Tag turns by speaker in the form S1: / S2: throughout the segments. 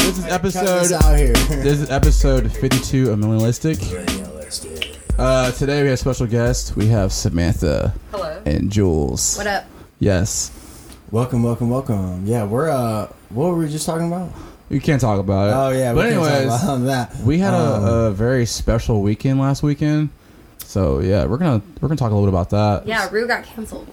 S1: is episode.
S2: out here.
S1: This is episode 52 of Millennialistic. Uh, today we have special guests. We have Samantha
S3: Hello.
S1: and Jules.
S3: What up?
S1: Yes,
S2: welcome, welcome, welcome. Yeah, we're uh, what were we just talking about?
S1: you can't talk about it.
S2: Oh yeah,
S1: Uh, but
S2: we can't talk
S1: anyways,
S2: about that
S1: we had
S2: Um,
S1: a, a very special weekend last weekend. So yeah, we're gonna we're gonna talk a little bit about that.
S3: Yeah, Rue got canceled.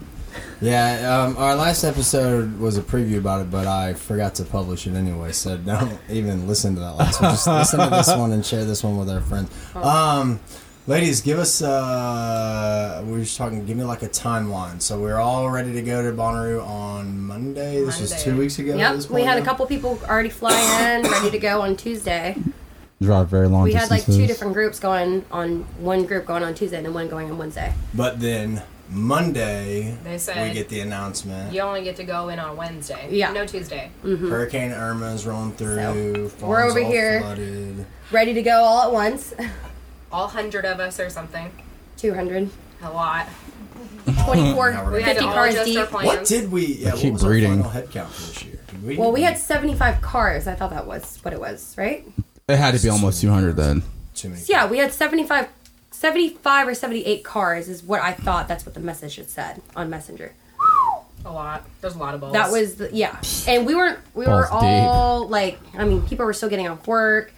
S2: yeah. Um, our last episode was a preview about it, but I forgot to publish it anyway. So don't even listen to that last one. Just listen to this one and share this one with our friends. Um, ladies, give us uh, we were just talking. Give me like a timeline. So we're all ready to go to Bonnaroo on Monday. This was
S3: Monday.
S2: two weeks ago. at this
S3: Yep. We
S2: point,
S3: had a
S2: yeah?
S3: couple people already fly in, ready to go on Tuesday.
S1: drive very long.
S3: We had like two
S1: distances.
S3: different groups going on one group going on Tuesday and one going on Wednesday.
S2: But then Monday,
S4: They said-
S2: we get the announcement.
S4: You only get to go in on Wednesday.
S3: Yeah.
S4: No Tuesday.
S2: Hurricane Irma's rolling through. farms
S3: we're over
S2: all
S3: here.
S2: Flooded.
S3: Ready to go all at once.
S4: All hundred of us or something.
S3: 200.
S4: A lot.
S2: Now
S3: 24,
S2: we're gonna
S3: 50
S4: all
S3: cars
S4: adjust our
S3: deep.
S4: plans.
S2: What did we? Yeah,
S1: keep
S2: what was our
S1: breeding.
S2: final head count for this year? Did we,
S3: Well, we had 75 cars. I thought that was what it was, right?
S1: It had to be almost 200 then.
S2: too many.
S3: Yeah, we had 75, 75 or 78 cars is what I thought. That's what the message had said on Messenger.
S4: A lot. There's a lot of balls.
S3: That was the, yeah, and we weren't we were
S1: Balls
S3: all like I mean people were still getting off work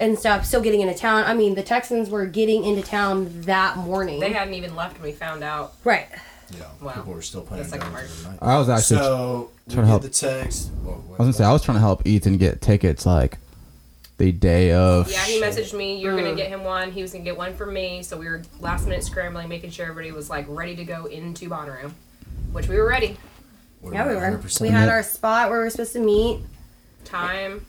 S3: and stuff, still getting into town. I mean the Texans were getting into town that morning,
S4: They hadn't even left when we found out.
S3: right?
S2: Yeah,
S4: Wow.
S2: people were still playing.
S4: That's like
S2: games
S4: March.
S2: overnight.
S1: I was actually
S2: so we
S1: trying to help.
S2: get the text. Whoa,
S1: I was gonna say I was trying to help Ethan get tickets like the day of.
S4: Yeah, he messaged me. You're
S3: Mm.
S4: gonna get him one. He was gonna get one for me. So we were last minute scrambling, making sure everybody was like ready to go into Bonnaroo, which we were ready.
S3: Yeah, we were.
S2: 100%.
S3: We had our spot where we were supposed to meet.
S4: Time.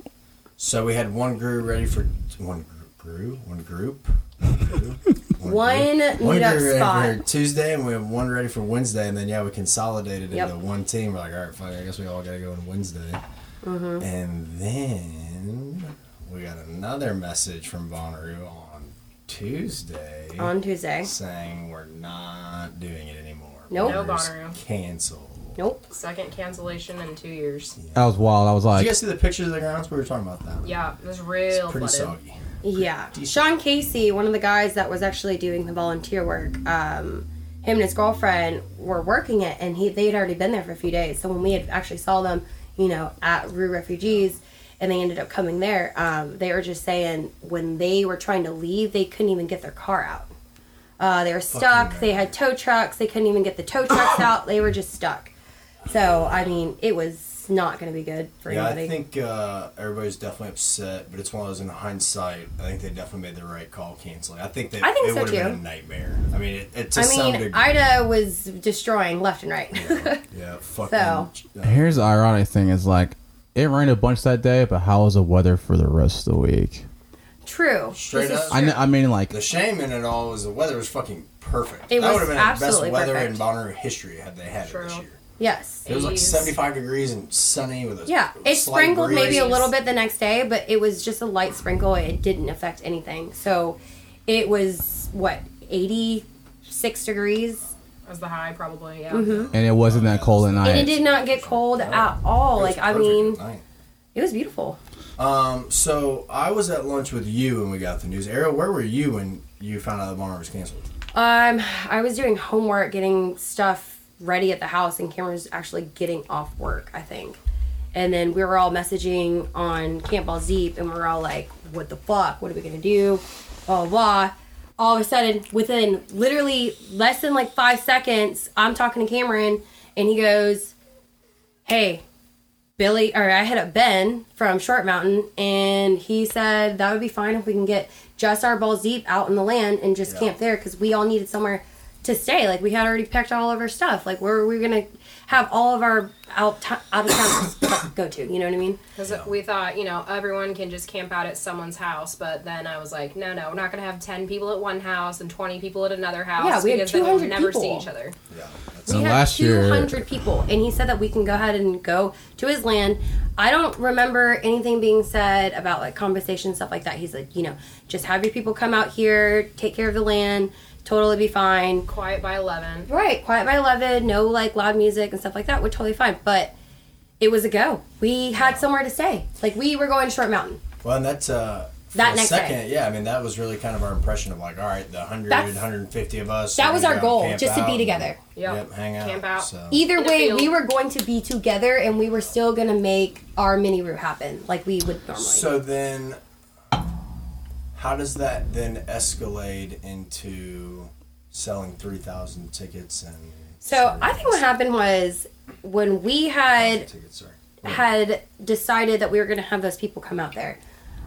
S2: So we had one group ready for one group, brew, one group,
S3: One
S2: group. one
S3: meetup
S2: group ready
S3: spot.
S2: for Tuesday, and we have one ready for Wednesday, and then yeah, we consolidated
S3: Yep.
S2: into one team. We're like, all right, fuck, I guess we all gotta go on Wednesday,
S3: Mm-hmm.
S2: and then we got another message from Bonnaroo on Tuesday
S3: On Tuesday.
S2: saying we're not doing it anymore.
S3: Nope.
S4: No
S2: Bonnaroos
S4: Bonnaroo.
S2: canceled.
S3: Nope.
S4: Second cancellation in two years.
S1: That was wild. I was
S2: Did
S1: like,
S2: you guys see the pictures of the grounds? We were talking about that.
S4: Yeah, it was
S2: It's
S4: real
S2: pretty
S4: flooded.
S2: soggy.
S3: Yeah. Sean Casey, one of the guys that was actually doing the volunteer work, um, him and his girlfriend were working it, and he they had already been there for a few days. So when we had actually saw them, you know, at Rue Refugees, and they ended up coming there, um, they were just saying when they were trying to leave, they couldn't even get their car out. Uh, they were stuck. They had tow trucks. They couldn't even get the tow trucks out. They were just stuck. So I mean, it was not going to be good for
S2: Yeah,
S3: anybody.
S2: I think uh, everybody's definitely upset, but it's one of those in hindsight. I think they definitely made the right call canceling. I think that
S3: I think
S2: it
S3: so,
S2: would have been
S3: too.
S2: a nightmare. I mean, it, it to
S3: I
S2: some
S3: mean,
S2: degree.
S3: Ida was destroying left and right.
S2: yeah, fucking.
S3: So.
S2: uh,
S1: here's the ironic thing is like, it rained a bunch that day, but how was the weather for the rest of the week?
S3: True.
S2: Straight
S3: This is
S2: up.
S1: I, kn- I mean, like,
S2: the shame in it all was the weather was fucking perfect.
S3: It
S2: that
S3: was
S2: would have been the best
S3: absolutely
S2: weather
S3: perfect.
S2: in Bonnaroo history had they had it this
S4: True.
S2: year.
S3: Yes.
S2: It was like
S4: Jeez.
S2: 75 degrees and sunny with a
S3: Yeah. It
S2: slight
S3: sprinkled
S2: breeze.
S3: maybe a little bit the next day, but it was just a light sprinkle. It didn't affect anything. So it was, what, 86 degrees?
S4: That was the high probably. Yeah.
S3: Mm-hmm.
S1: and it wasn't that cold at night.
S3: And it did not get cold at
S2: It
S3: all.
S2: was
S3: Like, I
S2: perfect
S3: mean,
S2: at night.
S3: it was beautiful.
S2: Um, so I was at lunch with you when we got the news. Ariel, where were you when you found out the Bonnaroo was canceled?
S3: Um, I was doing homework, getting stuff ready at the house, and Cameron's actually getting off work, I think. And then we were all messaging on Camp Ball Zeep, and we were all like, what the fuck? What are we gonna do? Blah, blah, blah. All of a sudden, within literally less than like five seconds, I'm talking to Cameron, and he goes, Hey, Billy, or I hit up Ben from Short Mountain, and he said that would be fine if we can get just our balls deep out in the land and just
S2: Yeah.
S3: camp there because we all needed somewhere to stay. Like we had already packed all of our stuff. Like where were we gonna have all of our out to- out of town go to? You know what I mean?
S4: Because we thought, you know, everyone can just camp out at someone's house, but then I was like, no, no, we're not going to have 10 people at one house and 20 people at another house
S3: Yeah, we had
S4: because then we'll
S3: 200
S4: never see
S3: people.
S4: each other.
S2: Yeah.
S3: We
S1: And
S3: had
S1: last year-
S3: 200 people, and he said that we can go ahead and go to his land. I don't remember anything being said about like compensation stuff like that. He's like, you know, just have your people come out here, take care of the land, totally be fine.
S4: Quiet by 11.
S3: Right, quiet by eleven, no like loud music and stuff like that. We're totally fine, but it was a go. We had somewhere to stay. Like we were going to Short Mountain.
S2: Well, and that's uh, for
S3: That
S2: a
S3: next
S2: second,
S3: day.
S2: yeah. I mean, that was really kind of our impression of like, all right, the 100,
S3: That's-
S2: 150 of us.
S3: That
S2: we're
S3: was
S2: gonna
S3: our
S2: go
S3: goal,
S2: camp
S3: just to
S2: out
S3: be
S2: and-
S3: together.
S4: Yep.
S2: Yep, hang out.
S4: Camp out.
S2: So.
S3: Either
S4: In a
S3: way,
S4: field.
S3: we were going to be together, and we were still gonna make our mini route happen, like we would normally.
S2: So then, how does that then escalate into selling three thousand tickets and?
S3: so I think what happened was when we had
S2: Tickets, sorry.
S3: had decided that we were going to have those people come out there.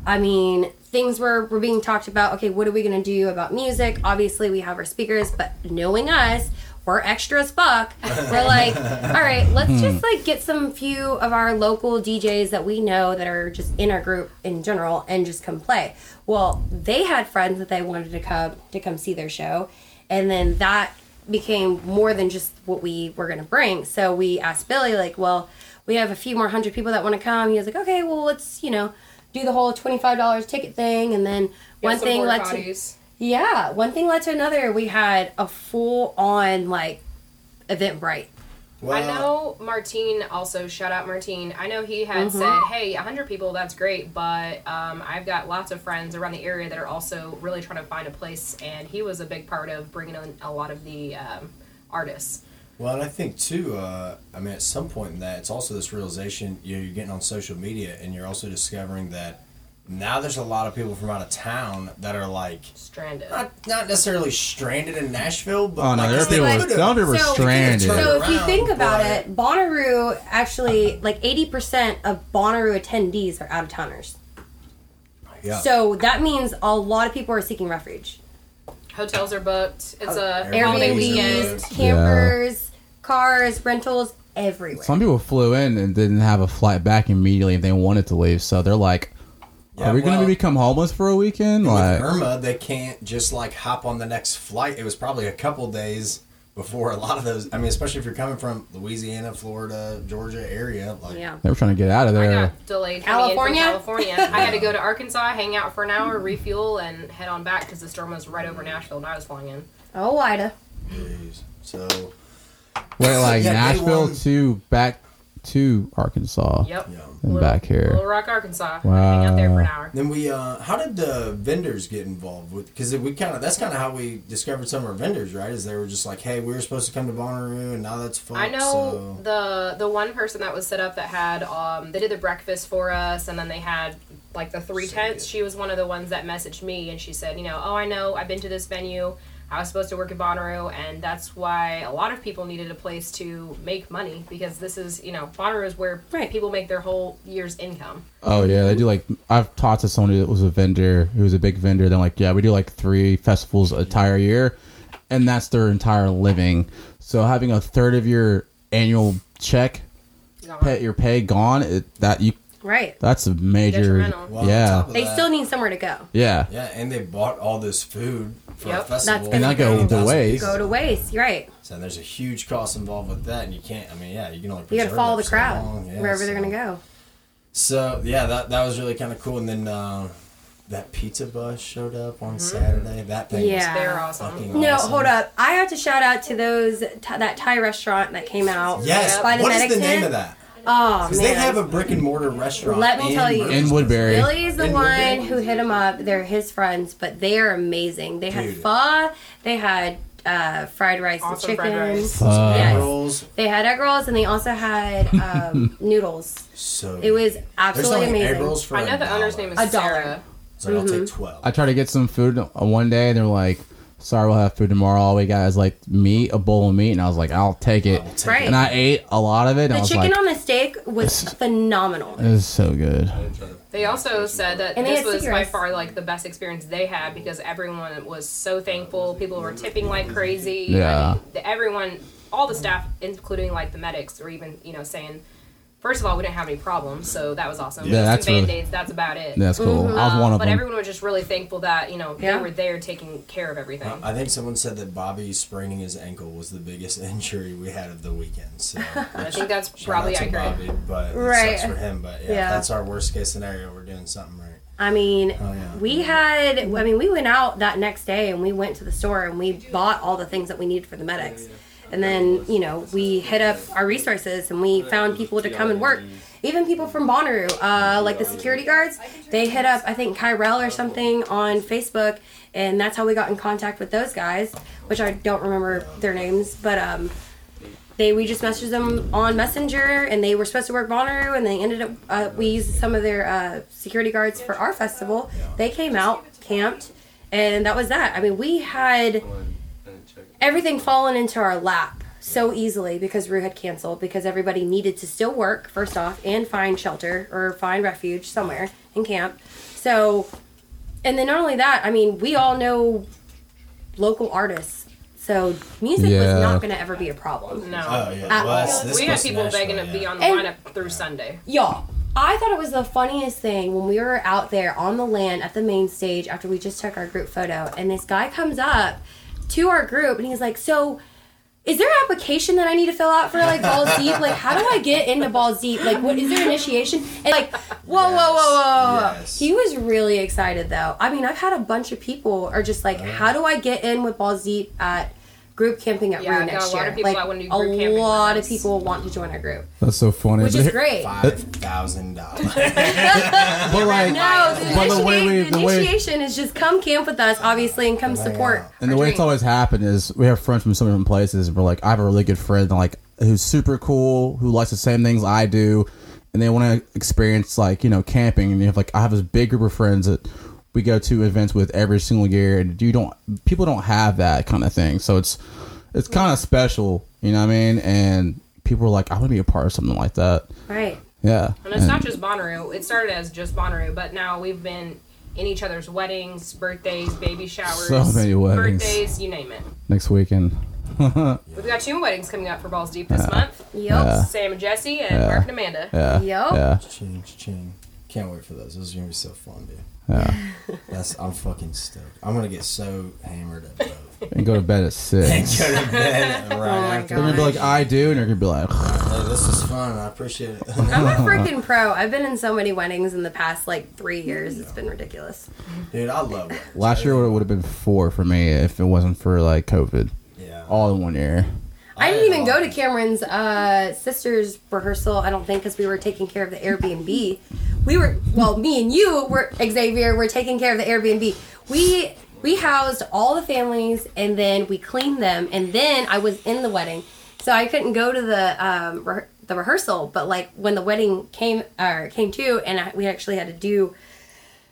S3: I mean, things were, were being talked about. Okay, what are we going to do about music? Obviously, we have our speakers, but knowing us, we're extra as fuck. We're like, all right, let's just like get some few of our local DJs that we know that are just in our group in general and just come play. Well, they had friends that they wanted to come to come see their show, and then that became more than just what we were going to bring. So we asked Billy, like, well, we have a few more hundred people that want to come. He was like, okay, well, let's, you know, do the whole $25 ticket thing. And then
S4: Got
S3: one
S4: some
S3: thing
S4: porta
S3: led to,
S4: potties.
S3: yeah, one thing led to another. We had a full on like Eventbrite.
S4: I
S2: Well,
S4: know Martine also, shout out Martine. I know he had
S3: Mm-hmm.
S4: said, hey, 100 people, that's great, but um, I've got lots of friends around the area that are also really trying to find a place, and he was a big part of bringing in a lot of the um, artists.
S2: Well, and I think too. Uh, I mean, at some point in that, it's also this realization you know, you're getting on social media, and you're also discovering that now there's a lot of people from out of town that are like
S4: Stranded.
S2: not not necessarily stranded in Nashville, but
S1: Oh no,
S2: like,
S1: there are
S2: they
S1: people.
S2: could've-
S1: There are people
S3: So-
S1: stranded.
S2: Turn
S3: So if you
S2: around,
S3: think about
S2: but-
S3: it, Bonnaroo actually like 80% of Bonnaroo attendees are out of towners.
S2: Yeah.
S3: So that means a lot of people are seeking refuge.
S4: Hotels are booked. It's a
S3: Oh,
S2: Airbnbs
S4: holiday
S2: are
S4: weekend.
S2: booked.
S3: Airbnbs, campers, cars, rentals, everywhere.
S1: Some people flew in and didn't have a flight back immediately, and they wanted to leave. So they're like,
S2: Yeah,
S1: "Are we going
S2: well-
S1: to become homeless for a weekend?"
S2: with
S1: Like,
S2: Irma, they can't just like hop on the next flight. It was probably a couple days before a lot of those. I mean, especially if you're coming from Louisiana, Florida, Georgia area, like
S3: yeah.
S1: they were trying to get out of
S4: I
S1: there.
S4: got delayed.
S3: California?
S4: California. California. I had to go to Arkansas, hang out for an hour, refuel, and head on back because the storm was right over Nashville, and I was flying in.
S3: Oh, Ida.
S2: days. So
S1: Wait, like
S2: Yeah, day
S1: Nashville
S2: one.
S1: to back to Arkansas,
S4: Yep.
S2: yeah.
S1: and back
S4: Little
S1: here.
S4: Rock, Arkansas. Hang out there for an
S1: Wow.
S4: hour.
S2: Then we, uh, how did the vendors get involved with? Because we kind of that's kind of how we discovered some of our vendors, right? Is they were just like, hey, we were supposed to come to Bonnaroo, and now that's fucked.
S4: I know
S2: So.
S4: the the one person that was set up that had um they did the breakfast for us and then they had like the three
S2: So
S4: tents.
S2: good.
S4: She was one of the ones that messaged me and she said, you know, oh I know I've been to this venue. I was supposed to work at Bonnaroo and that's why a lot of people needed a place to make money because this is you know Bonnaroo is where
S3: Right.
S4: people make their whole year's income.
S1: Oh yeah, they do like I've talked to someone who was a vendor, who was a big vendor. They're like, "Yeah, we do like three festivals an entire year, and that's their entire living." So having a third of your annual check,
S4: Gone.
S1: pay, your pay gone, it, that you
S3: Right.
S1: that's a major,
S4: Detrimental.
S2: Well, on
S1: yeah,
S2: top of
S3: They
S2: that-
S3: still need somewhere to go.
S1: yeah.
S2: Yeah, and they bought all this food for a
S4: Yep. That's
S2: festival.
S3: gonna And that go
S1: go- waste.
S3: Go to waste. You're right.
S2: So there's a huge cost involved with that, and you can't. I mean, yeah, you can only.
S3: You got to
S2: preserve
S3: follow
S2: that
S3: the
S2: for so
S3: crowd
S2: long, yeah,
S3: wherever they're
S2: so-
S3: going to go.
S2: So yeah, that that was really kind of cool, and then uh, that pizza bus showed up on Saturday. That thing.
S3: Yeah.
S4: They're
S2: Was
S4: Mm-hmm. awesome.
S2: fucking
S3: No,
S2: awesome.
S3: hold up. I have to shout out to those that Thai restaurant that came out.
S2: Yes.
S3: By the
S2: what is
S3: medic
S2: the name
S3: tent?
S2: of that?
S3: Oh man.
S2: Because they have a brick and mortar restaurant.
S3: Let me
S2: in
S3: tell you.
S2: Murfreesboro.
S1: In Woodbury,
S3: Billy is the
S2: And
S3: one
S2: Woodbury.
S3: who hit him up. They're his friends, but they are amazing. They had
S2: Dude.
S3: pho, they had uh, fried rice
S4: Awesome
S3: and
S4: fried
S3: chicken.
S4: rice.
S1: Uh,
S2: Egg
S3: Yes.
S2: rolls.
S3: They had egg rolls and they also had um, noodles.
S2: So
S3: It was
S2: good. They're
S3: absolutely
S2: selling
S3: amazing. Mm-hmm.
S2: Egg rolls for
S4: I know
S2: a
S4: the owner's
S2: dollar.
S4: name is
S3: A dollar.
S4: Sarah.
S2: So I'll take twelve.
S1: I try to get some food on one day, and they're like, "Sorry, we'll have food tomorrow." All we got is like meat, a bowl of meat, and I was like, "I'll take it."
S2: I'll take
S3: Right.
S1: And I ate a lot of it. And I
S3: The
S1: was
S3: chicken
S1: like,
S3: on the steak was phenomenal.
S1: "This is so good."
S4: They also said that
S3: And they
S4: this
S3: had
S4: was by
S3: cigarettes.
S4: far like the best experience they had because everyone was so thankful. People were tipping like crazy.
S1: Yeah.
S4: I mean, the- everyone, all the staff, including like the medics, were even you know saying, first of all, we didn't have any problems, so that was awesome.
S1: Yeah,
S4: Just
S1: that's
S4: some
S1: really-
S4: band aids. That's about it.
S1: That's cool. I was
S4: Um,
S1: one of
S4: but
S1: them.
S4: everyone was just really thankful that you know
S3: Yeah.
S4: they were there taking care of everything.
S2: Uh, I think someone said that Bobby spraining his ankle was the biggest injury we had of the weekend. So
S4: I think that's probably
S2: shout out
S4: accurate.
S2: to Bobby, but
S3: Right.
S2: it sucks for him. But yeah,
S3: Yeah.
S2: that's our worst case scenario. We're doing something right.
S3: I mean,
S2: Oh, yeah.
S3: we had, I mean, we went out that next day and we went to the store and we bought all the things that we needed for the medics. And then, you know, we hit up our resources and we found people to come and work. Even people from Bonnaroo, uh, like the security guards, they hit up, I think, Kyrell or something on Facebook. And that's how we got in contact with those guys, which I don't remember their names. But um, they we just messaged them on Messenger, and they were supposed to work Bonnaroo, and they ended up. Uh, we used some of their uh, security guards for our festival. They came out, camped, and that was that. I mean, we had everything fallen into our lap so easily because Rue had canceled because everybody needed to still work first off and find shelter or find refuge somewhere and camp. So, and then not only that, I mean, we all know local artists. So music
S1: Yeah.
S3: was not going to ever be a problem.
S4: No.
S2: Oh yeah.
S3: At
S2: well, that's-
S3: all.
S2: this
S4: we had
S2: was
S4: people
S2: national,
S4: begging to be
S2: yeah.
S4: on the
S3: And-
S4: lineup through Sunday.
S3: Y'all, I thought it was the funniest thing when we were out there on the land at the main stage after we just took our group photo, and this guy comes up to our group and he's like, So, is there an application that I need to fill out for like Balls Deep? Like, how do I get into Balls Deep? Like, what is there initiation? And like, whoa, whoa, whoa, whoa, whoa.
S2: Yes.
S3: He was really excited though. I mean, I've had a bunch of people are just like, How do I get in with Balls Deep at group camping at
S4: Yeah, I
S3: Rue
S4: got
S3: next
S4: a lot
S3: year?
S4: of people
S3: like,
S4: that wanna do
S3: a
S4: group camping with
S3: lot of
S4: us.
S3: people want to join our group,
S1: That's so funny.
S3: which
S1: But
S3: is
S1: here-
S3: great.
S2: Five thousand dollars.
S1: But like,
S3: No, the,
S1: By the
S3: initiate-
S1: way we-
S3: the
S1: the way-
S3: initiation is just come camp with us, obviously, and come support.
S1: And the
S3: our
S1: way it's
S3: dream.
S1: always happened is we have friends from so many different places. We're like, I have a really good friend, like who's super cool, who likes the same things I do, and they want to experience like you know camping. And you have like I have this big group of friends that we go to events with every single year, and you don't people don't have that kind of thing. So it's it's kind
S4: Mm-hmm.
S1: of special, you know what I mean? And people are like, I want to be a part of something like that.
S3: right.
S1: Yeah,
S4: And it's not just Bonnaroo. It started as just Bonnaroo, but now we've been in each other's weddings, birthdays, baby showers,
S1: So many weddings.
S4: birthdays, you name it.
S1: next weekend.
S4: We've got two weddings coming up for Balls Deep this month.
S3: Yep.
S4: Sam and Jesse and Mark and Amanda.
S3: Yep.
S1: Yeah,
S2: Ching, ching. Can't wait for those. Those are gonna be so fun, dude.
S1: yeah.
S2: That's I'm fucking stoked. I'm gonna get so hammered at both.
S1: and go to bed at six.
S2: Go to bed
S3: Oh
S2: right after.
S1: They're gonna be like, I do, and you're gonna be like.
S2: Hey, this is fun. I appreciate it.
S3: I'm a freaking pro. I've been in so many weddings in the past like three years. It's been ridiculous.
S2: dude, I love it.
S1: Last year it would have been four for me if it wasn't for like COVID,
S2: Yeah.
S1: all in one year.
S3: I didn't even go to Cameron's uh, sister's rehearsal. I don't think because we were taking care of the Airbnb. We were well, me and you were Xavier. were taking care of the Airbnb. We we housed all the families and then we cleaned them. And then I was in the wedding, so I couldn't go to the um, re- the rehearsal. But like when the wedding came or came to, and I, we actually had to do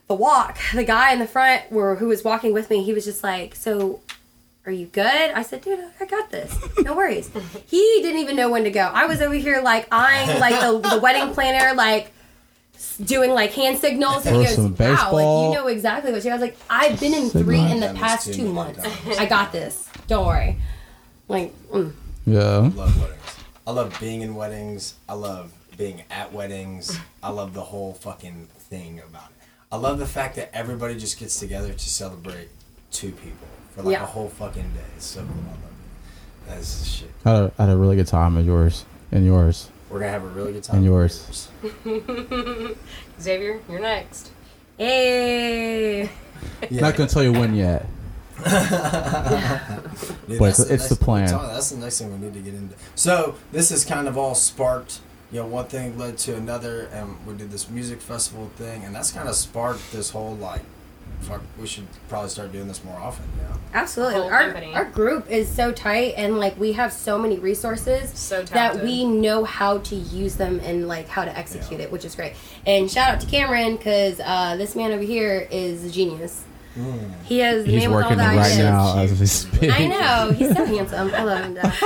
S3: the walk. The guy in the front, were, who was walking with me, he was just like, "So are you good? I said, dude, I got this. No worries. he didn't even know when to go. I was over here like eyeing like the, the wedding planner, like s- doing like hand signals. And
S1: Throw
S3: he goes,
S1: some
S3: wow,
S1: baseball.
S3: like you know exactly what you. I was like, I've been in three in the
S2: That was
S3: past
S2: too
S3: two
S2: many
S3: months.
S2: times.
S3: I got this. Don't worry. Like, mm.
S1: Yeah.
S2: love weddings. I love being in weddings. I love being at weddings. I love the whole fucking thing about it. I love the fact that everybody just gets together to celebrate two people for like
S3: Yeah.
S2: a whole fucking day. It's so cool. I love it. That's the shit.
S1: Had a, had a really good time at yours and yours.
S2: We're gonna have a really good time.
S1: And yours.
S4: Xavier, you're next.
S3: hey.
S2: Yeah.
S1: Not gonna tell you when yet.
S2: Dude,
S1: But it's-
S2: that's
S1: it's the
S2: next-
S1: plan.
S2: tell- That's the next thing we need to get into. So this is kind of all sparked. You know, one thing led to another, and we did this music festival thing, and that's kind of sparked this whole like, fuck, we should probably start doing this more often. You know?
S3: Absolutely.
S4: Whole
S3: Our,
S4: company.
S3: our group is so tight and like we have so many resources
S4: So
S3: that
S4: talented.
S3: we know how to use them and like how to execute
S2: Yeah.
S3: it, which is great. And shout out to Cameron because uh, this man over here is a genius. He has the
S1: He's
S3: man with all
S1: working
S3: the
S1: right
S3: ideas.
S1: now as we speak.
S3: I know he's so handsome. I love him. to death.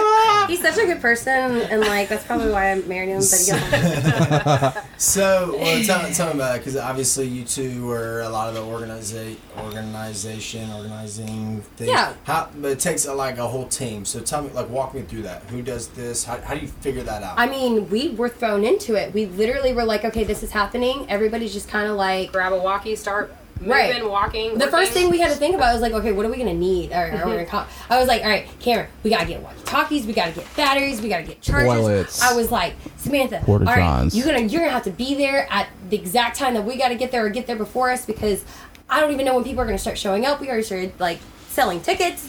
S3: He's such a good person, and like that's probably why I married him. But he don't-
S2: So, well, tell, tell me about because obviously you two were a lot of the organiza- organization, organizing things.
S3: Yeah.
S2: How, but it takes a, like a whole team. So tell me, like, walk me through that. Who does this? How, how do you figure that out?
S3: I mean, we were thrown into it. We literally were like, okay, this is happening. Everybody's just kind of like
S4: Grab a walkie, start moving,
S3: Right.
S4: walking.
S3: The
S4: working.
S3: first thing we had to think about was like, okay, what are we gonna need? All right, are we gonna call? I was like, all right, Cameron, we gotta get walkie talkies, we gotta get batteries, we gotta get chargers.
S1: Toilets.
S3: I was like, Samantha, all
S1: Porta
S3: right,
S1: johns.
S3: you're gonna you're gonna have to be there at the exact time that we gotta get there or get there before us because I don't even know when people are gonna start showing up. We already started like selling tickets.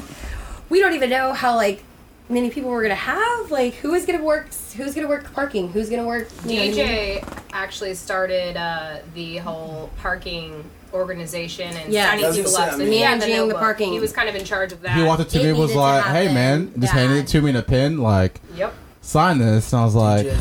S3: We don't even know how like many people we're gonna have. Like, who is gonna work? Who's gonna work parking? Who's gonna work you know what I mean?
S4: DJ actually started uh, the whole parking organization and
S3: Yeah.
S4: signing
S2: That's
S4: people
S2: what
S4: up.
S2: I
S4: So
S2: mean.
S4: he had
S3: Managing the
S4: notebook.
S3: parking.
S4: He was kind of in charge of that.
S1: He walked up to
S3: It
S1: me and was
S3: needed to
S1: like, "Hey
S3: happen.
S1: man," just handed it to me in a pen, like
S4: Yep.
S1: sign this, and I was like,
S2: Jay,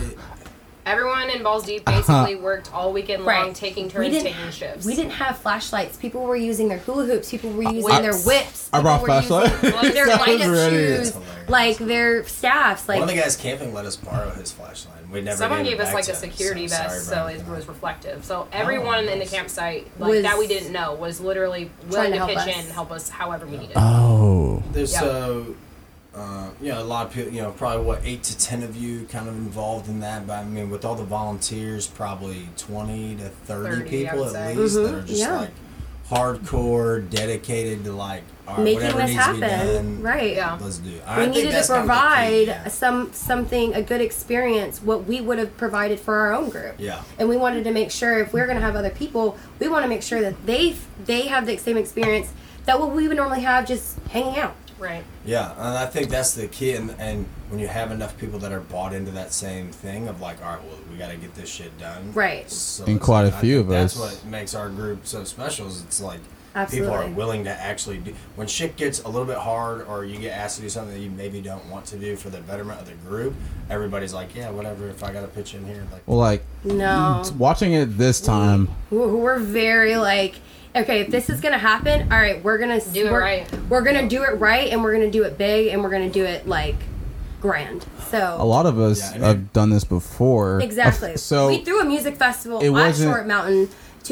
S4: Everyone in Balls
S1: Uh-huh.
S4: Deep basically worked all weekend long,
S3: Right.
S4: taking
S3: We
S4: turns
S3: didn't,
S4: taking shifts.
S3: we didn't have flashlights. People were using their hula hoops. People were using
S1: I-
S3: their whips.
S1: "I
S3: people
S1: brought
S3: were
S1: flashlight."
S3: using Their
S1: I was
S3: light up
S1: ready.
S3: shoes, like their staffs.
S2: one of the
S3: Like,
S2: guys camping let us borrow his flashlight. We never.
S4: Someone
S2: gave, it
S4: gave us
S2: back
S4: like
S2: to
S4: a
S2: him,
S4: security
S2: so
S4: vest, so
S2: sorry,
S4: it
S2: Brian.
S4: was reflective. So everyone in the
S2: nice.
S4: campsite like
S3: Oh. Was-
S4: that we didn't know was literally
S3: Trying
S4: willing
S3: to
S4: to
S3: help
S4: pitch
S3: us.
S4: in, and help us however we needed.
S1: "Oh,
S2: There's
S4: Yeah.
S2: so, uh, you know, a lot of people, you know, probably what, eight to 10 of you kind of involved in that. But I mean, with all the volunteers, probably 20 to 30,
S4: 30, I
S2: people
S4: would
S2: at
S4: say.
S2: least that
S3: Mhm,
S2: are just
S3: yeah.
S2: like hardcore, dedicated to like, all right,
S3: making
S2: whatever
S3: this
S2: needs to be
S3: happen,
S2: done,
S3: right?
S4: Yeah.
S2: Let's do. it. I
S3: We
S2: think
S3: needed to
S2: that's kind of the key,
S3: provide
S2: yeah.
S3: some something a good experience what we would have provided for our own group.
S2: Yeah.
S3: And we wanted to make sure if we're going to have other people, we want to make sure that they they have the same experience that what we would normally have just hanging out.
S4: Right.
S2: Yeah, and I think that's the key. And, and when you have enough people that are bought into that same thing of like, all right, well, we got to get this shit done.
S3: Right.
S2: So
S1: And
S2: it's
S1: quite
S2: like-
S1: a
S2: I
S1: few
S2: think
S1: of
S2: that's
S1: us.
S2: That's what makes our group so special. Is it's like people
S3: Absolutely.
S2: are willing to actually do. When shit gets a little bit hard, or you get asked to do something that you maybe don't want to do for the betterment of the group, everybody's like, yeah, whatever. If I got to pitch in here, like,
S1: well, like
S3: No.
S1: watching it this time."
S3: We're we're very like okay, if this is going to happen, all right, we're going to
S4: Do it
S3: we're,
S4: right.
S3: We're going to do it right and we're going to do it big and we're going to do it like grand. So
S1: A lot of us
S2: Yeah, and
S1: have
S2: it-
S1: done this before.
S3: Exactly.
S1: So
S3: we threw a music festival
S1: it
S3: at
S1: wasn't-
S3: Short Mountain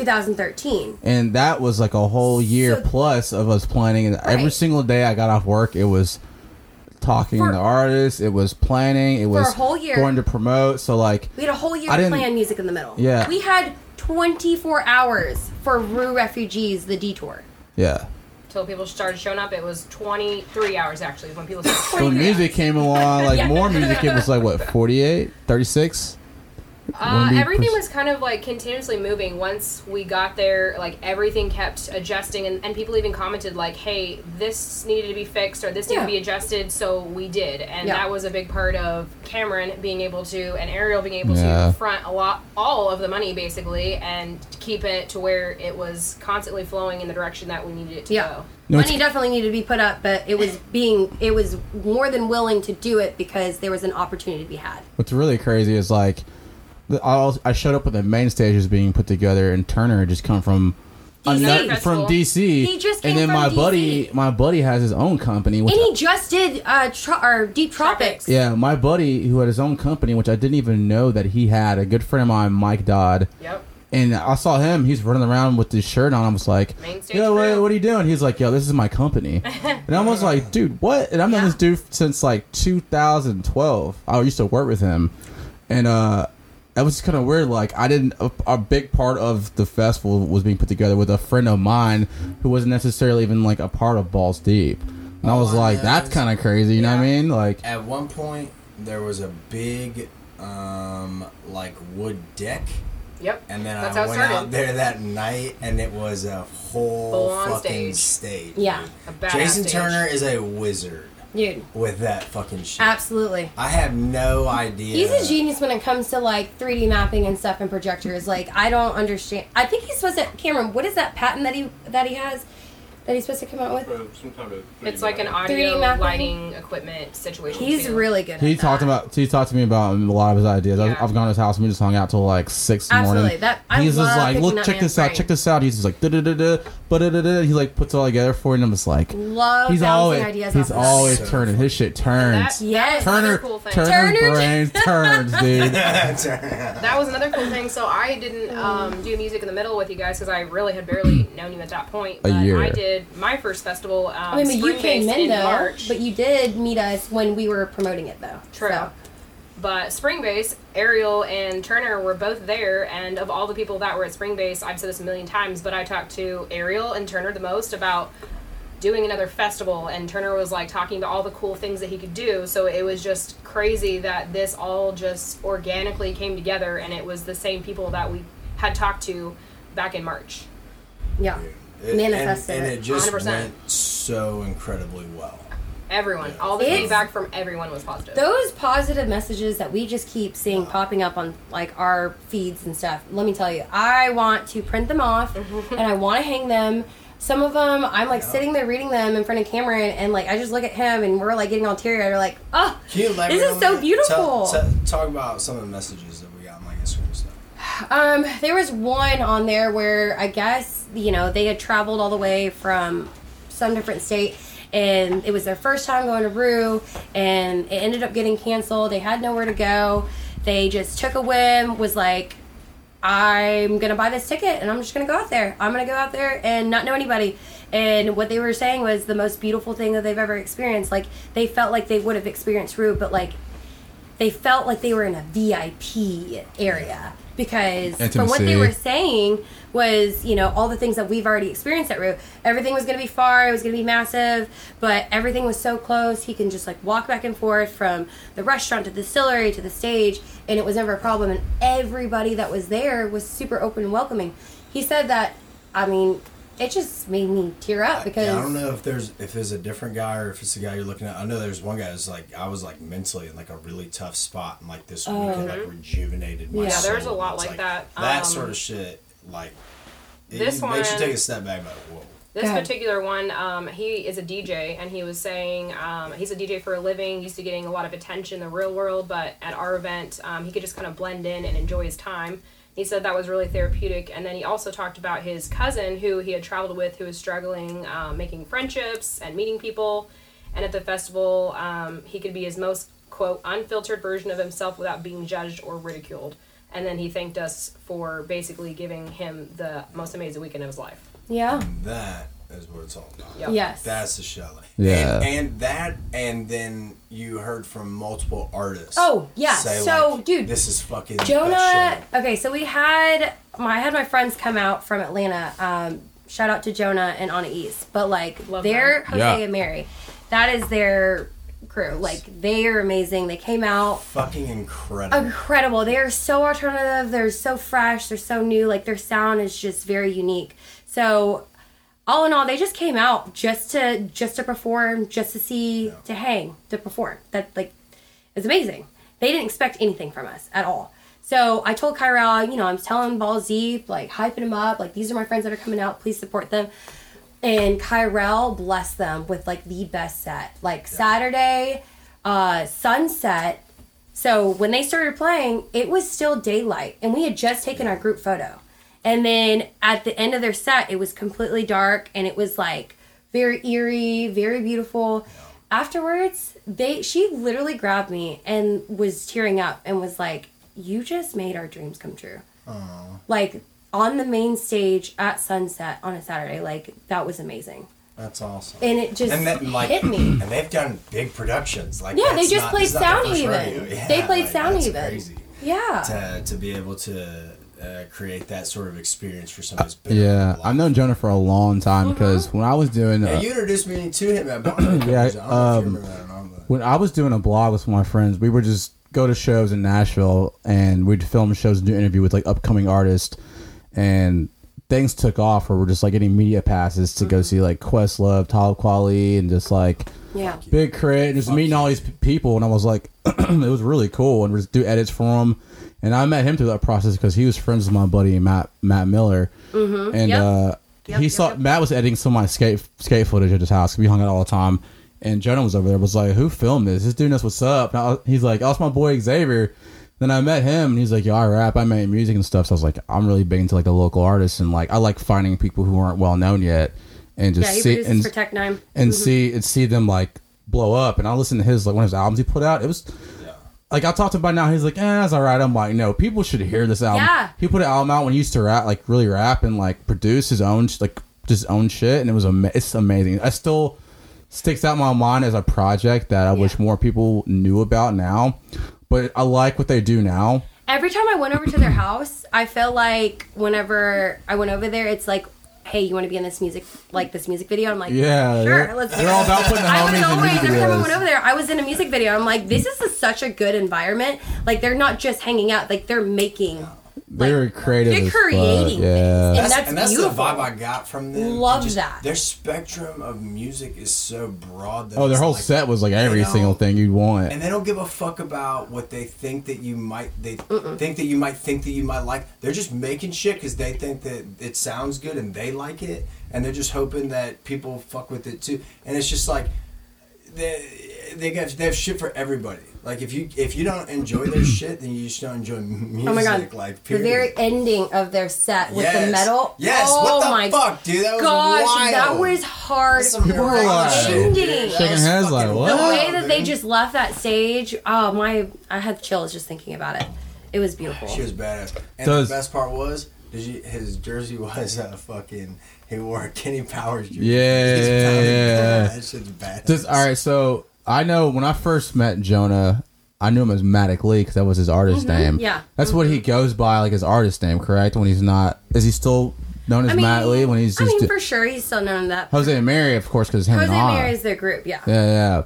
S3: 2013.
S1: and that was like a whole year
S3: So-
S1: plus of us planning. And every
S3: Right.
S1: single day I got off work, it was talking
S3: For-
S1: to artists, it was planning, it
S3: a
S1: was
S3: whole year.
S1: going to promote. So like,
S3: We had a whole year
S1: I
S3: to
S1: didn't-
S3: plan music in the middle.
S1: Yeah.
S3: We had 24 hours for Rue Refugees, the detour.
S1: yeah.
S4: Till people started showing up, it was 23 hours actually when people
S1: So
S4: started.
S1: when music came along, like
S3: Yeah.
S1: more music, it was like what 48, 36?
S4: Uh,
S1: When we
S4: everything
S1: pers-
S4: was kind of like continuously moving. Once we got there, like everything kept adjusting, and, and people even commented like, "Hey, this needed to be fixed or this needed
S3: Yeah.
S4: to be adjusted," so we did, and
S3: Yeah.
S4: that was a big part of Cameron being able to and Ariel being able
S1: Yeah.
S4: to front a lot all of the money basically and keep it to where it was constantly flowing in the direction that we needed it to
S3: Yeah.
S4: go.
S1: No, it's-
S3: Money definitely needed to be put up, but it was being, it was more than willing to do it because there was an opportunity to be had.
S1: What's really crazy is like, the- I als- I showed up when the main stage was being put together, and Turner had just come from.
S3: DC.
S1: ano- from DC,
S3: He just came
S1: and then
S3: from
S1: my
S3: DC.
S1: buddy, my buddy has his own company, which
S3: And he just did uh, tro- or Deep Tropics.
S4: Tropics.
S1: Yeah, my buddy who had his own company, which I didn't even know that he had, a good friend of mine, Mike Dodd.
S4: Yep.
S1: And I saw him, he's running around with his shirt on. I was like,
S4: Main stage
S1: Yo, wait,
S4: crew."
S1: what are you doing? He's like, Yo, this is my company. and I was like, Dude, what? And I've known
S3: Yeah.
S1: this dude since like 2012. I used to work with him. And, uh, that was kind of weird. Like, I didn't. A, a big part of the festival was being put together with a friend of mine who wasn't necessarily even like a part of Balls Deep. And I was
S2: Oh, I
S1: like,
S2: know.
S1: that's kind of crazy. You know what I mean? Like,
S2: at one point there was a big, um, like wood deck.
S4: Yep.
S2: And then
S4: That's
S2: I
S4: how it
S2: went
S4: started.
S2: out there that night, and it was a whole
S4: Full-on
S2: fucking
S4: stage.
S2: stage.
S3: Yeah.
S2: dude.
S4: A badass
S2: Jason
S4: stage.
S2: Turner is a wizard
S3: Dude,
S2: with that fucking shit.
S3: absolutely.
S2: I have no idea.
S3: He's a genius when it comes to like 3D mapping and stuff and projectors. Like I don't understand. I think he's supposed to Cameron. What is that patent that he that he has that he's supposed to come out with?
S5: Uh, some type of
S4: It's like an
S3: 3D
S4: audio
S3: mapping.
S4: lighting equipment situation.
S3: He's
S4: too.
S3: really good.
S1: He
S3: at
S1: talked
S3: that.
S1: about he talked to me about a lot of his ideas. I've,
S4: Yeah.
S1: I've gone to his house and we just hung out till like six in the
S3: Absolutely.
S1: morning.
S3: That- I
S1: he's
S3: love
S1: just like,
S3: picking
S1: look,
S3: that
S1: check
S3: man's
S1: this out,
S3: brain."
S1: check this out. He's just like da da da da, but da da da. He like puts it all together for you, and I'm just like,
S3: Love
S1: he's
S3: bouncing
S1: always
S3: ideas
S1: he's
S3: off of that.
S1: always
S2: So
S1: turning his shit turns.
S4: That,
S3: Yes.
S4: that was another
S1: Turner,
S4: cool thing.
S1: Turner's
S3: Turner-
S1: brain turns, dude.
S4: that was another cool thing. So I didn't um, do music in the middle with you guys because I really had barely known you at that point. But
S1: year.
S4: I did my first festival. Um,
S3: I mean, but you
S4: Spring
S3: came
S4: Based
S3: in
S4: in
S3: though,
S4: March.
S3: but you did meet us when we were promoting it though.
S4: True.
S3: So,
S4: But Spring Base, Ariel and Turner were both there, and of all the people that were at Spring Base, I've said this a million times, but I talked to Ariel and Turner the most about doing another festival, and Turner was like talking about all the cool things that he could do. So it was just crazy that this all just organically came together, and it was the same people that we had talked to back in March.
S3: yeah.
S2: It-
S3: Manifested
S2: And, and
S3: it.
S2: it just
S4: 100%.
S2: went so incredibly well.
S4: Everyone, all the
S3: It's-
S4: feedback from everyone was positive.
S3: Those positive messages that we just keep seeing popping up on like our feeds and stuff. Let me tell you, I want to print them off
S2: Mm-hmm.
S3: and I want to hang them. Some of them, I'm like sitting there reading them in front of Cameron, and like I just look at him, and we're like getting all teary eyed. We're like, oh,
S2: Can you elaborate
S3: this is
S2: on
S3: so
S2: that? Tell-
S3: beautiful.
S2: tell- talk about some of the messages that we got on like Instagram and stuff.
S3: Um, there was one on there where I guess you know they had traveled all the way from some different state, and it was their first time going to Rue, and it ended up getting canceled. They had nowhere to go. They just took a whim. Was like, I'm gonna buy this ticket, and I'm just gonna go out there. I'm gonna go out there and not know anybody. And what they were saying was the most beautiful thing that they've ever experienced. Like they felt like they would have experienced Rue, but like they felt like they were in a VIP area because from what they
S1: Intimacy.
S3: were saying was, you know, all the things that we've already experienced at Rue. Everything was going to be far, it was going to be massive, but everything was so close. He can just like walk back and forth from the restaurant to the distillery to the stage, and it was never a problem. And everybody that was there was super open and welcoming. He said that, I mean, it just made me tear up because
S2: Yeah, I don't know if there's if it's a different guy or if it's the guy you're looking at. I know there's one guy who's like I was like mentally in like a really tough spot and like this weekend like rejuvenated my
S3: Yeah,
S2: soul.
S4: there's a lot
S2: It's
S4: like that.
S2: That
S4: Um,
S2: sort of shit like it makes
S4: this
S2: you
S4: one-
S2: take a step back like whoa.
S4: This
S3: Go ahead.
S4: particular one, um, he is a DJ, and he was saying um, he's a DJ for a living, used to getting a lot of attention in the real world, but at our event, um, he could just kind of blend in and enjoy his time. He said that was really therapeutic, and then he also talked about his cousin who he had traveled with, who was struggling um, making friendships and meeting people, and at the festival, um, he could be his most quote unfiltered version of himself without being judged or ridiculed. And then he thanked us for basically giving him the most amazing weekend of his life.
S3: yeah,
S2: That is what it's all about.
S4: Yeah.
S3: yes,
S2: That's the shit. Like,
S1: Yeah.
S2: And, and that and then you heard from multiple artists.
S3: Oh, yeah.
S2: say,
S3: So,
S2: like,
S3: dude,
S2: this is fucking the best
S3: Jonah.
S2: shit.
S3: Okay, so we had my I had my friends come out from Atlanta. Um, shout out to Jonah and Anna East, but like
S4: Love
S3: they're
S4: them.
S3: Jose
S1: Yeah.
S3: and Mary. That is their crew. Like they are amazing. They came out
S2: Fucking incredible.
S3: incredible. They are so alternative. They're so fresh. They're so new. Like their sound is just very unique. So all in all, they just came out just to just to perform, just to see, to hang, to perform. That like it's amazing. They didn't expect anything from us at all. So I told Kyrell, you know, I'm telling Ball Z, like hyping him up, like these are my friends that are coming out. Please support them. And Kyrell blessed them with like the best set. Like Saturday, uh, sunset. So when they started playing, it was still daylight, and we had just taken our group photo. And then at the end of their set, it was completely dark, and it was like very eerie, very beautiful. Afterwards, they she literally grabbed me and was tearing up and was like, "You just made our dreams come true." Like on the main stage at sunset on a Saturday, like that was amazing,
S2: That's awesome.
S3: and it just
S2: and then like
S3: hit me.
S2: and they've done big productions like
S3: Yeah, they
S2: that's
S3: just
S2: not-
S3: played
S2: it's not the
S3: Soundhaven.
S2: first rodeo. Yeah,
S3: They played
S2: like, that's
S3: Soundhaven.
S2: crazy
S3: Yeah,
S2: to, to be able to uh, create that sort of experience for somebody's been
S1: Uh, Yeah, I've known Jonah for a long
S3: Uh-huh.
S1: time because when I was doing uh,
S2: yeah, you introduced me to him at Bond.
S1: Yeah,
S2: I don't know if
S1: um,
S2: you remember that or not, but-
S1: when I was doing a blog with some of my friends, we would just go to shows in Nashville and we'd film shows and do interview with like upcoming artists, and things took off where we're just like getting media passes to go see like Questlove, Talib Kweli, and just like
S3: yeah.
S1: Big Crit, and just meeting all these p- people, and I was like, it was really cool, and we just do edits for him. And I met him through that process because he was friends with my buddy Matt Matt Miller, mm-hmm. and
S3: Yep.
S1: uh,
S3: Yep,
S1: he
S3: yep,
S1: saw
S3: yep.
S1: Matt was editing some of my skate skate footage at his house. We hung out all the time, and Jonah was over there. Was like, who filmed this? This dude knows what's up. And I was- he's like, oh, it's my boy Xavier. Then I met him, and he's like, "Yo, I rap, I make music and stuff." So I was like, "I'm really big into like the local artists, and like I like finding people who aren't well known yet, and just
S3: Yeah, he
S1: see
S3: produces
S1: and
S3: for Tech Nine. Mm-hmm.
S1: and see and see them like blow up. And I listened to his like one of his albums he put out. It was like I talked about now. He's like, eh, that's all right. I'm like, no, people should hear this album.
S3: Yeah.
S1: He put an album out when he used to rap, like really rap and like produce his own sh- like his own shit, and it was ama- it's amazing. I still sticks out in my mind as a project that I wish more people knew about now. But I like what they do now.
S3: Every time I went over to their house, I felt like whenever I went over there, it's like, hey, you want to be in this music, like this music video? I'm like,
S1: Yeah,
S3: sure,
S1: they're,
S3: let's.
S1: they're all about putting the
S3: I was
S1: homies in
S3: always
S1: music
S3: every time I went
S1: videos.
S3: over there, I was in a music video. I'm like, this is a, such a good environment. Like they're not just hanging out, like they're making
S1: They were
S3: like
S1: creative.
S3: they're
S1: as fuck,
S3: creating
S1: Yeah.
S3: things,
S2: That's,
S3: that's
S2: and that's the
S3: beautiful.
S2: vibe I got from them. It
S3: Love that.
S2: Their spectrum of music is so broad. That
S1: oh, their
S2: it's
S1: whole
S2: like-
S1: set was like every
S2: you know,
S1: single thing you'd want.
S2: And they don't give a fuck about what they think that you might they think that you might think that you might like. They're just making shit because they think that it sounds good and they like it, and they're just hoping that people fuck with it too. And it's just like they they got they have shit for everybody. Like if you if you don't enjoy their shit, then you just don't enjoy m- music.
S3: Oh my god!
S2: Like
S3: the
S2: period.
S3: very ending of their set with
S2: Yes.
S3: the metal.
S2: Yes,
S3: Oh
S2: what the
S3: my
S2: fuck, dude? That was
S3: gosh,
S2: wild.
S3: that was hard.
S2: That's some
S1: People were
S2: wild
S1: like,
S2: shit, dude.
S3: Ending.
S2: That
S1: Shaking
S2: was
S1: hands like,
S2: fucking
S1: what?
S3: The
S1: Wow,
S3: way that they
S2: dude.
S3: just left that stage. Oh my! I had chills just thinking about it. It was beautiful.
S2: She was badass. And
S1: Does-
S2: the best part was, did you, his jersey was a fucking. He wore a Kenny Powers jersey.
S1: Yeah,
S2: He's
S1: yeah,
S2: probably-
S1: yeah, yeah.
S2: That shit's badass.
S1: Does, all right, so I know when I first met Jonah, I knew him as Matic Lee because that was his artist name.
S3: Mm-hmm. yeah. Mm-hmm.
S1: that's what he goes by, like his artist name, correct? When he's not, is he still known as
S3: I mean,
S1: Matt Lee? When he's
S3: I
S1: just
S3: mean,
S1: do-
S3: for sure, he's still known that.
S1: Jose and Mary, of course, because him
S3: Jose
S1: and I.
S3: Mayer is their group. Yeah.
S1: Yeah, yeah.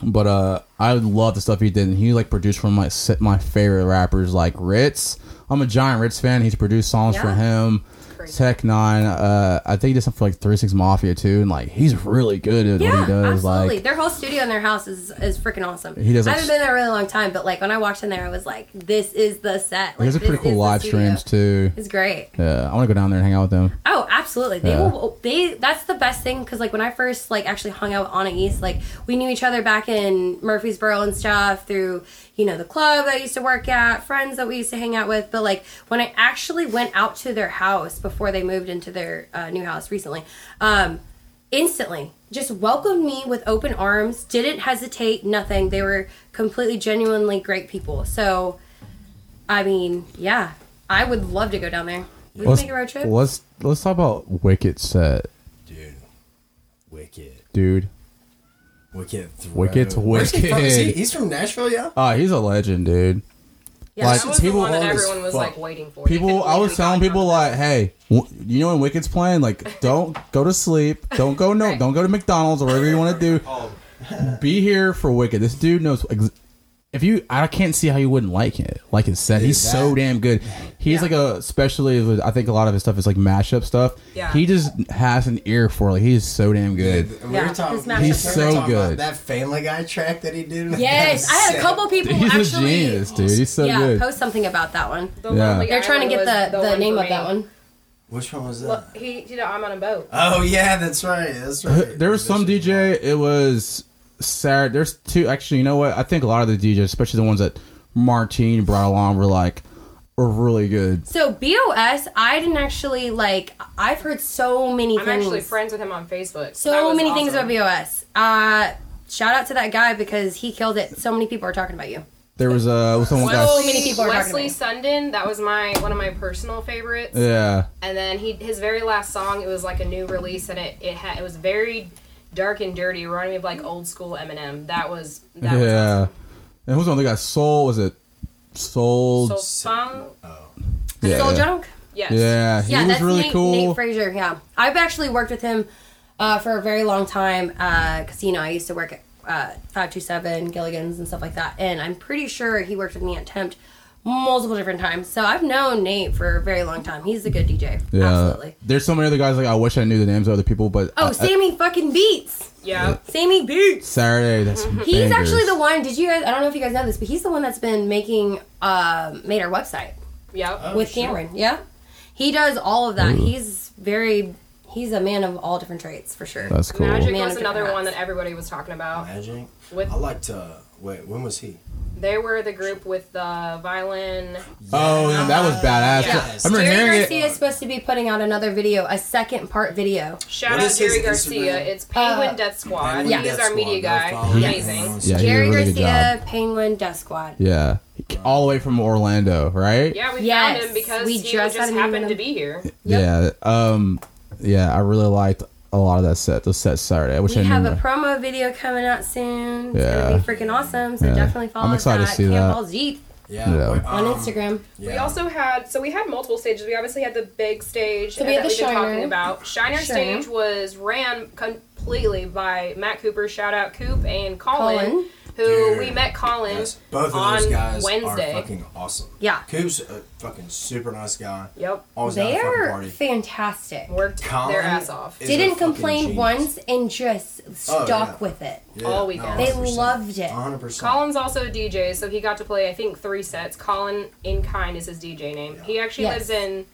S1: But uh, I love the stuff he did, and he like produced for my se- my favorite rappers like Ritz. I'm a giant Ritz fan. He's produced songs for
S3: Yeah.
S1: him,
S4: crazy.
S1: Tech Nine. Uh, I think he did something for like Three Six Mafia too, and like he's really good at what
S3: Yeah,
S1: he does.
S3: absolutely.
S1: Like
S3: their whole studio in their house is is freaking awesome.
S1: He does,
S3: I
S1: like,
S3: haven't been there a really long time, but like when I walked in there, I was like, "This is the set." Like,
S1: he has a
S3: this
S1: pretty cool
S3: is the
S1: live
S3: studio.
S1: streams too.
S3: It's great.
S1: Yeah, I want to go down there and hang out with them.
S3: Oh, absolutely. They
S1: Yeah.
S3: will. They. That's the best thing because like when I first like actually hung out with Anna East, like we knew each other back in Murfreesboro and stuff through you know the club I used to work at, friends that we used to hang out with. But like when I actually went out to their house before they moved into their uh, new house recently, um, instantly just welcomed me with open arms. Didn't hesitate. Nothing. They were completely genuinely great people. So, I mean, yeah, I would love to go down there. We can
S1: Let's,
S3: make a road trip.
S1: let's let's talk about Wicked set,
S2: dude? Wicked,
S1: dude.
S2: wicked, throw.
S1: Wicked's
S2: Where's he from? Is he-
S1: wicked.
S2: he's from Nashville, yeah.
S1: Ah, he's a legend, dude.
S3: Yeah,
S1: Like,
S4: That was the
S1: people
S4: one that
S1: old as
S4: everyone was
S1: fuck.
S4: like waiting for. They
S1: people
S4: couldn't
S1: i
S4: believe
S1: was
S4: we
S1: telling
S4: got
S1: people
S4: from
S1: like hey w- you know when wicked's playing like don't go to sleep don't go no
S4: Right.
S1: don't go to mcdonald's or whatever you want to do
S3: Oh.
S1: be here for wicked this dude knows ex- if you i can't see how you wouldn't like it like his set he's
S2: Dude,
S1: so
S2: that-
S1: damn good he's like a especially with, i think a lot of his stuff is like mashup stuff
S4: Yeah.
S1: he just has an ear for it he's so damn good
S2: And we
S3: Yeah,
S2: were talking,
S3: his mashups
S1: He's
S2: we were
S1: so
S2: talking about
S1: good.
S2: That Family Guy track that he did.
S3: Yes, I had a couple people
S1: he's
S3: actually.
S1: a genius dude he's so
S3: yeah,
S1: good
S3: post something about that one.
S4: The
S1: Yeah.
S4: Lonely
S3: They're trying to get
S4: Island
S3: the,
S4: was
S3: the,
S4: one
S3: name
S4: for
S3: of that
S4: me.
S3: one.
S2: Which one was that?
S4: Well, he did. a I'm on a boat.
S1: Uh,
S2: oh yeah, that's right. That's right.
S1: there was some DJ. It was Saturday. There's two. Actually, you know what? I think a lot of the DJs, especially the ones that Martine brought along, were like were really good.
S3: So BOS, I didn't actually like. I've heard so many
S4: I'm
S3: things.
S4: actually friends with him on Facebook. that
S3: so
S4: was
S3: many
S4: awesome.
S3: things about BOS. Uh, shout out to that guy because he killed it. So many people are talking about you.
S1: There was uh, a was someone
S4: Wesley,
S1: got
S3: many people are talking
S4: Wesley Sundin, that was my one of my personal favorites.
S1: yeah.
S4: And then he his very last song, it was like a new release, and it it had it was very dark and dirty, reminding me of like old school Eminem. That was that was
S1: yeah.
S4: awesome.
S1: And who's the other guy? Soul was it? Soul.
S4: So fun,
S2: Oh,
S1: yeah.
S3: Soul Junk.
S4: yes.
S1: Yeah, he
S3: yeah,
S1: was
S3: that's
S1: really
S3: Nate,
S1: cool.
S3: Nate Frazier. Yeah, I've actually worked with him uh, for a very long time because you know I used to work at uh, Five Two Seven Gilligan's and stuff like that, and I'm pretty sure he worked with me at Tempt multiple different times. So I've known Nate for a very long time. He's a good DJ.
S1: yeah.
S3: Absolutely.
S1: There's so many other guys. Like I wish I knew the names of other people, but uh,
S3: Oh,
S1: I- I-
S3: Sammy fucking Beats.
S4: Yeah.
S3: Sammy Beats.
S1: Saturday. That's
S3: mm-hmm. He's
S1: bangers.
S3: actually the one. Did you guys? I don't know if you guys know this, but he's the one that's been making uh, made our website
S4: Yeah.
S2: Oh,
S3: with Cameron. Yeah, he does all of that. He's very he's a man of all different traits for sure.
S1: That's cool.
S4: Magic
S3: Man
S4: was
S3: of
S4: another
S3: Different
S4: one that
S3: Hats.
S4: everybody was talking about.
S2: Magic.
S4: With-
S2: I liked. Uh, wait, when was he?
S4: They were the group with the violin.
S1: Oh, and that was badass.
S2: Yes.
S1: I remember
S3: Jerry
S1: hearing
S3: Garcia is supposed to be putting out another video, a second part video.
S4: Shout
S2: What
S4: out
S2: is his
S4: Jerry Garcia.
S2: Instagram?
S4: It's Penguin
S3: Uh,
S4: Death Squad.
S2: Penguin
S4: He's
S2: Death
S4: our
S2: Squad.
S4: media
S2: Go
S4: guy.
S2: follow him.
S4: Amazing.
S1: Yeah, he did a
S3: Jerry
S1: really good
S3: Garcia, Penguin Death Squad.
S1: it. Yeah, all the way from Orlando, right?
S4: Yeah, we
S3: Yes,
S4: found him because
S3: we
S4: he
S3: just
S4: just,
S3: had him in
S4: happened
S3: the-
S4: to be here.
S1: Yeah. Um. Yeah, I really liked a lot of that set. The set Saturday. I wish I
S3: We
S1: knew.
S3: have a
S1: more.
S3: promo video coming out soon. It's
S1: Yeah.
S3: gonna be freaking awesome. So
S1: Yeah.
S3: definitely follow
S1: I'm excited
S3: us
S1: to
S3: at
S1: see that.
S3: Campbell's Jeep
S2: Yeah.
S1: Yeah.
S2: wait,
S3: on
S2: um,
S3: Instagram.
S2: Yeah.
S4: We also had so we had multiple stages. We obviously had the big stage
S3: So we had
S4: that
S3: the
S4: we've been talking
S3: Shiner.
S4: about. Shiner
S3: Sure.
S4: stage was ran completely by Matt Cooper. Shout out Coop and Colin.
S3: Colin.
S4: who
S2: Dude,
S4: we met Colin
S2: Yes. Both of
S4: on
S2: those guys
S4: Wednesday.
S2: are fucking awesome.
S3: Yeah.
S2: Coop's a fucking super nice guy.
S4: Yep.
S2: Always down at fucking
S3: They're
S2: party.
S3: fantastic.
S4: worked
S2: Colin
S4: their ass off.
S2: is- a
S3: Didn't
S2: fucking
S3: complain
S2: genius. Oh,
S3: once and just stuck
S2: yeah.
S3: with it.
S2: Yeah,
S4: all weekend.
S3: They
S2: 100%.
S3: loved it.
S2: 100%.
S4: Colin's also a DJ, so he got to play I think three sets. Colin in kind is his DJ name. He actually
S3: Yes.
S4: lives in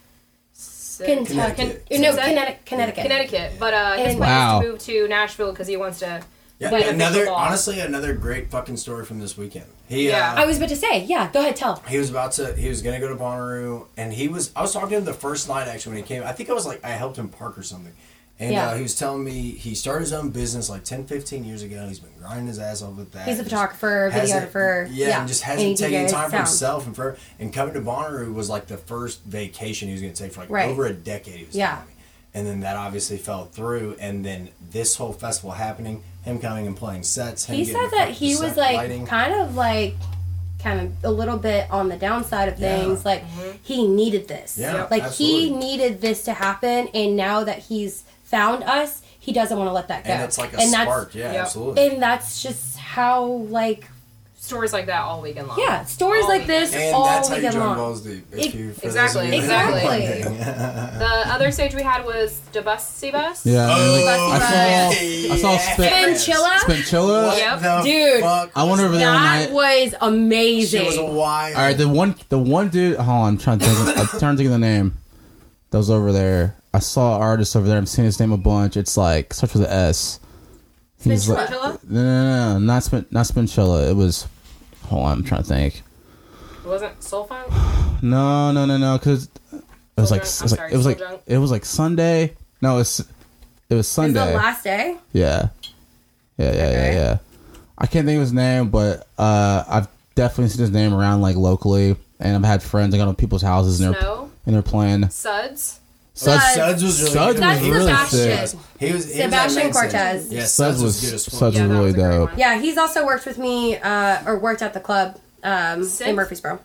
S4: Sy-
S3: Kentucky.
S2: Connecticut.
S3: No,
S4: Is that-
S3: Connecticut. Connecticut.
S4: Connecticut, but uh, his
S3: And-
S4: plan
S1: Wow.
S4: is to move to Nashville because he wants to.
S2: Yeah,
S4: play official
S2: another
S4: ball.
S2: honestly another great fucking story from this weekend. He
S4: Yeah.
S2: uh,
S3: I was about to say, yeah, go ahead, tell.
S2: he was about to he was gonna go to Bonnaroo and he was I was talking to him the first night actually when he came. I think I was like I helped him park or something. And
S3: Yeah.
S2: uh, he was telling me he started his own business like 10, 15 years ago. He's been grinding his ass off with that.
S3: He's a
S2: Just
S3: photographer,
S2: hasn't-
S3: videographer.
S2: Yeah,
S3: Yeah.
S2: and just
S3: And he
S2: hasn't taken
S3: DJs
S2: time for
S3: sound.
S2: himself and for and coming to Bonnaroo was like the first vacation he was gonna take for like
S3: Right.
S2: over a decade. He was
S3: Yeah.
S2: telling me. And then that obviously fell through, and then this whole festival happening, him coming and playing sets. him
S3: He
S2: getting
S3: said
S2: the
S3: that
S2: fucking
S3: he was
S2: set
S3: like
S2: lighting.
S3: kind of like kind of a little bit on the downside of
S2: Yeah.
S3: things. Like he needed this.
S2: Yeah,
S3: like he
S2: absolutely.
S3: needed this to happen and now that he's found us, he doesn't want to let that go.
S2: and it's like a
S3: and
S2: spark. Yeah,
S4: Yep.
S2: absolutely.
S3: That's, and that's just how like
S4: Stories like that all weekend long.
S3: yeah, stories
S4: All
S3: like
S4: weekend.
S3: this
S2: And
S3: all
S2: that's how you
S3: weekend
S2: join
S3: long.
S2: balls deep.
S3: Ex-
S2: If you, for those
S4: exactly,
S2: of you that
S3: exactly.
S2: don't know.
S4: The other stage we had was Debussy Bus.
S1: Yeah. I saw.
S2: Hey,
S1: I saw
S3: Ben
S1: Spin-
S3: Chilla?
S1: Spinchilla.
S2: What
S4: Yep.
S2: the
S3: Dude.
S2: fuck?
S1: I went over there one
S3: That
S1: night.
S3: was amazing.
S2: She was wild.
S1: All right, the one, the one dude. Hold on, I'm trying to think. I'm trying to think of the name. That was over there. I saw an artist over there. I'm seeing his name a bunch. It's like starts with an S. He's like, no,
S4: Spinchilla?
S1: no, no, no, not Spin, not Spinchilla. It was. Hold on, I'm trying to think.
S4: It wasn't Soul Funk.
S1: No, no, no, no, because it was
S4: Soul
S1: like it
S4: Drunk?
S1: was like
S4: I'm sorry,
S1: it was
S4: Soul
S1: like,
S4: Drunk?
S1: it was like Sunday. No, it's it was
S3: Is
S1: Sunday.
S3: the last day?
S1: Yeah. Yeah, yeah,
S3: Okay.
S1: yeah, yeah. I can't think of his name, but uh, I've definitely seen his name around like locally, and I've had friends. I go to people's houses and they're
S4: Snow.
S1: and they're playing.
S4: Suds.
S1: Suds,
S3: Suds.
S2: Suds was really
S1: Suds
S2: good.
S1: was
S3: That's
S1: really
S3: Sebastian.
S1: sick.
S2: He was he was at
S3: Sebastian
S2: main stage.
S3: Cortez.
S2: Yeah,
S1: Suds
S2: Suds was good
S1: was
S2: as fuck.
S1: Suds
S4: Yeah,
S1: was
S4: that
S1: really
S4: was a great
S1: dope.
S4: one.
S3: Yeah, he's also worked with me uh, or worked at the club um,
S4: Sick.
S3: in Murfreesboro.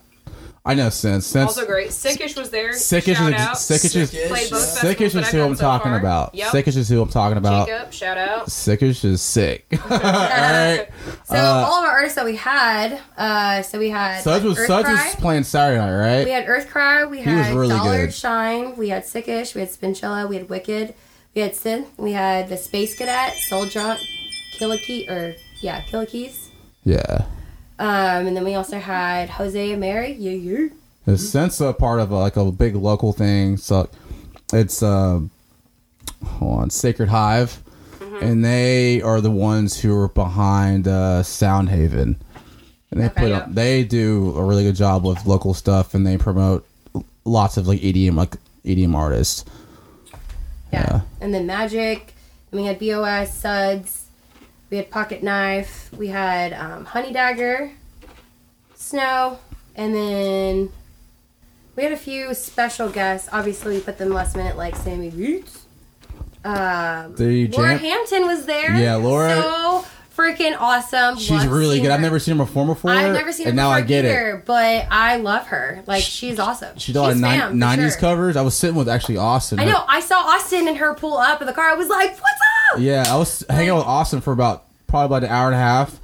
S1: I know since since
S4: Also great. Sickish was there.
S1: Sickish
S4: Shout out.
S1: is Sickish is
S2: Sickish.
S4: Played both
S2: Sickish
S4: festivals
S1: Sickish
S4: that
S1: is
S4: I've
S1: who
S4: done
S1: I'm
S4: so
S1: talking
S4: far.
S1: about.
S4: Yep.
S1: Sickish is who I'm talking about.
S4: Jacob, shout out.
S1: Sickish is sick. All right.
S3: So all of our artists that we had, uh, so we had
S1: Uh, Suds was Suds
S3: Earthcry.
S1: was playing Saturday night, right?
S3: we had Earthcry, we
S1: was
S3: had
S1: really
S3: Dollar
S1: good.
S3: Shine, we had Sickish, we had Spinchella, we had Wicked, we had Synth, we had the Space Cadet, Soul Drunk, Killikee, or yeah, Killikies.
S1: yeah.
S3: Um, and then we also had Jose and Mary. Yeah, yeah.
S1: The Sense a part of a, like a big local thing. So it's um, hold on, Sacred Hive,
S3: Mm-hmm.
S1: and they are the ones who are behind uh, Soundhaven, and they
S3: Okay.
S1: put on, they do a really good job with local stuff, and they promote lots of like EDM like EDM artists.
S3: Yeah.
S1: Yeah.
S3: And then Magic. And we had BOS, Suds. We had Pocket Knife. We had um, Honey Dagger, Snow. And then we had a few special guests. Obviously, we put them last minute, like Sammy Roots. Um,
S1: The
S3: Laura
S1: jam-
S3: Hampton was there.
S1: Yeah, Laura-
S3: So freaking awesome.
S1: she's
S3: Love
S1: really
S3: seeing
S1: good. I've
S3: her.
S1: never seen her perform before,
S3: I've never seen her
S1: and now I get it.
S3: it. But I love her. Like, she's awesome.
S1: She did a lot of
S3: She's
S1: nin-
S3: fam, for
S1: 90s
S3: sure.
S1: covers. I was sitting with actually Austin.
S3: I
S1: her-
S3: know. I saw Austin and her pull up in the car. I was like, "What's up?"
S1: Yeah, I was hanging out with Austin for about probably about an hour and a half,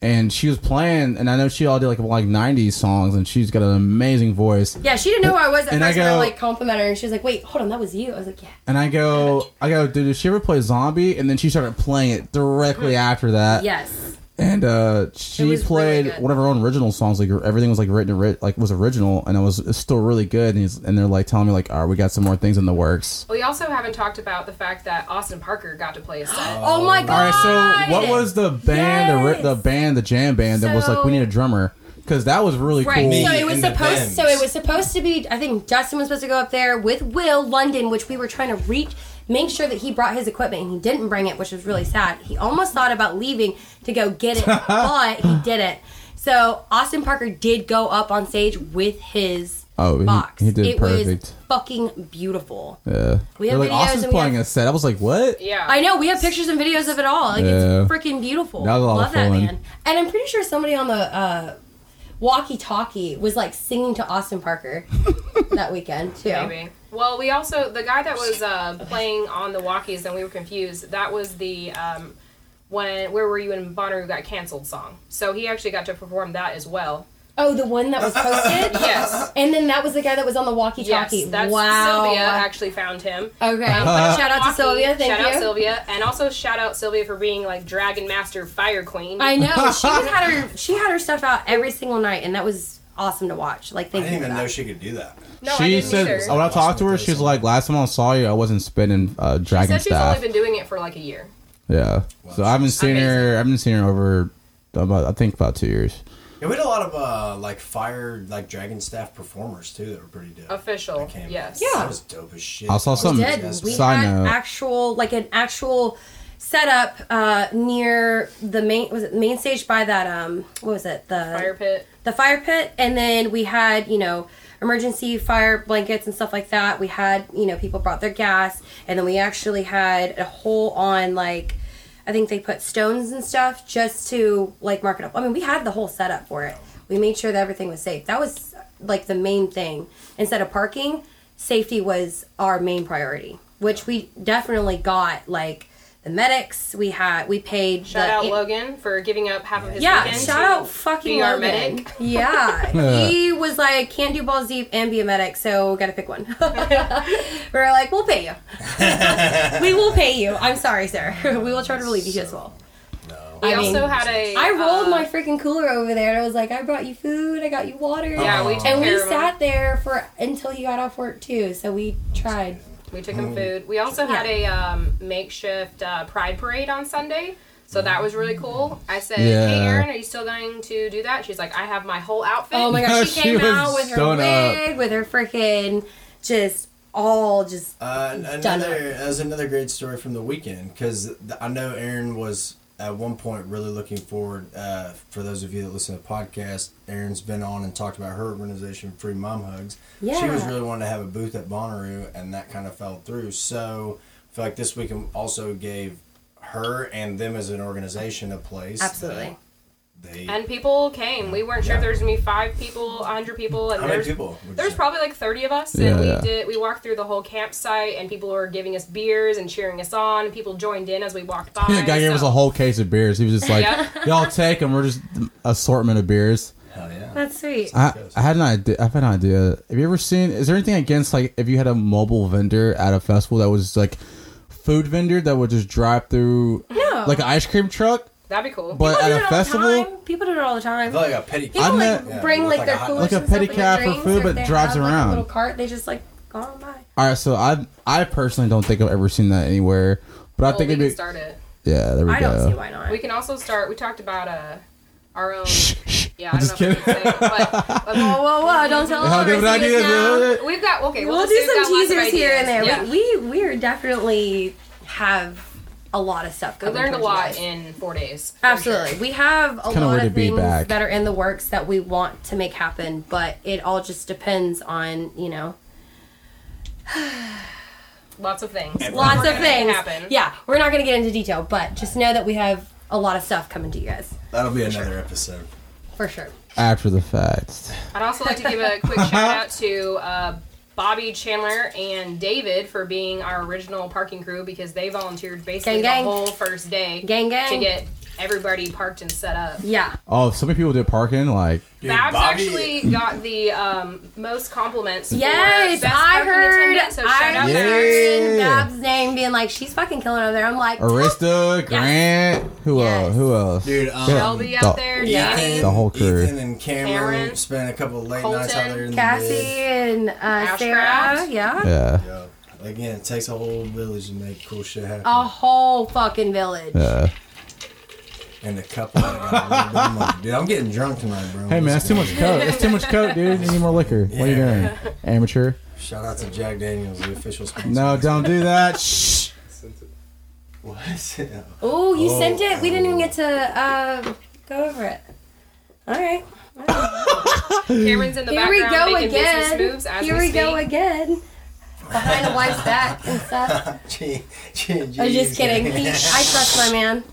S1: and she was playing, and I know she all did like like '90s songs, and she's got an amazing voice.
S3: Yeah, she didn't know who I was at
S1: And I
S3: first. when I
S1: go-
S3: like complimented her, and she was like, "Wait, hold on, that was you." I was like, "Yeah."
S1: And I go, I go, dude, did she ever play Zombie? And then she started playing it directly after that.
S3: Yes.
S1: And uh,
S3: Mm. It
S1: she
S3: was
S1: played
S3: really good.
S1: one of her own original songs. Like everything was like written, ri- like was original, and it was it's still really good. And, he's, and they're like telling me like, all right, we got some more things in the works.
S4: We also haven't talked about the fact that Austin Parker got to play a set.
S3: Oh, my
S1: All
S3: god.
S1: right, so what was the band, the, ri- the
S3: Yes.
S1: band, the jam band that was like, we
S3: So-
S1: need a drummer because that was really
S3: Right.
S1: cool.
S2: Me
S3: so it was
S2: and the
S3: supposed.
S2: Bems.
S3: So it was supposed to be. I think Justin was supposed to go up there with Will London, which we were trying to reach, make sure that he brought his equipment, and he didn't bring it, which was really sad. He almost thought about leaving to go get it, but he didn't. So Austin Parker did go up on stage with his
S1: Oh, he-
S3: box.
S1: he did
S3: it
S1: perfect.
S3: was fucking beautiful.
S1: Yeah.
S3: We
S1: They're
S3: have
S1: like,
S3: videos
S1: Austin's
S3: and we
S1: playing
S3: have-
S1: a set. I was like, what?
S4: Yeah.
S3: I know we have pictures and videos of it all. Like
S1: Yeah.
S3: it's freaking beautiful.
S1: That was a lot
S3: Love
S1: of
S3: that
S1: fun.
S3: man. And I'm pretty sure somebody on the uh, walkie-talkie was like singing to Austin Parker that weekend too.
S4: Maybe. Well, we also the guy that was uh, playing on the walkies, and we were confused. That was the um, when Where Were You in Bonnaroo got canceled song. So he actually got to perform that as well.
S3: Oh, the one that was posted.
S4: Yes.
S3: And then that was the guy that was on the walkie-talkie.
S4: Yes, that's
S3: wow.
S4: Sylvia actually found him.
S3: Okay.
S4: Uh,
S3: shout out to
S4: Milwaukee.
S3: Sylvia. Thank
S4: shout
S3: you.
S4: out Sylvia, and also shout out Sylvia for being like Dragon Master Fire Queen.
S3: I know she just had her she had her stuff out every single night, and that was awesome to watch. Like,
S2: I
S3: thank you
S2: didn't
S3: for
S2: even
S3: that.
S2: know she could do that.
S4: no, I
S1: she
S4: didn't
S1: said
S4: either.
S1: when I talked to her,
S2: Awesome.
S1: she's like, "Last time I saw you, I wasn't spinning uh,
S4: She
S1: dragon
S4: said she's
S1: staff."
S4: only been doing it for like a year.
S1: yeah, so I haven't seen her.
S4: Amazing.
S1: I haven't seen her over about I think about two years.
S2: Yeah, we had a lot of uh, like fire, like dragon staff performers too that were pretty dope.
S4: Official,
S2: That came-
S4: yes.
S2: that was dope as shit.
S1: I saw some-
S3: We
S1: something.
S3: did. We
S1: Side
S3: had
S1: note.
S3: actual like an actual setup uh, near the main was it the main stage by that um what was it the
S4: Fire pit.
S3: the fire pit and then we had you know emergency fire blankets and stuff like that we had you know people brought their gas and then we actually had a whole on like i think they put stones and stuff just to like mark it up i mean we had the whole setup for it we made sure that everything was safe that was like the main thing instead of parking safety was our main priority which we definitely got like the medics we had we paid
S4: Shout
S3: the,
S4: out Logan for giving up half of his
S3: yeah,
S4: weekend.
S3: shout
S4: to
S3: out fucking
S4: being our
S3: Logan.
S4: medic.
S3: Yeah, he was like, can't do balls deep and be a medic, so gotta pick one. we are like, we'll pay you. we will pay you. I'm sorry, sir. we will try to relieve you as well.
S2: No.
S4: We
S3: I mean,
S4: also had a.
S3: I rolled
S4: uh,
S3: my freaking cooler over there, and I was like, I brought you food, I got you water.
S4: Yeah, we took
S3: And we
S4: care of him.
S3: sat there for until he got off work too, so we tried.
S4: We took
S1: Oh.
S4: him food. We also had a um, makeshift uh, pride parade on Sunday. So that was really cool. I said, "Hey,
S1: Yeah.
S4: Erin, are you still going to do that?" She's like, "I have my whole outfit."
S3: Oh my gosh, she,
S1: She
S3: came
S1: was
S3: out with her
S1: sewn up.
S3: wig, with her freaking just all just
S2: Uh, an-
S3: Done
S2: another that was another great story from the weekend because I know Aaron was at one point really looking forward. Uh, for those of you that listen to the podcast, Aaron's been on and talked about her organization, Free Mom Hugs. She was
S3: Yeah.
S2: really wanting to have a booth at Bonnaroo, and that kind of fell through. So I feel like this weekend also gave her and them as an organization a place. that
S3: absolutely.
S2: They.
S4: And people came. We weren't sure if there was gonna be five people, hundred people, and
S2: how many
S4: there's
S2: people? would you
S4: there's
S2: say?
S4: probably like thirty of us,
S1: Yeah,
S4: and we
S1: yeah.
S4: did. We walked through the whole campsite, and people were giving us beers and cheering us on. People joined in as we walked by.
S1: The guy gave us
S4: so-
S1: a whole case of beers. He was just like,
S4: Yep.
S1: "Y'all take them. We're just assortment of beers."
S2: Hell yeah.
S3: That's sweet.
S1: I, I had an idea. I've had an idea. Have you ever seen? Is there anything against like if you had a mobile vendor at a festival that was like food vendor that would just drive through
S3: No.
S1: like an ice cream truck,
S4: That'd be cool.
S1: but
S3: People do
S1: at
S3: it
S1: a
S3: all the time.
S1: festival,
S3: People do it all the
S2: I
S3: time.
S2: feel like a petty.
S3: People
S1: I'm
S3: like
S1: not-
S3: bring
S2: Yeah,
S3: like
S2: like
S3: their
S2: a hot-
S3: coolers
S1: like a
S3: and stuff and their
S1: pedicab for
S3: drinks,
S1: food,
S3: or if
S1: but
S3: they
S1: drives
S3: have, like, a
S1: around.
S3: little cart. They just like go on by.
S1: All right, so I I personally don't think I've ever seen that anywhere, but I
S4: Well,
S1: think
S4: we
S1: it'd
S4: can
S1: be
S4: start it.
S1: yeah. There we
S3: I
S1: go.
S3: don't see why not.
S4: We can also start. We talked about uh, our own.
S1: Shh,
S4: Yeah,
S1: I'm
S4: I don't
S1: just
S4: know if I can say it, but, but
S3: Whoa, whoa, whoa! Don't tell
S1: How
S3: all
S1: good
S3: our
S1: of an idea
S3: secrets
S1: is
S3: now.
S1: it?
S4: we've got okay.
S3: We'll
S4: let's
S3: do
S4: we've
S3: some
S4: got lots of
S3: teasers here and there.
S4: ideas. Yeah.
S3: We we we're definitely have a lot of stuff.
S4: We
S3: Coming
S4: learned a
S3: towards you
S4: lot
S3: guys.
S4: in four days. for
S3: Absolutely,
S4: sure.
S3: we have a
S1: kinda
S3: lot
S1: weird
S3: of
S1: to be
S3: things
S1: back.
S3: that are in the works that we want to make happen, but it all just depends on you know
S4: Lots of things.
S3: lots
S4: We're
S3: of
S4: gonna
S3: things.
S4: Happen.
S3: Yeah, we're not going to get into detail, but just know that we have a lot of stuff coming to you guys
S2: That'll be another episode.
S3: for sure.
S1: After the fact,
S4: I'd also like to give a quick shout out to uh, Bobby Chandler and David for being our original parking crew because they volunteered basically
S3: Gang, gang.
S4: the whole first day
S3: Gang, gang.
S4: to get everybody parked and set up.
S3: Yeah.
S1: oh, so many people did parking. Like
S2: Dude,
S4: Babs
S2: Bobby-
S4: actually got the um, most compliments.
S3: Yes,
S4: for best
S3: I
S4: parking
S3: heard.
S4: attendant, so shout
S3: I
S4: out
S1: Yeah.
S3: heard
S1: Yeah.
S3: Babs' name being like, she's fucking killing over there. I'm like,
S1: Arista, Grant, who
S3: Yes.
S1: else? Who else?
S2: Dude, um,
S4: Shelby out
S1: The-
S4: there,
S2: Yeah,
S4: Danny,
S1: The whole crew.
S2: Ethan and Cameron
S4: Cameron.
S2: spent a couple of late nights out
S4: Colton.
S2: there in
S3: Cassie
S2: the bed.
S3: and uh, Sarah.
S4: Ashcraft.
S3: Yeah.
S1: yeah.
S2: Yeah. Again, it takes a whole village to make cool shit happen.
S3: A whole fucking village.
S1: yeah.
S2: And a couple. that got a little bit of money. Dude, I'm getting drunk tonight, bro.
S1: Hey man, that's too much coke. That's too much coke, dude. You need more liquor. What are you doing, amateur?
S2: Shout out to Jack Daniels, the official sponsor.
S1: No, don't do that. Shh.
S2: What?
S3: Oh, you
S2: Oh.
S3: sent it. We didn't even get to uh, go over it. All right.
S4: Cameron's in the
S3: Here we
S4: background
S3: go
S4: making
S3: again.
S4: business moves as
S3: Here
S4: we,
S3: we go
S4: speak.
S3: again. Behind the wife's back and stuff.
S2: Gee- gee-
S3: I was just
S2: geez.
S3: kidding. He, I trust my man.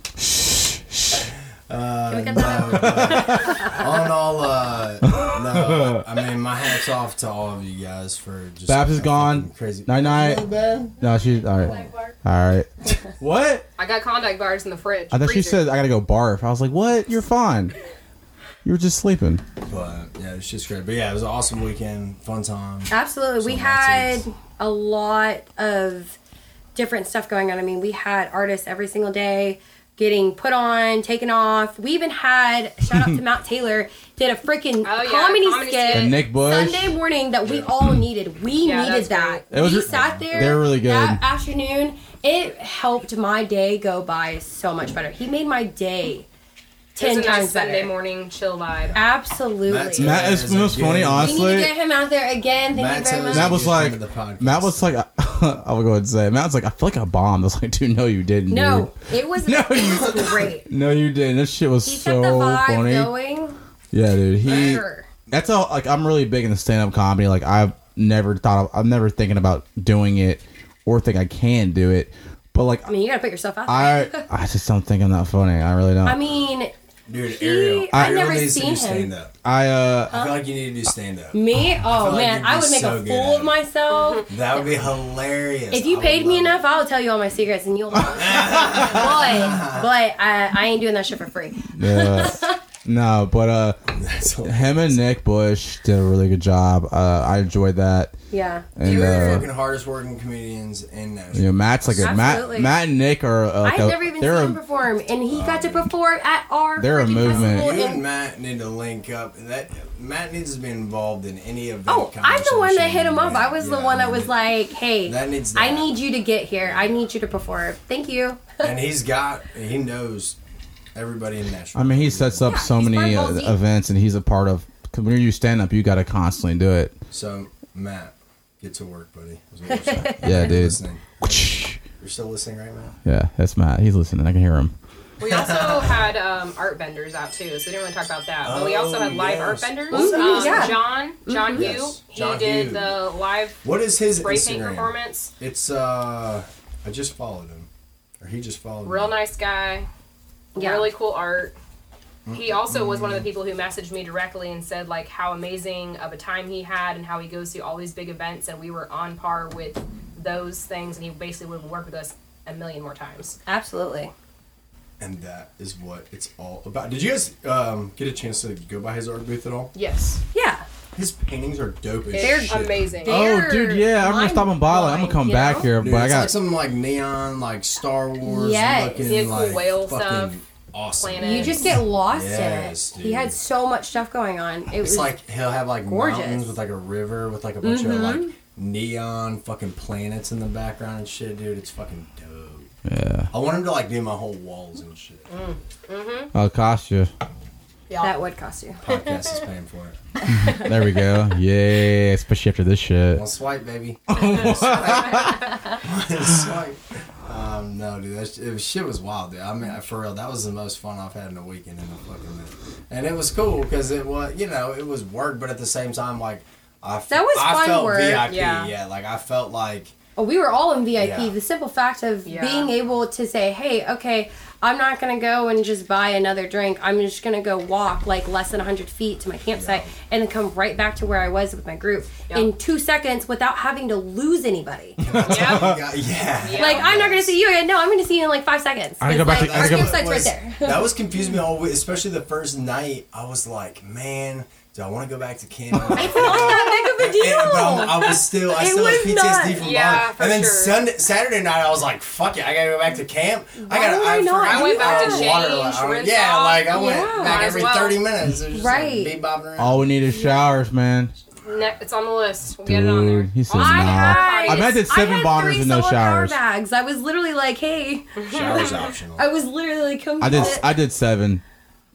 S1: Uh,
S3: Can we get that out?
S2: on all, uh, no, I mean, my hat's off to all of you guys for just.
S1: Babs is gone.
S2: Crazy.
S1: Night
S2: Hey,
S1: night.
S2: Bab.
S1: No, she's all right. All right. what?
S4: I got contact bars in the fridge.
S1: I thought she
S4: freezer.
S1: said I gotta go barf. I was like, what? You're fine. You were just sleeping.
S2: But yeah, it's just great. But yeah, it was an awesome weekend, fun time.
S3: Absolutely. we
S2: Some
S3: had
S2: nonsense.
S3: a lot of different stuff going on. I mean, we had artists every single day getting put on, taken off. We even had shout out to Mount Taylor did a freaking
S4: Oh, yeah,
S3: comedy,
S4: comedy
S3: skit.
S4: skit.
S1: And Nick Bush.
S3: Sunday morning that we all needed. We
S4: Yeah,
S3: needed
S4: that's
S3: that.
S1: great. Mm. It was
S3: we
S1: re-
S3: sat there.
S1: They're really good.
S3: that afternoon. It helped my day go by so much better. He made my day
S4: It's
S3: ten
S4: a
S3: times
S4: nice Sunday
S3: better.
S4: morning chill vibe.
S3: Absolutely.
S2: Matt's-
S3: we
S1: Matt is
S2: Yeah,
S1: most
S2: it's
S1: funny,
S2: good.
S3: need to
S1: honestly.
S3: get him out there again. Thank
S2: Matt
S3: you very
S2: Taylor's
S3: much.
S1: Matt was
S2: a good friend
S1: like-
S2: of the podcast.
S1: Matt was like, I will go ahead and say, Matt's like, I feel like I bombed. I was like, dude, no, you didn't.
S3: no,
S1: dude.
S3: it was,
S1: No,
S3: it was great.
S1: No, you didn't. This shit was
S3: He
S1: so
S3: kept the vibe
S1: funny.
S3: going.
S1: Yeah, dude. He.
S3: Sure.
S1: That's all. Like, I'm really big into stand up comedy. Like, I've never thought. Of, I'm never thinking about doing it, or think I can do it. But like,
S3: I mean, you gotta put yourself out there.
S1: I, I just don't think I'm that funny. I really don't.
S3: I
S1: I,
S3: mean,
S2: dude,
S3: he-
S2: Ariel.
S3: I've
S2: Ariel
S3: never
S2: needs to
S3: seen
S2: do
S3: him.
S2: stand up.
S1: uh,
S2: I feel like you need to do stand up.
S3: me? Oh
S2: like
S3: man,
S2: you'd
S3: I
S2: be
S3: would make
S2: so
S3: a
S2: good
S3: fool
S2: at
S3: of
S2: it.
S3: myself.
S2: That would be hilarious.
S3: If you
S2: I
S3: paid
S2: would
S3: me
S2: love
S3: enough, I'll tell you all my secrets and you'll. but but I, I ain't doing that shit for free.
S1: yeah. no, but uh,
S2: it. That's all-
S1: him and Nick Bush did a really good job. Uh, I enjoyed that.
S3: Yeah.
S1: And
S2: They're the
S1: uh,
S2: fucking hardest working comedians in
S1: you
S2: Nashville.
S1: know, Matt's like a, Matt.
S3: Absolutely.
S1: Matt and Nick are. Uh, like
S3: I've
S1: a-
S3: never even seen
S1: they're
S3: him
S1: a,
S3: perform, and he got to perform at our.
S1: They're a
S3: freaking
S1: movement.
S3: festival
S2: You
S3: in-
S2: and Matt need to link up. That Matt needs to be involved in any of.
S3: Oh, I'm the one that hit him up. I was the one that was like, "Hey,
S2: That needs
S3: I
S2: that.
S3: need you to get here. I need you to perform. Thank you."
S2: and he's got. He knows everybody in Nashville.
S1: I mean, he sets up
S3: Yeah,
S1: so
S3: he's
S1: many
S3: part
S1: uh,
S3: of Ballsy.
S1: events, and he's a part of. 'cause when you stand up, you got to constantly do it.
S2: so Matt, get to work, buddy. is what we're saying.
S1: Yeah,
S2: You're
S1: dude.
S2: listening. You're still listening, right, Matt?
S1: Yeah, that's Matt. He's listening. I can hear him.
S4: We also had um, art vendors out too, so we didn't really talk about that. But we also had
S2: Oh,
S4: live
S2: yes. Mm-hmm.
S4: art vendors.
S3: Ooh,
S4: um,
S3: yeah.
S4: John, John Hugh,
S2: Yes.
S4: he
S2: John
S4: did
S2: Hugh.
S4: the live
S2: What is his
S4: spray paint
S2: Instagram?
S4: performance.
S2: It's uh, I just followed him, or he just followed
S4: Real
S2: me.
S4: nice guy.
S3: Yeah.
S4: Really cool art.
S2: Mm-hmm.
S4: He also was one of the people who messaged me directly and said like how amazing of a time he had and how he goes to all these big events and we were on par with those things and he basically would work with us a million more times.
S3: Absolutely.
S2: And that is what it's all about. Did you guys um, get a chance to go by his art booth at all?
S4: Yes.
S3: Yeah.
S2: His paintings are dope as
S4: They're
S2: shit.
S4: amazing.
S1: Oh, dude, yeah. I'm gonna
S3: mind
S1: stop and by. Like, I'm gonna
S3: blowing,
S1: come
S3: you
S1: back
S3: know?
S1: here,
S2: Dude,
S1: but I
S2: it's like
S1: got.
S2: some like neon, like Star Wars
S3: Yes.
S2: looking,
S4: Yeah, cool
S2: like
S4: whale
S2: fucking
S4: stuff,
S2: awesome.
S4: planet.
S3: You just get lost
S2: Yes,
S3: in it.
S2: dude.
S3: He had so much stuff going on. It
S2: It's
S3: was
S2: like he'll have like
S3: gorgeous.
S2: mountains with like a river with like a bunch of
S4: Mm-hmm.
S2: like neon fucking planets in the background and shit, dude. It's fucking dope.
S1: Yeah,
S2: I want him to like do my whole walls and shit.
S1: I'll cost you.
S4: Yeah.
S3: that would cost you.
S2: Podcast is paying for it.
S1: There we go. Yeah, especially after this shit.
S2: One swipe, baby. One swipe. One swipe. Um, no, dude, that sh- it was, shit was wild, dude. I mean, for real, that was the most fun I've had in a weekend in a fucking minute. And it was cool because it was, you know, it was work, but at the same time, like, I, f-
S3: That was
S2: I
S3: fun
S2: felt
S3: work,
S2: VIP,
S4: yeah.
S2: yeah. Like, I felt like,
S3: Well, Oh, we were all in VIP.
S2: Yeah.
S3: The simple fact of
S4: Yeah.
S3: being able to say, "Hey, okay, I'm not gonna go and just buy another drink. I'm just gonna go walk like less than 100 feet to my campsite and then come right back to where I was with my group
S4: Yeah.
S3: in two seconds without having to lose anybody.
S4: yeah.
S2: yeah, yeah.
S4: Yeah.
S3: like, I'm not gonna see you again. No, I'm gonna see you in like five seconds.
S1: I gotta
S3: It's
S1: go back
S3: like,
S1: to- I
S3: our
S1: gotta go-
S3: campsite's right
S2: was-
S3: there.
S2: that was confused me all week, especially the first night. I was like, man, do I want to go back to Canada?
S3: It's not that big of a deal.
S2: And- but I'm- I was still, I
S3: It
S2: still had
S3: was
S2: PTSD
S3: not-
S2: from
S4: Yeah,
S2: Bali.
S4: for
S2: And then
S4: sure.
S2: Sunday, Saturday night, I was like, "Fuck it, I gotta go back to camp." I gotta.
S3: would I not?
S2: forgot
S3: I went
S2: to
S3: back
S2: add
S3: to
S2: water.
S4: change,
S2: Like, I went-
S4: rinse
S2: yeah,
S4: off.
S2: like I went
S3: Yeah.
S2: back
S4: Might
S2: every
S4: as well.
S2: thirty minutes. It was just like,
S3: Right.
S2: bebopping around.
S1: All we need is showers, man.
S4: Ne- it's on the list. We'll get it on there.
S1: Dude, he says
S3: I
S1: nah.
S3: had,
S1: I meant it's seven
S3: had
S1: bonners
S3: three
S1: and no
S3: solar power
S1: showers.
S3: bags. I was literally like, hey,
S2: showers optional.
S3: I was literally like, come
S1: I did.
S3: get it.
S1: I did seven.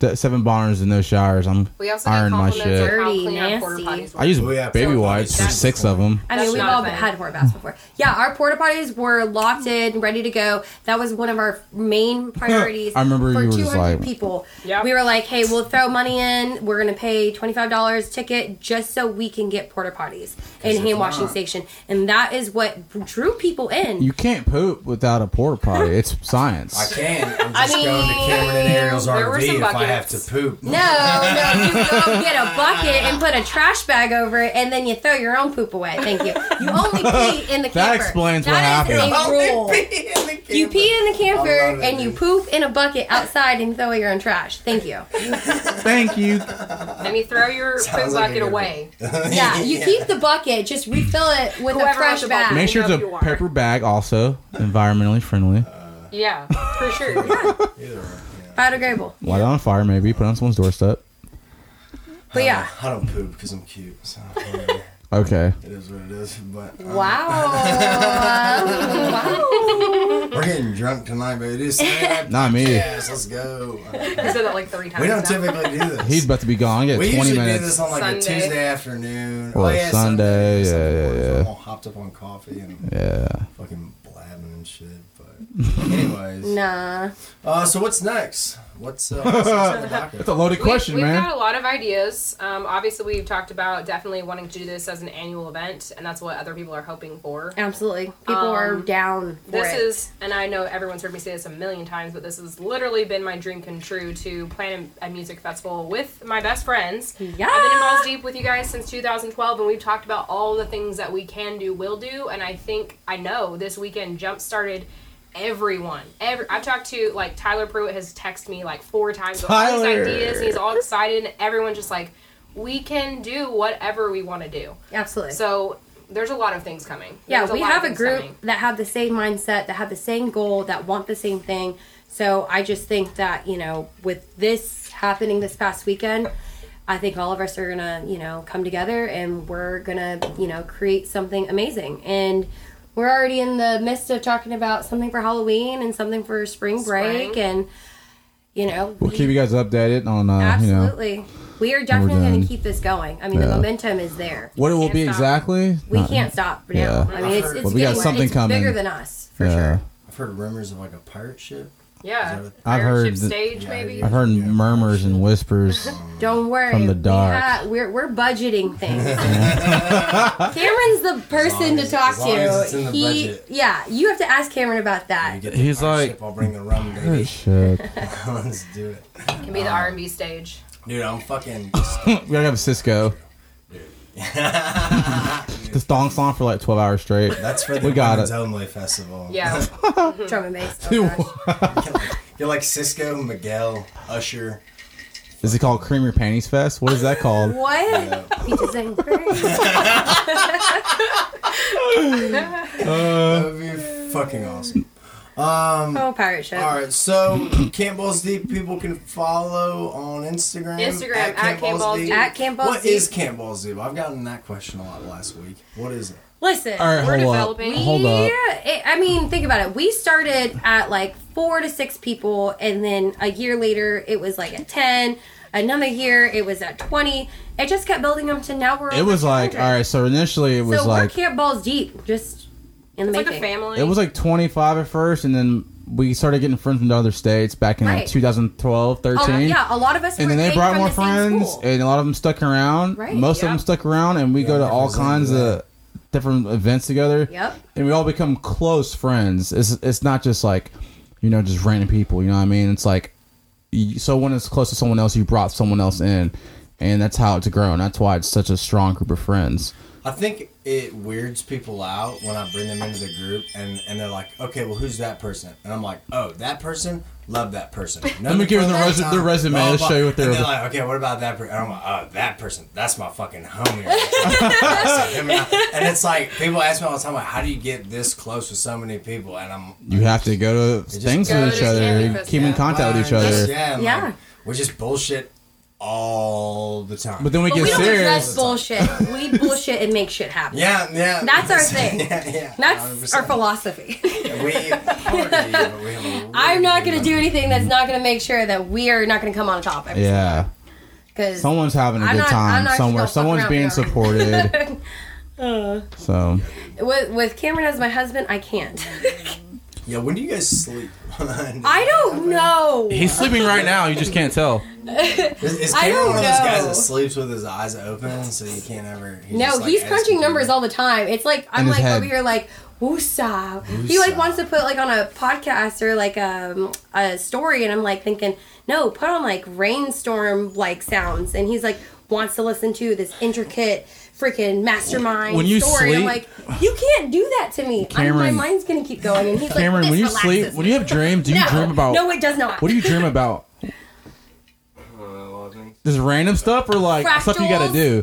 S1: th- seven bonners and no showers. I'm
S4: We also got
S1: iron my
S4: compliments on
S1: shit.
S4: how
S3: Dirty,
S4: clean our porta
S3: nasty.
S4: potties were.
S1: I use
S2: Oh, yeah,
S1: baby
S2: so
S1: wipes for
S2: that's-
S1: six of them.
S3: I
S4: That's
S3: mean, we've
S4: not a
S3: all
S4: thing.
S3: had porta baths before. Yeah, our porta potties were locked in, ready to go. That was one of our main priorities.
S1: I remember
S3: for
S1: you were just
S3: 200
S1: like-
S3: people.
S4: Yep.
S3: We were like, hey, we'll throw money in. We're gonna pay twenty five dollars ticket just so we can get porta potties and hand washing
S2: not-
S3: station, and that is what drew people in.
S1: You can't poop without a porta potty. It's science.
S2: I can. I'm just
S3: mean,
S2: going to Cameron and Ariel's
S4: there were
S2: RV
S4: some
S2: if I have to
S4: buckets.
S2: poop.
S3: no, no, you go get a bucket and put a trash bag over it, and then you throw your own poop away. Thank you. You only pee in the camper.
S1: explains what
S3: That is
S1: happened.
S3: a rule. You pee in
S2: I
S3: the camper
S2: love it,
S3: and you
S2: dude.
S3: poop in a bucket outside and throw away your own trash. Thank you.
S1: Thank you.
S4: And you throw your poop
S2: like a
S4: bucket
S2: good
S4: away.
S3: Yeah, you keep the bucket, just refill it with
S4: Whoever
S3: a fresh
S4: left the
S3: bag.
S4: bucket.
S1: Make sure it's a
S4: Clean up your
S1: paper bag, also environmentally friendly.
S4: Yeah, for sure. Yeah.
S2: Either way, yeah.
S3: Biodegradable.
S1: Light it on fire, maybe. Put it on someone's doorstep.
S3: But yeah.
S2: I don't poop because I'm cute. So whatever.
S1: Okay.
S2: it is what it is. But um,
S3: Wow.
S2: we're getting drunk tonight, but it is Saturday Night
S1: Not me.
S2: Yes, let's go.
S4: I said that like three times.
S2: We don't
S4: now.
S2: typically do this.
S1: He's about to be gone. I get
S2: we
S1: 20
S2: usually do
S1: minutes.
S2: this on like a
S4: Sunday.
S2: Tuesday afternoon Oh,
S1: Or a Sunday,
S2: or
S1: yeah,
S2: something.
S1: yeah,
S2: We're
S1: yeah.
S2: all hopped up on coffee and
S1: Yeah.
S2: fucking blabbing and shit. But anyways,
S3: nah.
S2: uh, so what's next? What's uh, what's next on the docket?
S1: That's a loaded question,
S4: we've, we've
S1: man.
S4: got a lot of ideas. Um, obviously, we've talked about definitely wanting to do this as an annual event, and that's what other people are hoping for.
S3: Absolutely. People are down for
S4: Um, This
S3: it.
S4: is, and I know everyone's heard me say this a million times, but this has literally been my dream come true to plan a a music festival with my best friends.
S3: Hmm.
S4: I've been in
S3: yeah.
S4: Balls Deep with you guys since 2012, and we've talked about all the things that we can do, will do, and I think I know this weekend jump started everyone. Every I've talked to like Tyler Pruitt has texted me like four times with all these
S1: Tyler.
S4: ideas, and he's all excited, and everyone's just like, we can do whatever we want to do.
S3: Absolutely.
S4: So there's a lot of things coming.
S3: yeah,
S4: There's
S3: we
S4: lot of
S3: have a
S4: things
S3: group
S4: coming.
S3: that have the same mindset, that have the same goal, that want the same thing. So I just think that, you know, with this happening this past weekend, I think all of us are gonna, you know, come together and we're gonna, you know, create something amazing. And we're already in the midst of talking about something for Halloween and something for spring break
S4: Spring.
S3: and you know
S1: We'll
S3: we-
S1: keep you guys updated on, uh, you know,
S3: absolutely. We are definitely
S1: done.
S3: gonna keep this going. I mean the
S1: Yeah.
S3: momentum is there.
S1: what it will
S4: Can't
S1: be
S4: stop.
S1: exactly.
S3: We
S1: Not-
S3: can't stop now.
S1: Yeah.
S3: I mean, it's, it's
S2: Well,
S1: we got
S3: getting-
S1: something
S3: it's
S1: coming.
S3: bigger than us for
S1: Yeah.
S3: sure.
S2: I've heard rumors of like a pirate ship.
S4: Yeah.
S2: Is that
S1: I've heard
S4: Airship
S1: that-
S4: stage
S2: Yeah,
S4: maybe.
S1: I've heard murmurs and whispers.
S3: Don't worry.
S1: From the dark.
S3: We have, we're, we're budgeting things. Cameron's the person
S2: long
S3: to
S2: as-
S3: talk
S2: as
S3: to.
S2: long as it's in the
S3: he,
S2: budget.
S3: yeah, you have to ask Cameron about
S2: You
S3: that.
S2: get
S1: He's
S2: pirate
S1: like-
S2: ship, I'll bring the rum,
S1: Good
S2: baby.
S1: shit. we
S2: Let's do it,
S4: It can be the R&B stage.
S2: dude. I'm fucking.
S1: gotta have Cisco. the thong song for like 12 hours straight.
S2: That's for the
S1: We got
S2: women's
S1: it.
S2: only festival.
S4: Yeah.
S3: Drum and bass.
S1: Dude,
S3: Oh, gosh.
S2: You're like Cisco, Miguel, Usher.
S1: Is it called Cream Your Panties Fest? What is that called?
S3: what? Peaches and cream.
S2: That would be fucking awesome. Um,
S3: Oh, pirate ship.
S2: All right, so Campbell's Deep people can follow on Instagram.
S4: Instagram, at Camp Balls Deep.
S3: At Camp Balls
S2: What is
S3: Deep.
S2: Camp Balls Deep? I've gotten that question a lot last week. What is it?
S3: Listen.
S1: All right,
S4: We're
S1: hold up.
S4: developing.
S1: Hold up.
S3: Yeah, it, I mean, think about it. We started at like four to six people, and then a year later, it was like at ten. Another year, it was at twenty. It just kept building up to now we're.
S1: It
S3: over
S1: was like, all
S3: 200.
S1: right, so initially it was
S3: so
S1: like,
S3: we're camp balls deep, just in the
S4: It's like a
S3: making.
S4: family.
S1: it was like 25 at first, and then we started getting friends from the other states back in
S3: Right.
S1: like 2012, 13.
S3: Oh, yeah, a lot of us.
S1: and
S3: were
S1: then they
S3: big
S1: brought
S3: from
S1: more
S3: the same
S1: friends,
S3: school.
S1: and a lot of them stuck around.
S3: Right,
S1: Most of
S4: yeah.
S1: them stuck around, and we go to
S2: I
S1: all
S2: never seen
S1: kinds
S2: that.
S1: of different events together.
S3: Yep.
S1: And we all become close friends. It's it's not just like, you know, just random people. You know what I mean? It's like, y- someone is close to someone else. You brought someone else in, and that's how it's grown. That's why it's such a strong group of friends.
S2: I think it weirds people out when I bring them into the group and, and they're like, okay, well, who's that person? And I'm like, oh, that person? Love that person. Let
S1: me give them the resu- their resume. Let's show you what they're-
S2: And they're like, okay, what about that person? And I'm like, oh, that person. That's my fucking homie. That's him and I- and it's like, people ask me all the time, like, how do you get this close with so many people? And I'm
S1: You have to go to
S2: just
S1: things
S2: go
S1: with
S4: to
S1: each other,
S4: Canada
S1: keep in
S4: Fest,
S1: contact with each
S2: Well,
S1: other.
S2: Yeah,
S3: Yeah.
S2: yeah. We just bullshit all the time.
S1: But then we
S3: But
S1: get
S3: we don't
S1: serious.
S3: address bullshit. We bullshit and make shit happen.
S2: yeah, yeah.
S3: That's our thing.
S2: yeah, yeah.
S3: That's
S2: 100%.
S3: our philosophy.
S2: We party, but we have a-
S3: I'm not going to do anything that's not going to make sure that we are not going to come on top. every
S1: Yeah,
S3: Because
S1: someone's having a
S3: I'm
S1: good
S3: not- I'm
S1: time
S3: not just
S1: somewhere.
S3: gonna fuck
S1: Someone's
S3: around
S1: being
S3: here.
S1: supported. so
S3: with, with Cameron as my husband, I can't.
S2: Yeah, when do you guys sleep?
S3: I don't know.
S1: he's sleeping right now. You just can't tell.
S2: Is, is
S3: I
S2: Cameron
S3: don't
S2: one of those guys
S3: know.
S2: that sleeps with his eyes open, so you can't ever? He's
S3: No,
S2: just, like,
S3: he's
S2: at his
S3: crunching
S2: computer?
S3: numbers all the time. It's like I'm
S1: In his
S3: like
S1: head.
S3: over here like woosah. He
S2: Woosah.
S3: like wants to put like on a podcast or like um, a story, and I'm like thinking, no, put on like rainstorm like sounds, and he's like wants to listen to this intricate freaking mastermind
S1: When you
S3: story. And I'm
S1: sleep-
S3: like, you can't do that to me.
S1: Cameron-
S3: I'm, my mind's gonna keep going, and he's like,
S1: Cameron,
S3: "This
S1: when you
S3: relaxes
S1: sleep,
S3: me."
S1: when you have dreams, do you
S3: no,
S1: dream about
S3: no, it does not.
S1: what do you dream about? Just random stuff or like stuff you got to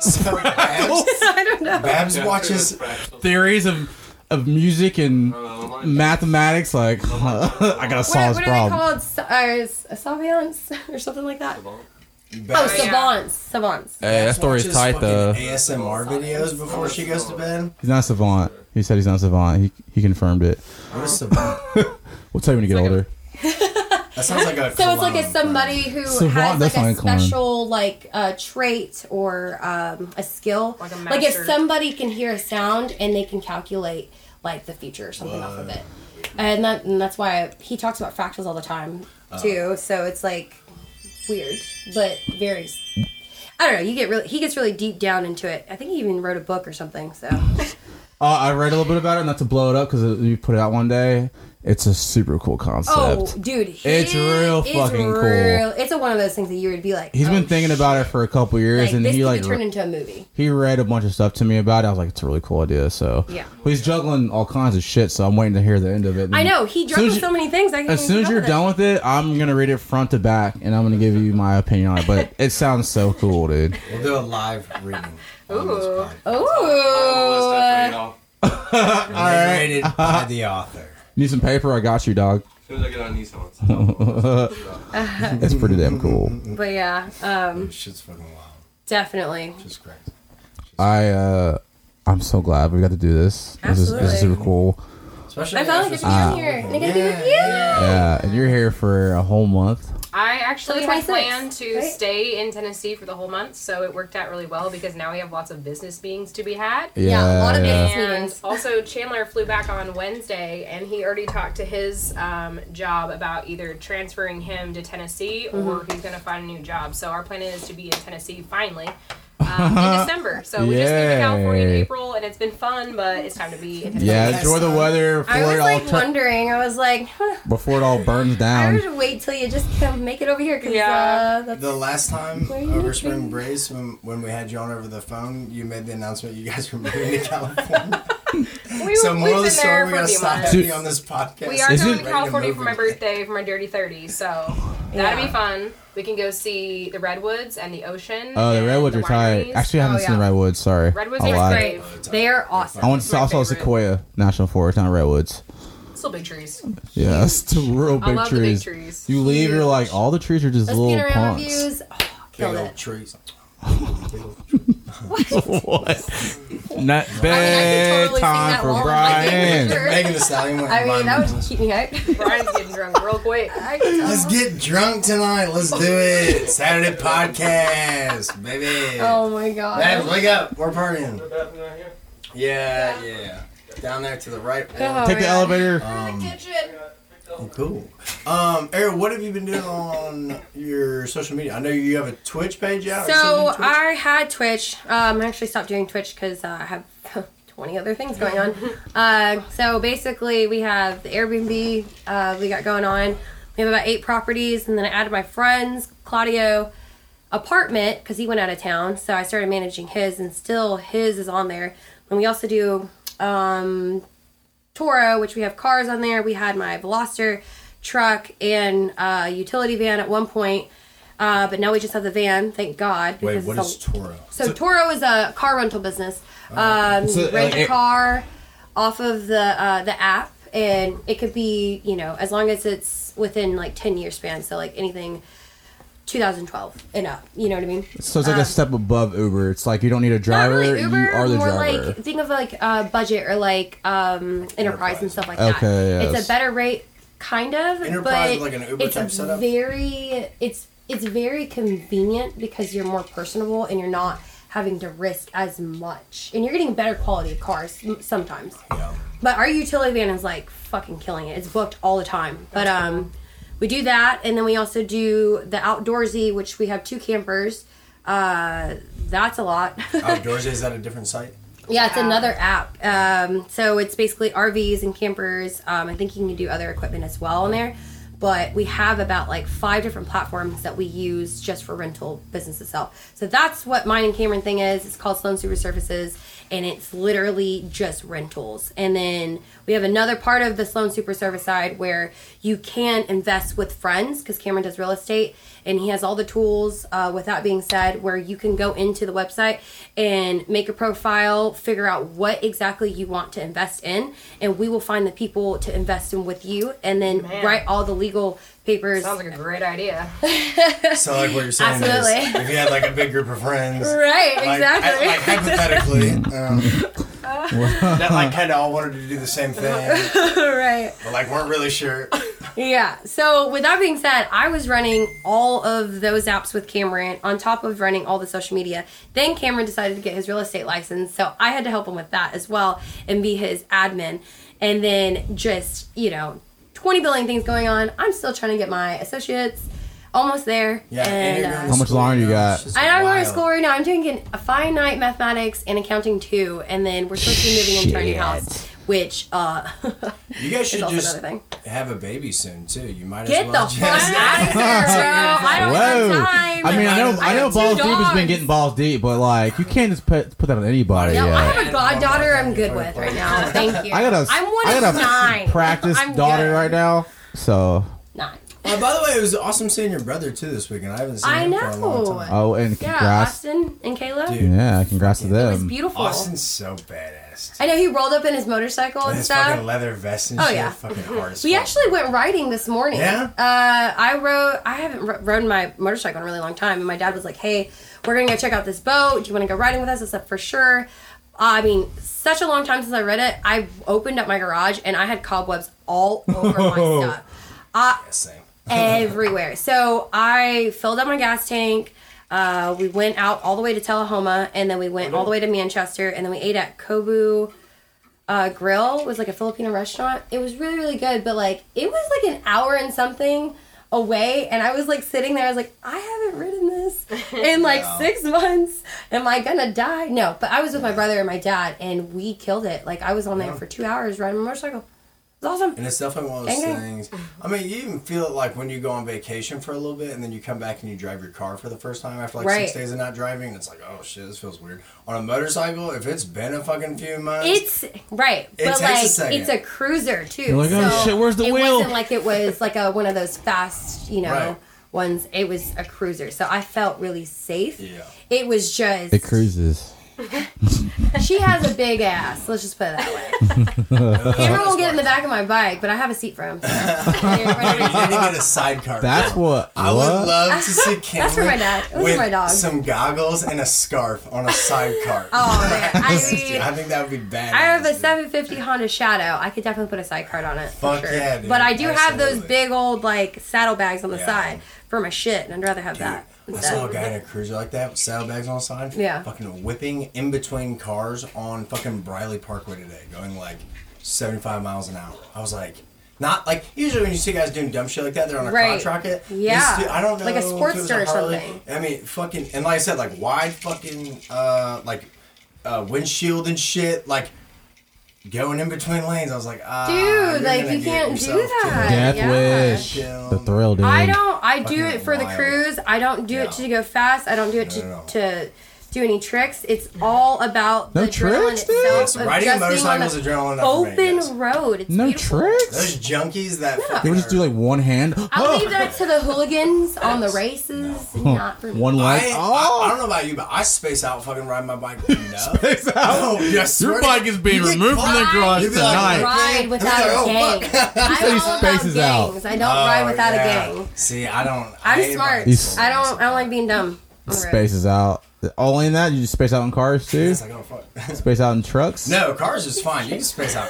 S1: do?
S2: So Babs,
S3: I don't know.
S2: Babs watches.
S1: Theories of of music and mathematics. Like I got to solve
S3: What, are-
S1: this
S3: what are they
S1: problem.
S3: called? Sa- Uh, savants or something like that. Oh,
S2: Babs,
S4: yeah.
S3: savants, savants.
S1: Hey, that story is
S2: watches
S1: tight
S2: fucking
S1: though.
S2: ASMR videos before she goes to bed.
S1: He's not savant. He said he's not savant. He he confirmed it.
S2: What is savant?
S1: We'll tell you when you get
S4: like a-
S1: older.
S2: That sounds like a.
S3: So it's like
S2: cologne.
S3: it's somebody who
S1: Savant,
S3: has
S1: that's
S3: like
S1: not a
S3: a
S1: clone.
S3: special like uh, trait or um, a skill. Like,
S4: Like a
S3: if
S4: mastered-
S3: somebody can hear a sound and they can calculate like the future or something off of it, and that and that's why he talks about fractals all the time
S1: Oh.
S3: too. So it's like weird, but very. s- I don't know. You get really he gets really deep down into it. I think he even wrote a book or something. So
S1: Uh, I read a little bit about it, not to blow it up because you put it out one day. It's a super cool concept.
S3: oh, dude, he
S1: It's real
S3: is
S1: fucking cool.
S3: real- It's a, one of those things that you would be like.
S1: He's
S3: oh,
S1: been thinking about it for a couple years,
S3: Like,
S1: and
S3: this
S1: he
S3: could
S1: like
S3: be turned into a movie.
S1: he read a bunch of stuff to me about it. I was like, it's a really cool idea. So
S3: Yeah.
S1: But he's juggling all kinds of shit. So I'm waiting to hear the end of it.
S3: I know he
S1: soon
S3: juggled
S1: as you-
S3: so many things. I can't
S1: As
S3: even
S1: soon
S3: keep
S1: as
S3: up
S1: you're
S3: with
S1: done
S3: it.
S1: with it, I'm gonna read it front to back, and I'm gonna give you my opinion on it. But it sounds so cool, dude.
S2: We'll do a live reading. On this
S4: Ooh.
S2: podcast.
S3: Oh,
S2: All right. Rated by the author.
S1: Need some paper? I got you, dog. It's pretty damn cool.
S3: but yeah, um,
S2: This shit's fucking wild.
S3: definitely.
S2: Just crazy.
S1: I uh, I'm so glad we got to do this. This is, this is
S3: Absolutely.
S1: super cool.
S2: Especially
S3: I finally get to be on here and I get to be with you.
S1: Yeah, and you're here for a whole month.
S4: I
S3: So
S4: actually had
S3: 26,
S4: planned to
S3: right?
S4: stay in Tennessee for the whole month, so it worked out really well because now we have lots of business meetings to be had.
S1: Yeah,
S3: a lot of
S1: yeah.
S3: business
S4: And
S3: meetings.
S4: also, Chandler flew back on Wednesday, and he already talked to his um, job about either transferring him to Tennessee or he's going to find a new job. So our plan is to be in Tennessee finally um, in December. So we just moved to California in
S1: Yay.
S4: April, and it's been fun, but it's time to be in Tennessee.
S1: Yeah, enjoy the weather
S3: I
S1: before
S3: was
S1: it all
S3: like
S1: tur-
S3: wondering. I was like, huh,
S1: before it all burns
S3: I
S1: down.
S3: would wait till you just come make it over here because
S4: Yeah.
S3: uh, that's
S2: The last time
S3: Where are you
S2: over
S3: at?
S2: spring break, when, when we had you on over the phone, you made the announcement you guys were moving to California.
S4: We,
S2: so
S4: we've
S2: more of the
S4: been there
S2: story, we
S4: for a
S2: gotta
S4: few
S2: stop
S4: months.
S1: Dude.
S2: you on this podcast.
S4: We are
S1: Is
S4: going
S1: it-
S4: to California for my birthday for my dirty 30, so that'll be fun. We can go see the redwoods and the ocean.
S1: Oh, the
S4: and
S1: redwoods are tight.
S4: wineries.
S1: Actually, I haven't
S3: Oh,
S1: seen
S3: yeah.
S1: redwoods. Sorry,
S4: redwoods
S1: I
S4: are
S1: lied.
S4: great.
S3: they are awesome.
S1: I went to
S4: my
S1: South
S4: favorite.
S1: Sequoia National Forest, not redwoods.
S4: Still big trees.
S1: Yeah, that's the real
S4: I
S1: big
S4: love the big
S1: trees.
S4: trees.
S1: You leave, you're like, all the trees are just
S3: Those
S1: little
S3: panorama
S1: ponds.
S3: views, oh, killed
S2: Big old
S3: it.
S2: trees.
S1: what? Not
S3: totally
S1: bad
S3: sing
S1: time
S3: that
S1: for
S3: long.
S1: Brian.
S2: Megan Thee Stallion went
S3: I mean,
S2: blind
S3: that would
S2: once.
S3: keep me hyped.
S4: Brian's getting drunk real quick.
S3: I could tell.
S2: Let's get drunk tonight. Let's do it. Saturday podcast, baby.
S3: Oh my god.
S2: Babs, wake up. We're partying. Yeah, yeah. Down there to the right.
S3: Oh,
S1: Take the
S3: yeah.
S1: elevator.
S2: Cool. Um, Eric, what have you been doing on your social media? I know you have a Twitch page out. or
S3: So
S2: something, Twitch?
S3: I had Twitch. Um, I actually stopped doing Twitch because uh, I have 20 other things going on. Uh, so basically, we have the Airbnb uh, we got going on. We have about eight properties, and then I added my friends, Claudio apartment because he went out of town. So I started managing his, and still his is on there. And we also do um, Toro, which we have cars on there. We had my Veloster truck and uh, utility van at one point. Uh, but now we just have the van, thank God.
S2: Wait,
S3: because
S2: what
S3: it's
S2: is Toro?
S3: so, Toro is a car rental business. Um,
S1: Oh, So,
S3: you rent
S1: like,
S3: a
S1: it-
S3: car off of the uh, the app, and it could be you know as long as it's within like ten year span. So like anything 2012 and up. You know what I mean?
S1: So it's like a step above Uber. It's like you don't need a
S3: Uh, Not
S1: driver.
S3: really Uber,
S1: you are the
S3: more
S1: driver.
S3: like think of like uh, budget or like um, enterprise, and stuff like that.
S1: Okay, yeah,
S3: It's
S1: that's-
S3: a better rate, kind of.
S2: Enterprise with,
S3: but
S2: like, an Uber
S3: it's
S2: type setup?
S3: Very, it's it's very convenient because you're more personable and you're not having to risk as much, and you're getting better quality of cars m- sometimes.
S2: Yeah.
S3: But our utility van is like fucking killing it. It's booked all the time. But um, we do that, and then we also do the outdoorsy, which we have two campers. Uh, that's a lot.
S2: Outdoorsy is that a different site?
S3: yeah, it's another app. Um, so it's basically RVs and campers. Um, I think you can do other equipment as well on there. But we have about like five different platforms that we use just for rental business itself. So that's what mine and Cameron thing is. It's called Sloan Super Services, and it's literally just rentals. And then we have another part of the Sloan Super Service side where you can invest with friends because Cameron does real estate and he has all the tools. Uh, with that being said, where you can go into the website and make a profile, figure out what exactly you want to invest in, and we will find the people to invest in with you, and then
S4: Man.
S3: write all the legal papers.
S4: Sounds like a great idea.
S2: So like what you're saying is,
S3: Absolutely.
S2: if you had like a big group of friends,
S3: right,
S2: like,
S3: exactly.
S2: I- like hypothetically, um, that like kind of all wanted to do the same thing,
S3: right.
S2: but like weren't really sure.
S3: Yeah. So with that being said, I was running all of those apps with Cameron on top of running all the social media. Then Cameron decided to get his real estate license, so I had to help him with that as well and be his admin. And then just, you know, 20 billion things going on. I'm still trying to get my associates almost there.
S2: Yeah. and you're
S3: And,
S2: going to
S3: uh,
S1: How much
S2: school,
S1: longer you
S2: know,
S1: got?
S2: it's just
S3: I- I'm going
S2: wild.
S3: to school right now. I'm doing an- a finite mathematics and accounting too, and then we're supposed to be moving into our new house, which uh,
S2: You guys
S3: is
S2: should
S3: also
S2: just
S3: another thing.
S2: have a baby soon too. You might
S3: Get
S2: as
S3: the
S2: well
S3: fuck
S2: just-
S3: out of here, bro! I don't
S1: Whoa!
S3: have time.
S1: I mean, I know, I,
S3: I
S1: know,
S3: have two
S1: balls deep has
S3: dogs.
S1: been getting balls deep, but like, you can't just put put that on anybody.
S3: No, I
S1: yet.
S3: have a goddaughter I'm good with right now. Thank you.
S1: I gotta,
S3: I'm one
S1: I
S3: of
S1: gotta
S3: nine.
S1: practice
S3: I'm
S1: daughter
S3: good.
S1: right now. So,
S3: Nine.
S2: Uh, by the way, it was awesome seeing your brother too this weekend. I haven't seen
S3: I
S2: him for a long time.
S3: know.
S1: oh, and
S3: Yeah,
S1: congrats,
S3: Austin and Caleb.
S2: Dude.
S1: yeah, congrats to
S3: It was
S1: them.
S3: beautiful.
S2: Austin's so badass.
S3: I know he rolled up in his motorcycle and
S2: His
S3: stuff.
S2: fucking leather vest and
S3: Oh,
S2: shit,
S3: yeah.
S2: fucking hard. as
S3: We
S2: fuck.
S3: actually went riding this morning.
S2: Yeah?
S3: Uh, I rode. I haven't ro- rode my motorcycle in a really long time, and my dad was like, "Hey, we're gonna go check out this boat. Do you want to go riding with us?" I said, "For sure." Uh, I mean, such a long time since I read it. I opened up my garage and I had cobwebs all over my stuff,
S2: Yeah, same.
S3: everywhere. So I filled up my gas tank. Uh, we went out all the way to Tullahoma, and then we went all the way to Manchester, and then we ate at Kobu uh, Grill. It was like a Filipino restaurant. It was really, really good, but like it was like an hour and something away, and I was like sitting there. I was like, I haven't ridden this in like six months. Am I gonna die? No, but I was with my brother and my dad, and we killed it. Like I was on there for two hours riding my motorcycle. It was awesome.
S2: And it's definitely one of those
S3: Dang it.
S2: things. I mean, you even feel it like when you go on vacation for a little bit and then you come back and you drive your car for the first time after like six
S3: Right.
S2: days of not driving. It's like, oh shit, this feels weird. On a motorcycle, if it's been a fucking few months,
S3: It's right,
S2: It
S3: but
S2: takes a
S3: like
S2: second.
S3: it's a cruiser too.
S1: You're like, oh, shit, where's the
S3: it
S1: wheel?
S3: wasn't like it was like a one of those fast, you know,
S2: Right.
S3: ones. It was a cruiser, so I felt really safe.
S2: Yeah.
S3: It was just
S1: It cruises.
S3: she has a big ass. Let's just put it that way. Cameron will get in the back of my bike, but I have a seat for him. so-
S2: You need to get a sidecar.
S1: That's what.
S2: I
S1: what?
S2: would love to see Cameron
S3: That's for my dad. Those are
S2: with
S3: my dogs.
S2: some goggles and a scarf on a sidecar.
S3: Oh, man. I
S2: Dude,
S3: mean,
S2: I think that would be bad.
S3: I have a 750 Honda Shadow. I could definitely put a side card on it. for
S2: Fuck
S3: sure.
S2: yeah, dude.
S3: But I do have those
S2: Absolutely.
S3: big old like saddlebags on the
S2: Yeah.
S3: side for my shit, and I'd rather have
S2: I
S3: that.
S2: saw
S3: instead.
S2: a guy in a cruiser like that with saddlebags on the side.
S3: Yeah.
S2: Fucking whipping in between cars on fucking Briley Parkway today, going like 75 miles an hour. I was like, not like usually when you see guys doing dumb shit like that, they're on a
S3: Right.
S2: crotch rocket. This
S3: Yeah.
S2: dude- I don't know.
S3: Like a
S2: if it was
S3: Sportster or
S2: Harley.
S3: something.
S2: I mean, fucking, and like I said, like wide fucking, uh, like, uh, windshield and shit, like going in between lanes. I was like, ah, you're
S3: Dude, like
S2: gonna
S3: you
S2: get
S3: can't do
S2: yourself killed.
S3: that.
S1: Death
S3: yeah.
S1: wish.
S2: Yeah.
S1: The thrill, dude.
S3: I don't. I do
S2: Fucking
S3: it for the
S2: wild.
S3: cruise. I don't do
S2: Yeah.
S3: it to go fast. I don't do it
S2: No,
S3: to
S2: no, no.
S3: to do any tricks. It's all about
S1: No
S3: the adrenaline
S1: tricks, dude?
S3: itself. of
S2: Riding a
S3: just being on
S2: motorcycle
S3: the
S2: is adrenaline enough for me, guys.
S3: Open road. It's
S1: No
S3: beautiful.
S1: tricks.
S2: Those junkies that
S1: They
S2: fucking
S1: would just do like one hand.
S3: I'll
S1: Oh,
S3: leave that to the hooligans on the races. Not for me.
S1: one
S2: I,
S1: leg.
S2: I, I
S1: Oh,
S2: don't know about you, but I space out fucking riding my bike. No.
S1: Space out.
S2: No, yeah, I swear
S5: Your
S2: to
S5: bike
S2: God.
S5: is being
S2: Oh, You get
S5: removed from the
S2: caught.
S5: garage
S2: You'd be like,
S5: tonight.
S3: Ride without
S2: Oh,
S3: a gang.
S2: fuck.
S3: I'm all about
S1: spaces out.
S3: gangs. I don't ride
S2: Oh,
S3: without
S2: yeah.
S3: a gang.
S2: See, I don't.
S3: I'm
S2: I hate bikes.
S3: smart.
S1: He's-
S3: I don't. I don't like being dumb. on the road.
S1: Spaces out. All in that you just space out in cars too.
S2: It's like, oh, fuck.
S1: Space out in trucks.
S2: No, cars is fine. You can space out.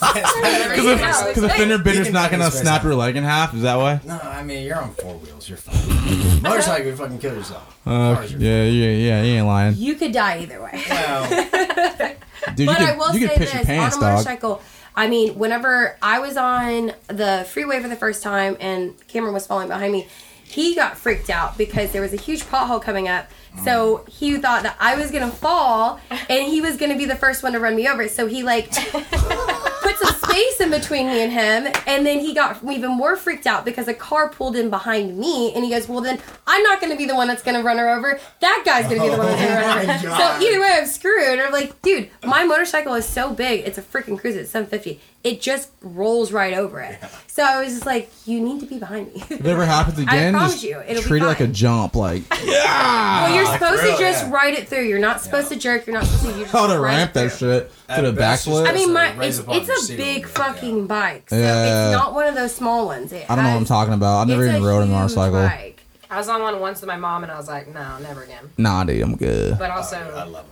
S4: Because
S3: if-
S4: if-
S1: Because the fender bender's not gonna snap your leg in half. Is that why?
S2: No, I mean you're on four wheels. You're fine. Motorcycle, you fucking kill yourself.
S1: Uh,
S2: Cars, you're
S1: yeah, yeah, yeah. You ain't lying,
S3: You could die either way.
S2: fine. Well,
S1: dude.
S3: But
S1: you
S3: I
S1: could,
S3: will
S1: you
S3: say
S1: could piss
S3: this
S1: your pants,
S3: on a
S1: dog.
S3: motorcycle. I mean, whenever I was on the freeway for the first time and Cameron was falling behind me, he got freaked out because there was a huge pothole coming up. So
S1: Mm.
S3: he thought that I was gonna fall and he was gonna be the first one to run me over. So he like put some space in between me and him, and then he got even more freaked out because a car pulled in behind me, and he goes, "Well, then I'm not going to be the one that's going to run her over. That guy's going to be the one that's going to
S2: Oh
S3: run her
S2: my
S3: over."
S2: God.
S3: So either way, I'm screwed. I'm like, dude, my motorcycle is so big; it's a freaking cruise. It's 750. It just rolls right over it. So I was just like, "You need to be behind me."
S1: If it ever happens again,
S3: promise
S1: just
S3: you, it'll be
S1: treat it like a
S3: fine.
S1: jump. Like
S3: well, you're supposed
S2: Ah, really,
S3: to just
S2: yeah.
S3: ride it through. You're not supposed to jerk. You're not supposed to. You just
S1: how Oh, to
S3: ride
S1: ramp
S3: it
S1: that
S3: through.
S1: shit to the
S2: That's just-
S1: backflip.
S3: I mean, my,
S2: So raise
S3: it's,
S2: up on your
S3: it's a
S2: seat a
S3: big
S2: little bit, yeah.
S3: fucking bike, so
S1: Yeah.
S3: it's not one of those small ones. It
S1: I don't know what I'm
S3: has-
S1: talking about. I've never
S3: It's
S1: even
S3: a
S1: rode a
S3: huge
S1: motorcycle.
S3: bike.
S4: I was on one once with my mom, and I was like, no, never again.
S1: Nah, dude, I'm good.
S4: But
S2: I
S4: also,
S2: love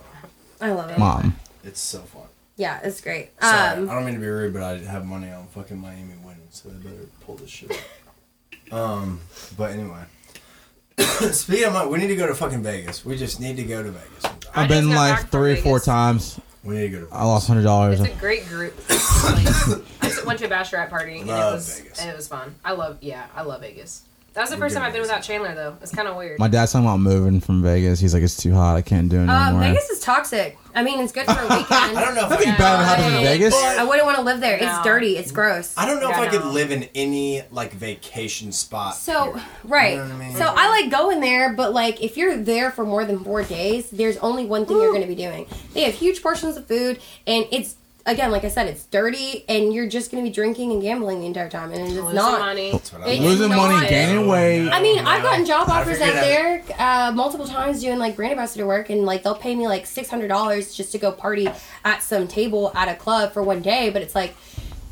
S3: I love it.
S1: Mom,
S2: it. It's so fun.
S3: Yeah, it's great.
S2: Sorry,
S3: Um,
S2: I don't mean to be rude, but I have money on fucking Miami winning, so they better pull this shit. up. um, but anyway. Speaking of, money, we need to go to fucking Vegas. We just need to go to Vegas.
S4: I
S1: I've
S4: just
S1: been
S4: got back
S1: like
S4: from
S1: three, four
S4: Vegas.
S1: times.
S2: We need to go to.
S1: I lost hundred dollars.
S4: it's a great group. Like, I just went to a bachelorette party, and it
S2: Love
S4: was
S2: Vegas.
S4: and it was fun. I love, yeah, I love Vegas. That was the
S2: We're
S4: first time
S2: good
S4: I've been
S2: Vegas.
S4: without Chandler, though. It's kind of weird.
S1: My dad's talking about moving from Vegas. He's like, it's too hot. I can't do it
S3: uh,
S1: anymore.
S3: Vegas is toxic. I mean, it's good for a weekend.
S2: I don't know if I
S1: Nothing
S2: could-
S1: bad happens in
S3: But-
S1: Vegas.
S3: I wouldn't want to live there.
S4: No.
S3: It's dirty. It's gross.
S2: I don't know
S4: Yeah,
S2: if I could
S4: no.
S2: live in any like vacation spot.
S3: So
S2: here.
S3: right.
S2: You know what I mean?
S3: So I like going there, but like if you're there for more than four days, there's only one thing you're going to be doing. They have huge portions of food, and it's again, like I said, it's dirty, and you're just going to be drinking and gambling the entire time, and it's
S4: Losing
S3: not.
S4: money.
S2: That's what
S3: Vegas
S2: want.
S1: Losing
S3: is
S1: money,
S3: not-
S1: gaining weight.
S3: I mean, I've gotten job
S2: Um, I
S3: offers out
S2: figured
S3: there uh, multiple times doing like brand ambassador work, and like they'll pay me like six hundred dollars just to go party at some table at a club for one day. But it's like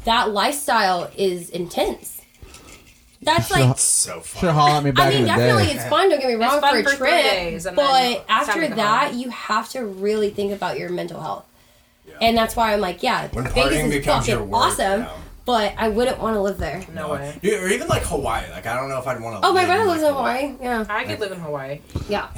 S3: that lifestyle is intense. That's like
S2: It's so
S1: Should
S2: fun.
S1: holler at me back
S3: I mean,
S1: in the day.
S3: definitely it's fun. Don't get me wrong
S4: fun
S3: for a
S4: for three
S3: trip,
S4: days, and then
S3: but
S4: it's time to
S3: after
S4: go
S3: that,
S4: home.
S3: you have to really think about your mental health, and that's why I'm like, yeah,
S2: When partying
S3: Vegas is
S2: becomes your
S3: fucking
S2: work,
S3: awesome,
S2: yeah.
S3: but I wouldn't want to live there.
S4: no way.
S2: Dude, or even like Hawaii. Like I don't know if I'd want to.
S3: Oh, my brother lives in Hawaii. Yeah,
S4: I could live in Hawaii.
S3: yeah.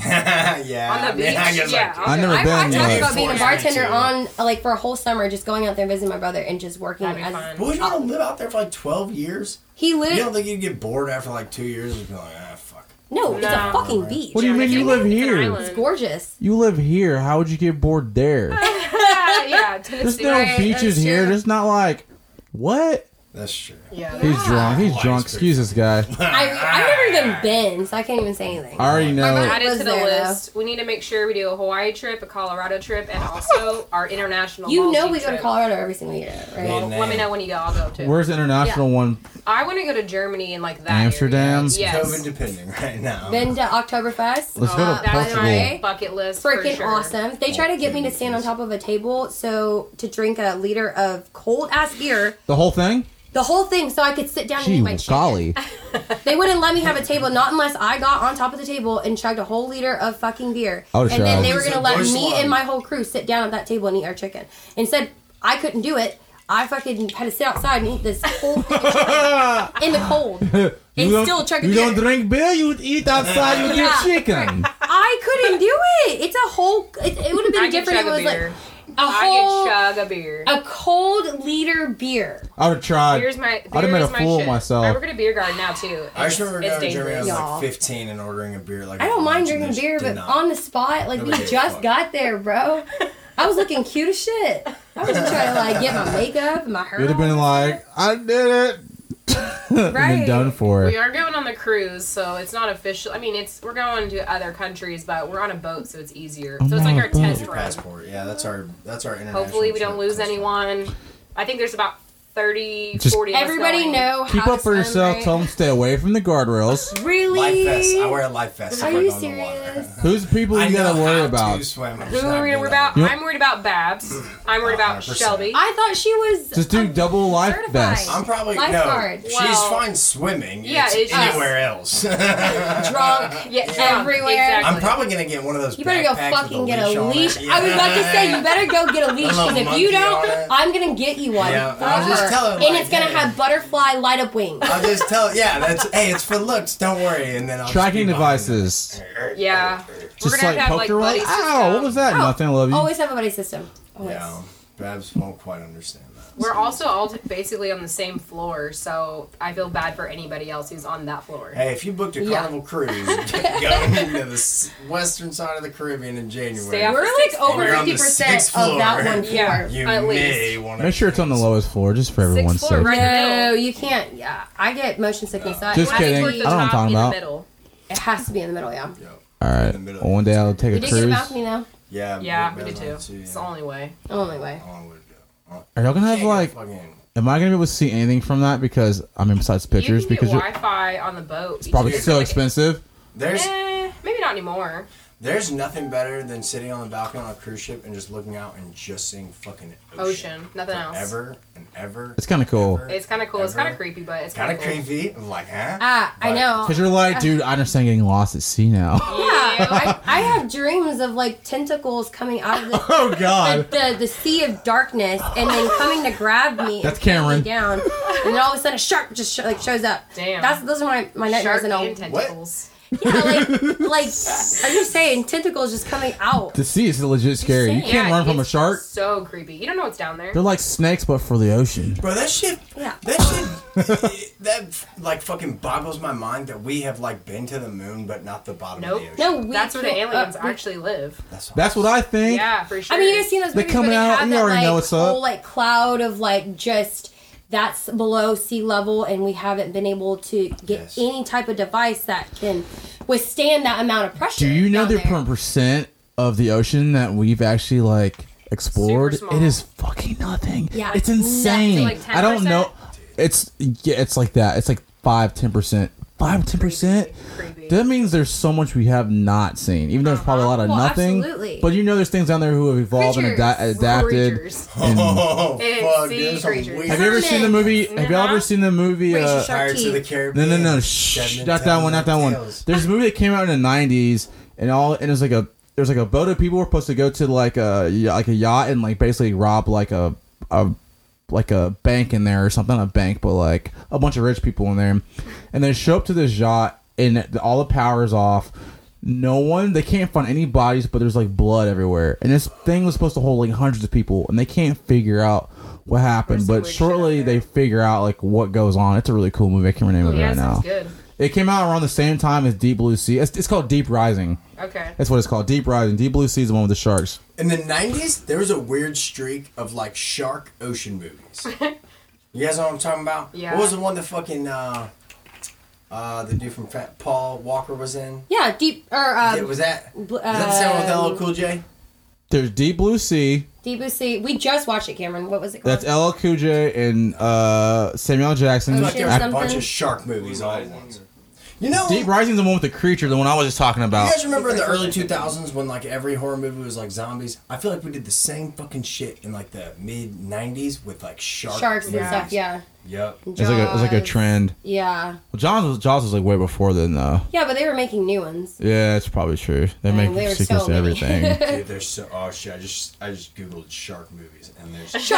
S2: yeah.
S4: On the
S2: I mean, I
S4: beach?
S2: guess I
S4: Yeah.
S2: could.
S4: I've
S1: I've never
S3: I, I
S1: been.
S3: talked
S1: Like,
S3: about being a bartender
S2: Too.
S3: on like for a whole summer, just going out there and visiting my brother and just working
S4: That'd be
S3: as
S4: fun.
S2: But would you want to live out there for like twelve years?
S3: he
S2: You don't
S3: literally
S2: think you'd get bored after like two years and be like, ah, fuck.
S3: no, it's
S4: No.
S3: a fucking beach.
S1: what do you mean you live here?
S3: It's gorgeous.
S1: You live here. How would you get bored there?
S4: yeah, yeah,
S1: There's
S4: Tennessee.
S1: no
S4: right?
S1: beaches
S4: That's
S1: here.
S4: true.
S1: There's not like what?
S2: That's true.
S4: Yeah.
S1: He's drunk. He's
S2: Life's
S1: drunk.
S2: pretty
S1: Excuse this guy.
S3: I
S4: Ah.
S3: I've never even been, so I can't even say anything.
S1: I already know.
S4: Added to
S3: lives
S4: the
S3: there, though.
S4: list, we need to make sure we do a Hawaii trip, a Colorado trip, and also our international.
S3: You know
S4: Maldives
S3: we go to
S4: trip.
S3: Colorado every single year,
S2: Yeah.
S3: right?
S4: Well, let me know when you go. I'll go too.
S1: Where's the international one?
S4: I want to go to Germany and like that.
S1: Amsterdam?
S4: Area. Yes.
S2: COVID depending right now.
S3: Been to Oktoberfest.
S1: Let's go
S4: Uh,
S1: to
S4: that's my
S1: Portugal.
S3: right.
S4: bucket list. for
S3: Freaking
S4: sure.
S3: awesome. They try to get me to stand on top of a table so to drink a liter of cold ass beer,
S1: The whole thing?
S3: the whole thing, so I could sit down and eat
S1: Gee,
S3: my chicken.
S1: golly.
S3: They wouldn't let me have a table, not unless I got on top of the table and chugged a whole liter of fucking beer.
S1: I
S3: And
S1: would've
S3: then
S1: tried.
S3: they were
S2: It's
S3: gonna
S2: a
S3: let
S2: bush
S3: me
S2: one.
S3: and my whole crew sit down at that table and eat our chicken. Instead, I couldn't do it. I fucking had to sit outside and eat this whole thing of chicken in the cold and still chug a
S1: you
S3: beer.
S1: don't drink beer, you would eat outside with
S3: Yeah.
S1: your chicken.
S3: I couldn't do it. It's a whole. It, it would have
S4: I
S3: been
S4: could
S3: different. if
S4: chug
S3: It
S4: a
S3: was like
S4: beer.
S3: a whole
S4: I could chug a beer.
S3: a cold liter beer.
S1: I would have tried.
S4: Here's my.
S1: I'd have made a
S4: here's my
S1: fool of
S4: shit.
S1: myself.
S4: I work at a beer garden now too.
S2: I just remember
S4: it's
S2: going to Germany. I was
S4: dangerous.
S3: Y'all.
S2: like 15 and ordering a beer. Like
S3: I don't mind drinking
S2: Imagine
S3: beer,
S2: this. Did
S3: but
S2: not.
S3: on the spot, like we
S2: Nobody gave a
S3: just
S2: fuck.
S3: got there, bro. I was looking cute as shit. I was just trying to like get my makeup, and my hair.
S1: You'd have
S3: on.
S1: been like, I did it. and
S3: Right.
S1: then done for.
S4: We are going on the cruise, so it's not official. I mean, it's we're going to other countries, but we're on a boat, so it's easier. so
S1: I'm
S4: it's
S1: on
S4: like
S1: a
S4: our
S1: boat.
S4: test
S2: Your
S4: run.
S2: passport. Yeah, that's our that's our international.
S4: Hopefully, we don't
S2: trip.
S4: lose
S2: That's fine.
S4: anyone. I think there's about 30,
S1: Just-
S4: 40 of us
S3: Everybody
S4: going.
S3: know
S1: Keep
S3: how
S1: up
S3: to
S1: for
S3: swim,
S1: yourself.
S3: right?
S1: Tell them to stay away from the guardrails.
S3: Really?
S2: Life vest. I wear a life vest. if
S3: Are
S2: I
S3: you
S2: go in the water.
S3: serious?
S1: Who's the people
S2: I
S1: you gotta
S2: know
S1: worry
S2: how
S1: about?
S2: To swim. I'm
S4: Who
S2: just
S4: are
S2: not
S4: we
S2: good
S4: worried
S2: at it.
S4: about? I'm worried about Babs. I'm worried about
S2: 100%.
S4: Shelby.
S3: I thought she was.
S1: Just do
S3: um,
S1: double life
S3: certified.
S1: vests.
S2: I'm probably
S3: Lifeguard.
S2: no. She's
S4: Well-
S2: fine swimming.
S4: Yeah,
S2: it's,
S4: it's us.
S2: anywhere else.
S3: drunk.
S4: yeah,
S3: Everywhere.
S4: Exactly.
S2: I'm probably gonna get one of those.
S3: You better go
S2: backpacks with
S3: fucking get a
S2: on it.
S3: leash.
S2: Yeah.
S3: I was about to say you better go get a leash
S2: little
S3: because if
S2: monkey
S3: you
S2: on it.
S3: don't, I'm gonna get you one.
S2: Yeah, I'll just
S3: Forever.
S2: tell her,
S3: and
S2: like,
S3: it's gonna
S2: hey.
S3: have butterfly light up wings.
S2: I'll just tell. Yeah, that's. Hey, it's for looks. Don't worry. And then I'll just
S1: Tracking
S2: be behind
S1: devices.
S2: it.
S4: Yeah. We're
S1: Just
S4: gonna
S1: like
S4: have to have
S1: poke
S4: like
S1: your eye.
S4: buddies.
S1: Ow! What was
S2: Oh.
S1: that? Nothing. I love you.
S3: Always have a buddy system. Always.
S2: Yeah, Babs won't quite understand that.
S4: We're also all t- basically on the same floor, so I feel bad for anybody else who's on that floor.
S2: Hey, if you booked a
S3: Yeah.
S2: carnival cruise, going to the s- western side of the Caribbean in January,
S4: Stay off
S3: We're
S4: Six-
S3: like over
S2: We're on the
S3: fifty percent
S2: sixth
S3: of that
S2: floor.
S3: one
S4: Yeah.
S3: floor.
S2: you
S4: at
S2: may
S4: least.
S2: want to
S1: Make sure it's on the lowest floor, just for everyone's
S4: floor,
S1: sake.
S4: right?
S3: No, you can't. Yeah, I get motion sickness. I-
S1: Just
S4: I think
S1: kidding.
S4: we're at the
S1: I don't know what I'm
S4: top
S1: talking
S4: in
S1: about.
S4: the middle.
S3: It has to be in the middle. Yeah.
S1: All right.
S2: In the middle.
S1: One day I'll take
S3: You
S1: a
S3: did get a
S1: cruise.
S3: balcony though.
S2: Yeah,
S4: Yeah, we
S2: Babs
S4: did
S2: wanted
S4: too.
S2: to, yeah.
S4: It's the only way.
S3: Only way.
S2: I would go.
S1: Are y'all gonna have
S2: Can't go
S1: like?
S2: fucking-
S1: Am I gonna be able to see anything from that? Because I mean, besides pictures,
S4: you can
S1: because
S4: get
S1: you're
S4: Wi-Fi on the boat. It's
S1: probably so expensive.
S2: There's
S4: Eh, maybe not anymore.
S2: there's nothing better than sitting on the balcony on a cruise ship and just looking out and just seeing fucking ocean.
S4: Ocean, nothing else.
S2: Ever and ever.
S1: It's kind of cool.
S4: It's kind of cool. It's
S2: Ever.
S4: kind of creepy, but it's
S2: Kind
S4: kind
S2: of
S4: of
S2: creepy. I'm like, huh?
S3: Ah, I
S2: But-
S3: know.
S1: Cause you're like, dude, I understand getting lost at sea now.
S4: Cool.
S3: Yeah, I, I have dreams of like tentacles coming out of the,
S1: oh
S3: the,
S1: God.
S3: the the sea of darkness and then coming to grab me.
S1: That's
S3: and pull
S1: Cameron.
S3: me down, and then all of a sudden a shark just sh- like shows up.
S4: Damn.
S3: that's those are my my nightmares
S4: Shark
S3: and all.
S4: and tentacles.
S3: Yeah, like like I'm just saying, tentacles just coming out.
S1: The sea is legit scary. You
S3: saying.
S1: can't
S4: Yeah,
S1: run from a
S4: it's
S1: shark.
S4: So creepy. You don't know what's down there.
S1: They're like snakes, but for the ocean.
S2: Bro, that shit.
S3: Yeah.
S2: That shit. that like fucking boggles my mind that we have like been to the moon but not the bottom
S4: Nope.
S2: of the ocean.
S3: No, we
S4: That's where the
S3: can't-
S4: aliens
S3: uh, we-
S4: actually live.
S2: That's,
S1: That's what I think.
S4: Yeah, for sure.
S3: I mean, you guys seen those
S1: They
S3: movies
S1: come
S3: where they
S1: out,
S3: have
S1: you
S3: that
S1: already
S3: like
S1: know what's up.
S3: whole like cloud of like just that's below sea level, and we haven't been able to get
S2: Yes.
S3: any type of device that can withstand that amount of pressure.
S1: Do you know
S3: down
S1: the
S3: there.
S1: per- percent of the ocean that we've actually like explored?
S4: Super small.
S1: It is fucking nothing.
S3: Yeah,
S1: it's
S3: it's
S1: insane.
S4: nothing. Like
S1: I don't
S4: 10%?
S1: know. It's yeah, it's like that. It's like five, ten percent, five, ten percent.
S4: Creepy.
S1: That means there's so much we have not seen, even though there's probably a lot of
S3: Uh-huh. Well,
S1: nothing.
S3: absolutely.
S1: But you know, there's things down there who have evolved and ada-
S3: Creatures.
S1: adapted.
S4: Creatures.
S1: and-
S2: oh,
S4: It's
S2: fuck,
S4: sea
S2: dude, that's a
S4: creatures.
S2: weird-
S1: have you ever seen the movie? Have y'all ever
S4: Uh-huh.
S1: seen the movie?
S3: Wait,
S1: uh,
S3: shark
S2: Pirates of the
S1: No,
S2: Caribbean?
S1: no, no! Shh,
S2: Dead
S1: not that one, not that one.
S2: Tales.
S1: There's a movie that came out in the '90s, and all, and it was like a, there's like a boat of people were supposed to go to like a, y- like a yacht and like basically rob like a, a, like a bank in there or something, not a bank, but like a bunch of rich people in there, and they show up to this yacht and the- all the power's off. No one, they can't find any bodies, but there's like blood everywhere, and this thing was supposed to hold like hundreds of people, and they can't figure out what happened.
S4: There's some
S1: But
S4: weird shit
S1: shortly
S4: out
S1: they
S4: there.
S1: figure out like what goes on. It's a really cool movie. I can't remember it
S4: Yeah,
S1: right now.
S4: sounds good.
S1: It came out around the same time as Deep Blue Sea. It's, it's called Deep Rising.
S4: Okay.
S1: That's what it's called. Deep Rising. Deep Blue Sea is the one with the sharks.
S2: In the '90s, there was a weird streak of like shark ocean movies. you guys know what I'm talking about?
S4: Yeah.
S2: What was the one that fucking uh, uh, the dude from Fat Paul Walker was in?
S3: Yeah, deep or
S2: yeah,
S3: um,
S2: was that?
S3: bl-
S2: was that the same one with LL
S3: um,
S2: Cool J?
S1: There's Deep Blue Sea.
S3: deep blue sea. We just watched it, Cameron. What was it called?
S1: That's LL Cool J and uh, Samuel L. Jackson.
S2: Like
S3: Ocean
S2: there was a
S3: something?
S2: bunch of shark movies all at once. You know,
S1: Deep Rising is the one with the creature, the one I was just talking
S2: you
S1: about.
S2: guys remember in the early 2000s when like every horror movie was like zombies? I feel like we did the same fucking shit in like the mid 90s with like shark
S3: Sharks and
S2: movies.
S3: stuff. Yeah.
S2: Yep.
S1: It's like a, it's like a
S3: Jaws.
S1: trend.
S3: Yeah.
S1: Well, Jaws was, Jaws was like way before then, though.
S3: Yeah, but they were making new ones.
S1: Yeah, it's probably true. They make
S3: mean, there were
S1: sequels
S3: so
S1: to
S3: many.
S1: everything.
S2: Dude, there's so oh shit. I just I just googled shark movies and there's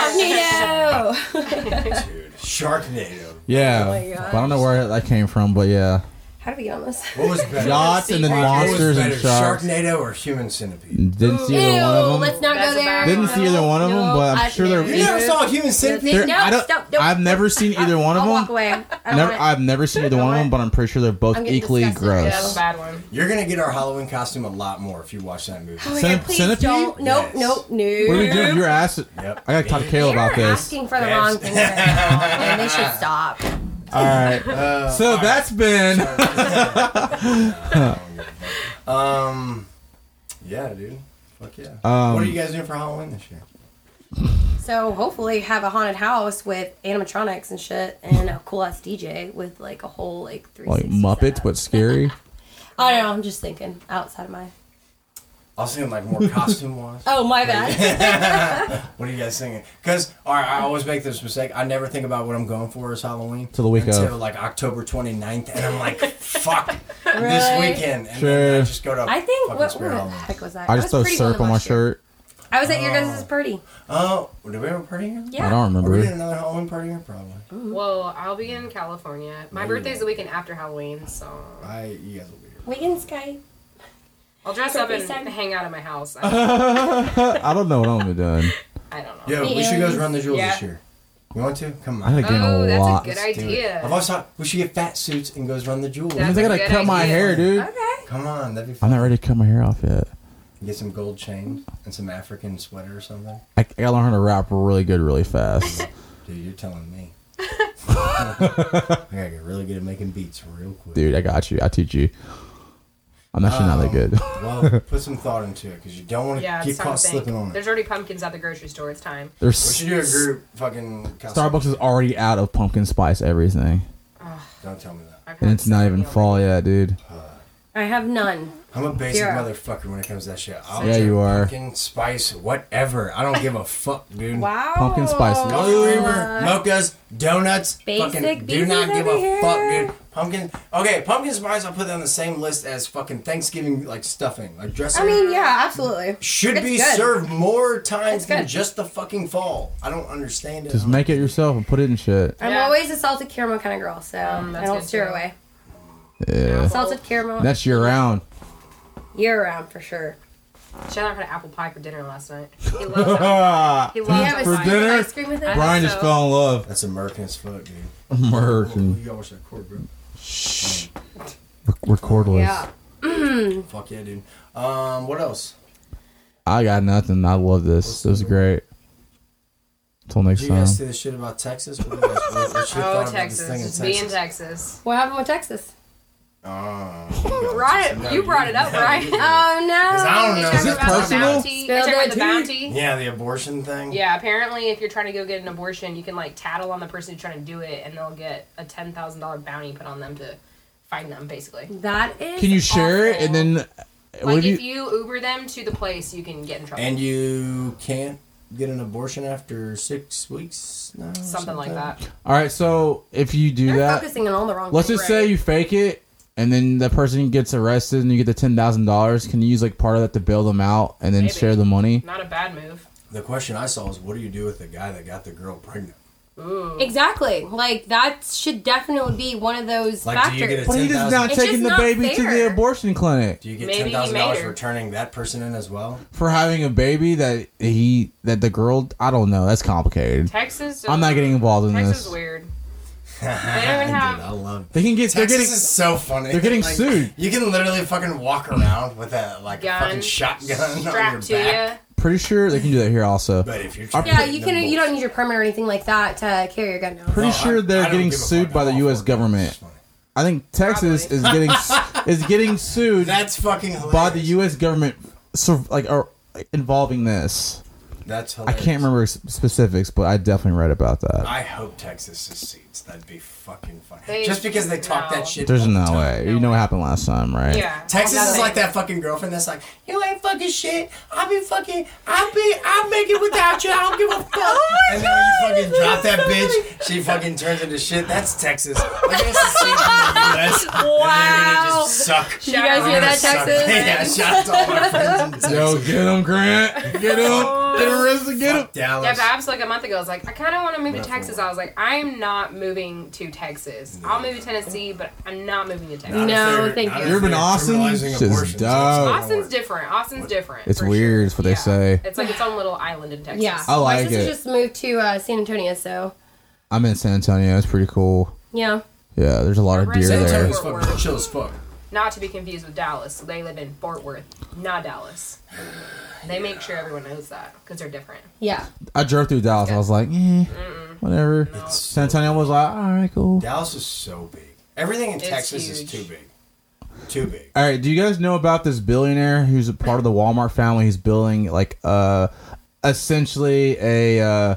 S3: Sharknado.
S2: dude Sharknado.
S1: yeah,
S3: Oh my
S1: but I don't know where that came from, but yeah,
S3: How do we get on this?
S2: What was better?
S1: yachts and then
S3: Sea
S2: What was
S1: monsters and
S2: better,
S1: sharks.
S2: Sharknado or Human Centipede?
S1: Didn't see
S3: Ew,
S1: either one of them.
S3: let's not
S4: That's
S3: go
S4: a
S3: there.
S4: bad
S1: Didn't see either one of them,
S3: No,
S1: but I'm
S3: I've
S1: sure they're-
S2: You never
S3: never-
S2: saw Human Centipede?
S1: They're-
S3: No,
S1: I don't-
S3: stop, don't-
S1: I've never seen either one of
S3: I'll
S1: them.
S3: walk away. I don't
S1: Never,
S3: want it.
S1: I've never seen either one of them, but I'm pretty sure they're both
S3: I'm getting
S1: equally
S3: disgusted
S4: Yeah,
S1: gross.
S4: that's a bad one.
S2: You're gonna get our Halloween costume a lot more if you watch that movie.
S3: Oh my
S1: Cen-
S3: God, please
S1: centipede?
S3: don't. Nope,
S2: Yes.
S3: nope, nope.
S1: What are we doing? You're ass.
S2: Yep.
S1: I gotta talk to Kayla
S3: You're
S1: about this.
S3: asking for the wrong thing right now. and they should stop.
S1: All right.
S2: Uh,
S1: So that's been.
S2: um, yeah, dude. Fuck yeah.
S1: Um,
S2: what are you guys doing for Halloween this year?
S3: So hopefully have a haunted house with animatronics and shit, and a cool ass DJ with like a whole like three
S1: like Muppets, but scary.
S3: I don't know. I'm just thinking outside of my.
S2: I was thinking like more costume wise.
S3: Oh my bad.
S2: What are you guys singing? Because all right, I always make this mistake. I never think about what I'm going for as Halloween
S1: Till the week
S2: until
S1: of.
S2: like October 29th, and I'm like, fuck this
S3: Really?
S2: weekend, and then I
S1: Sure.
S2: just go to.
S3: I think
S2: fucking
S3: what, what
S2: Spirit
S3: the
S2: Halloween.
S3: heck was that?
S1: I just
S3: was
S1: throw
S3: pretty going
S1: syrup on my
S3: last year.
S1: shirt.
S3: I was at your guys' party.
S2: Oh, do we have a party here?
S3: Yeah.
S1: I don't
S2: Are we doing
S1: remember.
S2: another Halloween party here? Probably.
S1: Mm-hmm.
S4: Well, I'll be in California. My birthday's the weekend after Halloween, so
S2: I you guys will be here.
S3: We can Skype.
S4: I'll dress up and
S3: Birthday time.
S4: hang out at my house. I,
S1: I don't know what I'm doing.
S4: I don't know.
S2: Yo, we should go
S3: Yeah.
S2: run the jewels this
S4: Yeah.
S2: year. You want to? Come
S1: I
S2: on.
S1: gotta gain
S4: Oh,
S1: a
S4: that's
S1: lot.
S4: a good
S2: Let's do it.
S4: idea.
S2: I've always thought we should get fat suits and goes run the jewels.
S1: I
S4: That's
S1: think I
S4: a
S1: gotta
S4: good
S1: cut my
S4: idea.
S1: hair, dude.
S3: Okay.
S2: Come on, that'd be
S1: I'm
S2: fun.
S1: not ready to cut my hair off yet.
S2: Get some gold chain and some African sweater or something.
S1: I, I gotta learn how to rap really good, really fast.
S2: Dude, you're telling me. I gotta get really good at making beats real quick.
S1: Dude, I got you. I teach you. I'm actually not that good.
S2: well, put some thought into it because you don't want to
S4: Yeah,
S2: get
S4: it's time
S2: caught
S4: to think.
S2: slipping on it.
S4: There's already pumpkins at the grocery store. It's time.
S2: we
S1: There's
S2: should do a group fucking. costume.
S1: Starbucks is already out of pumpkin spice everything,
S2: Don't tell me that.
S4: I've had
S1: and it's
S4: so
S1: not
S4: many
S1: even
S4: already.
S1: fall yet, dude.
S3: I have none.
S2: I'm a basic
S3: Zero.
S2: motherfucker when it comes to that shit. I'll
S1: Yeah,
S2: drink
S1: you are.
S2: Pumpkin spice, whatever. I don't give a fuck, dude.
S3: Wow.
S1: Pumpkin spice.
S2: Golden Reaper, mochas, donuts,
S3: Basic
S2: fucking do
S3: beasties
S2: not give a
S3: over here.
S2: fuck, dude. Pumpkin. Okay, pumpkin spice. I'll put that on the same list as fucking Thanksgiving, like stuffing, like dressing.
S3: I mean, yeah, absolutely.
S2: should
S3: It's
S2: be
S3: good.
S2: served more times
S3: It's
S2: than
S3: good.
S2: just the fucking fall. I don't understand it.
S1: Just make it yourself and put it in shit.
S3: I'm
S4: Yeah. Oh,
S3: always a salted caramel kind of girl, so I
S4: that's
S3: don't
S4: good
S3: steer
S4: too.
S3: away.
S1: Yeah,
S3: Salted caramel
S1: that's year round.
S3: year round for sure.
S4: Shannon had apple pie for dinner last night. He loves apple
S1: Oh,
S4: pie. He
S3: You
S4: loves
S3: have
S4: apple
S1: Ah, For
S4: pie.
S1: dinner?
S3: ice cream with it.
S4: Right.
S1: Brian just
S4: So-
S1: fell in love.
S2: That's American as fuck, dude.
S1: American.
S2: You gotta watch that cord, bro.
S1: Shh. We're cordless.
S3: Yeah.
S2: Fuck yeah, dude. Um, what else?
S1: I got nothing. I love this. This is great. Until next
S2: Did you guys see
S1: time.
S2: the shit about Texas? What, do you guys- what, what you thought
S4: Oh,
S2: about this thing in
S4: Texas. Be in Texas.
S3: What happened with Texas?
S2: Oh,
S4: Right. You brought it up, right?
S3: Oh
S2: Because I don't
S3: no.
S2: know.
S4: Is
S1: this personal?
S4: Bounty.
S3: Spill
S4: You're talking
S3: that
S4: about the
S3: tea.
S4: bounty.
S2: Yeah, the abortion thing.
S4: Yeah, apparently, if you're trying to go get an abortion, you can like tattle on the person who's trying to do it, and they'll get a ten thousand dollar bounty put on them to find them, basically.
S3: That is.
S1: Can you share it and then? What
S4: Like
S1: if
S4: if
S1: you?
S4: you Uber them to the place, you can get in trouble.
S2: And you can't get an abortion after six weeks now? or
S4: something like that.
S1: All right. So if you do
S3: They're
S1: that,
S3: focusing on all the wrong.
S1: let's just say you fake it, and then that person gets arrested, and you get the ten thousand dollars. Can you use like part of that to bail them out, and then
S4: Maybe.
S1: share the money?
S4: Not a bad move.
S2: The question I saw is what do you do with the guy that got the girl pregnant?
S4: Ooh.
S3: exactly like that should definitely be one of those
S2: Like, do
S3: factors.
S2: you get a
S1: But he is not
S2: $10,000?
S3: It's
S1: taking
S3: just
S1: the
S3: not
S1: baby to the
S3: fair.
S1: abortion clinic
S2: Do you get
S4: Maybe he
S2: $10,000
S4: made her.
S2: for turning that person in as well?
S1: for having a baby that he that the girl. I don't know. That's complicated.
S4: Texas.
S1: I'm not getting involved in
S4: Texas
S1: this.
S4: is weird.
S2: I
S4: even have-
S2: I love
S1: They can get.
S2: Texas
S1: they're getting.
S2: is so funny.
S1: they're getting
S2: Like,
S1: sued.
S2: You can literally fucking walk around with that like
S4: Gun
S2: a fucking shotgun on your
S4: Strapped to
S2: back.
S4: you.
S1: Pretty sure they can do that here also.
S2: But if you're
S3: yeah,
S2: putting
S3: you
S2: the
S3: can. You
S2: bull-
S3: don't need your permit or anything like that to carry your gun now.
S1: Pretty
S2: No, I-
S1: sure
S2: I
S1: they're
S2: don't
S1: getting
S2: give a
S1: sued
S2: fuck.
S1: by the
S2: I'm all
S1: U.S.
S2: for it.
S1: government.
S2: It's funny.
S1: I think Texas
S4: Probably.
S1: is getting is getting sued
S2: That's fucking hilarious.
S1: by the U.S. government, so like are involving this.
S2: That's
S1: I
S2: hilarious.
S1: can't remember s- specifics, but I definitely read about that.
S2: I hope Texas secedes. That'd be fucking funny.
S4: They-
S2: Just because they talk
S4: no.
S2: that shit.
S1: There's
S2: all the
S1: no
S2: time.
S1: way. You know what happened last time, right?
S4: Yeah.
S2: Texas is
S4: Nothing.
S2: like that fucking girlfriend that's like, you ain't fucking shit. I'll be fucking, I'll be, I'll make it without you. I don't give a fuck. and then when you fucking drop that bitch, she fucking turns into shit. That's Texas. Like, that's the same thing in the US. And they're gonna
S4: Wow.
S2: just suck.
S4: Did you guys
S2: They're
S4: hear
S2: gonna
S4: that,
S2: suck.
S4: Texas?
S2: yeah, shout out to all my friends in Texas.
S1: Yo, get him, Grant. Get him. Get arrested. Get him.
S4: Yeah,
S2: Dallas.
S4: Babs, like a month ago, I was like, I kind of want to move to
S2: Not for
S4: Texas.
S2: work.
S4: I was like, I'm not moving to Texas. I'll move to Tennessee, but I'm not moving to Texas.
S2: Not if
S3: No,
S2: they're-
S3: thank
S2: not
S3: you.
S2: if
S1: You ever been
S2: they're
S1: Austin?
S2: criminalizing
S1: Shit's
S2: abortions.
S1: dope.
S4: Austin's different. Austin's different.
S1: It's
S4: for
S1: weird, is what they say.
S4: It's like its own little island in Texas.
S3: Yeah,
S1: I like
S3: my sister
S1: it.
S3: just moved to uh, San Antonio, so
S1: I'm in San Antonio. It's pretty cool.
S3: yeah.
S1: Yeah, there's a lot of deer
S2: San
S4: San
S1: there.
S2: Antonio's fucking chill as fuck.
S4: Not to be confused with Dallas. They live in Fort Worth, not Dallas. They make sure everyone knows that because they're different.
S3: Yeah.
S1: I drove through Dallas. I was like, eh, whatever. San Antonio was like, all right, cool.
S2: Dallas is so big. Everything in
S4: It's
S2: Texas is
S4: huge.
S2: too big. Too big.
S1: All right, do you guys know about this billionaire who's a part of the Walmart family? He's building like uh essentially a uh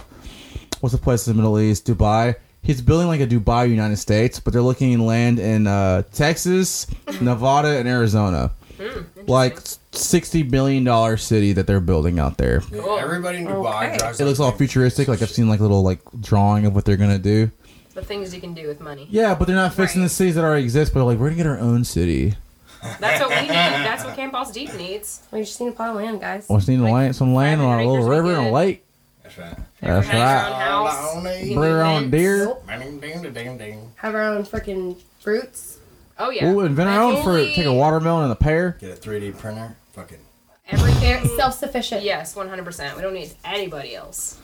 S1: what's the place in the Middle East? Dubai. He's building like a Dubai United States, but they're looking in land in uh Texas, Nevada, and Arizona.
S4: Hmm,
S1: Like sixty billion dollar city that they're building out there.
S2: Everybody in Dubai
S3: Okay.
S2: drives.
S1: It looks all
S2: like-
S1: futuristic. Like I've seen like little like drawing of what they're gonna do.
S4: The things you can do with money.
S1: Yeah, but they're not fixing
S4: Right.
S1: the cities that already exist. But they're like, we're gonna get our own city.
S4: That's what we need. That's what Camp Boss Deep needs.
S3: We just need a plot of land, guys.
S1: We just need a land, some land on a
S4: 500
S1: little
S4: acres would
S1: river
S4: be
S1: and a
S4: good.
S1: lake.
S2: That's right.
S1: That's
S4: Everyone has
S1: right.
S4: their own house.
S2: Lonely.
S1: Bring
S4: You can
S1: her
S4: do
S1: on
S4: events.
S1: deer.
S2: Ding, ding, ding, ding, ding.
S3: Have our own freaking fruits.
S4: Oh yeah.
S1: We'll invent our
S4: I've
S1: own fruit.
S4: only-
S1: Take a watermelon and a pear.
S2: Get a 3D printer. Fucking.
S3: They're
S4: Everything.
S3: self sufficient.
S4: Yes, one hundred percent. We don't need anybody else.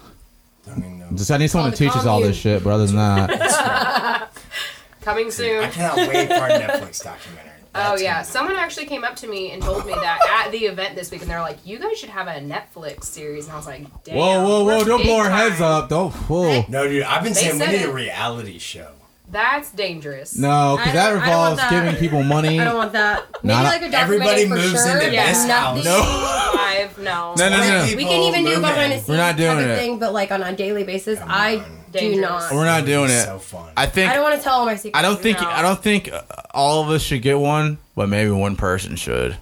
S2: Don't even know.
S1: Just I need someone
S3: Oh,
S1: to
S3: the
S1: teach us all this
S3: commune.
S1: shit. But other than that,
S4: Coming
S2: I
S4: soon.
S2: cannot wait for our Netflix documentary.
S4: Oh
S2: That's
S4: yeah.
S2: gonna
S4: Someone actually came up to me and told me that at the event this week, and they're like, "You guys should have a Netflix series." And I was like, "Damn."
S1: whoa, whoa,
S4: we're
S1: whoa! Don't
S4: big
S1: blow our heads
S4: time.
S1: up. Don't whoa.
S2: be- No, dude, I've been
S4: They
S2: saying we
S4: said
S2: need a
S4: it.
S2: reality show.
S4: That's dangerous.
S1: No,
S3: I
S1: because that
S3: don't- I don't want
S1: involves
S3: that.
S1: giving people money.
S3: I don't want that. Maybe
S1: Not-
S3: like a documentary
S2: Everybody
S3: for
S2: moves
S3: sure.
S2: into
S4: Yeah.
S2: this
S3: Nothing.
S2: house.
S1: No.
S4: Live, no.
S1: No, no, no.
S2: Twenty
S3: We
S2: people
S3: can even do
S2: move
S3: behind the
S2: in.
S3: scenes
S1: We're not
S3: type
S1: doing
S3: of
S1: it.
S3: thing, but like on a daily basis, I
S2: on.
S3: do
S4: Dangerous.
S3: not.
S1: We're not doing it.
S2: So fun.
S1: I think.
S3: I don't want to tell all my secrets.
S1: I don't think.
S4: No.
S1: I don't think uh, all of us should get one, but maybe one person should.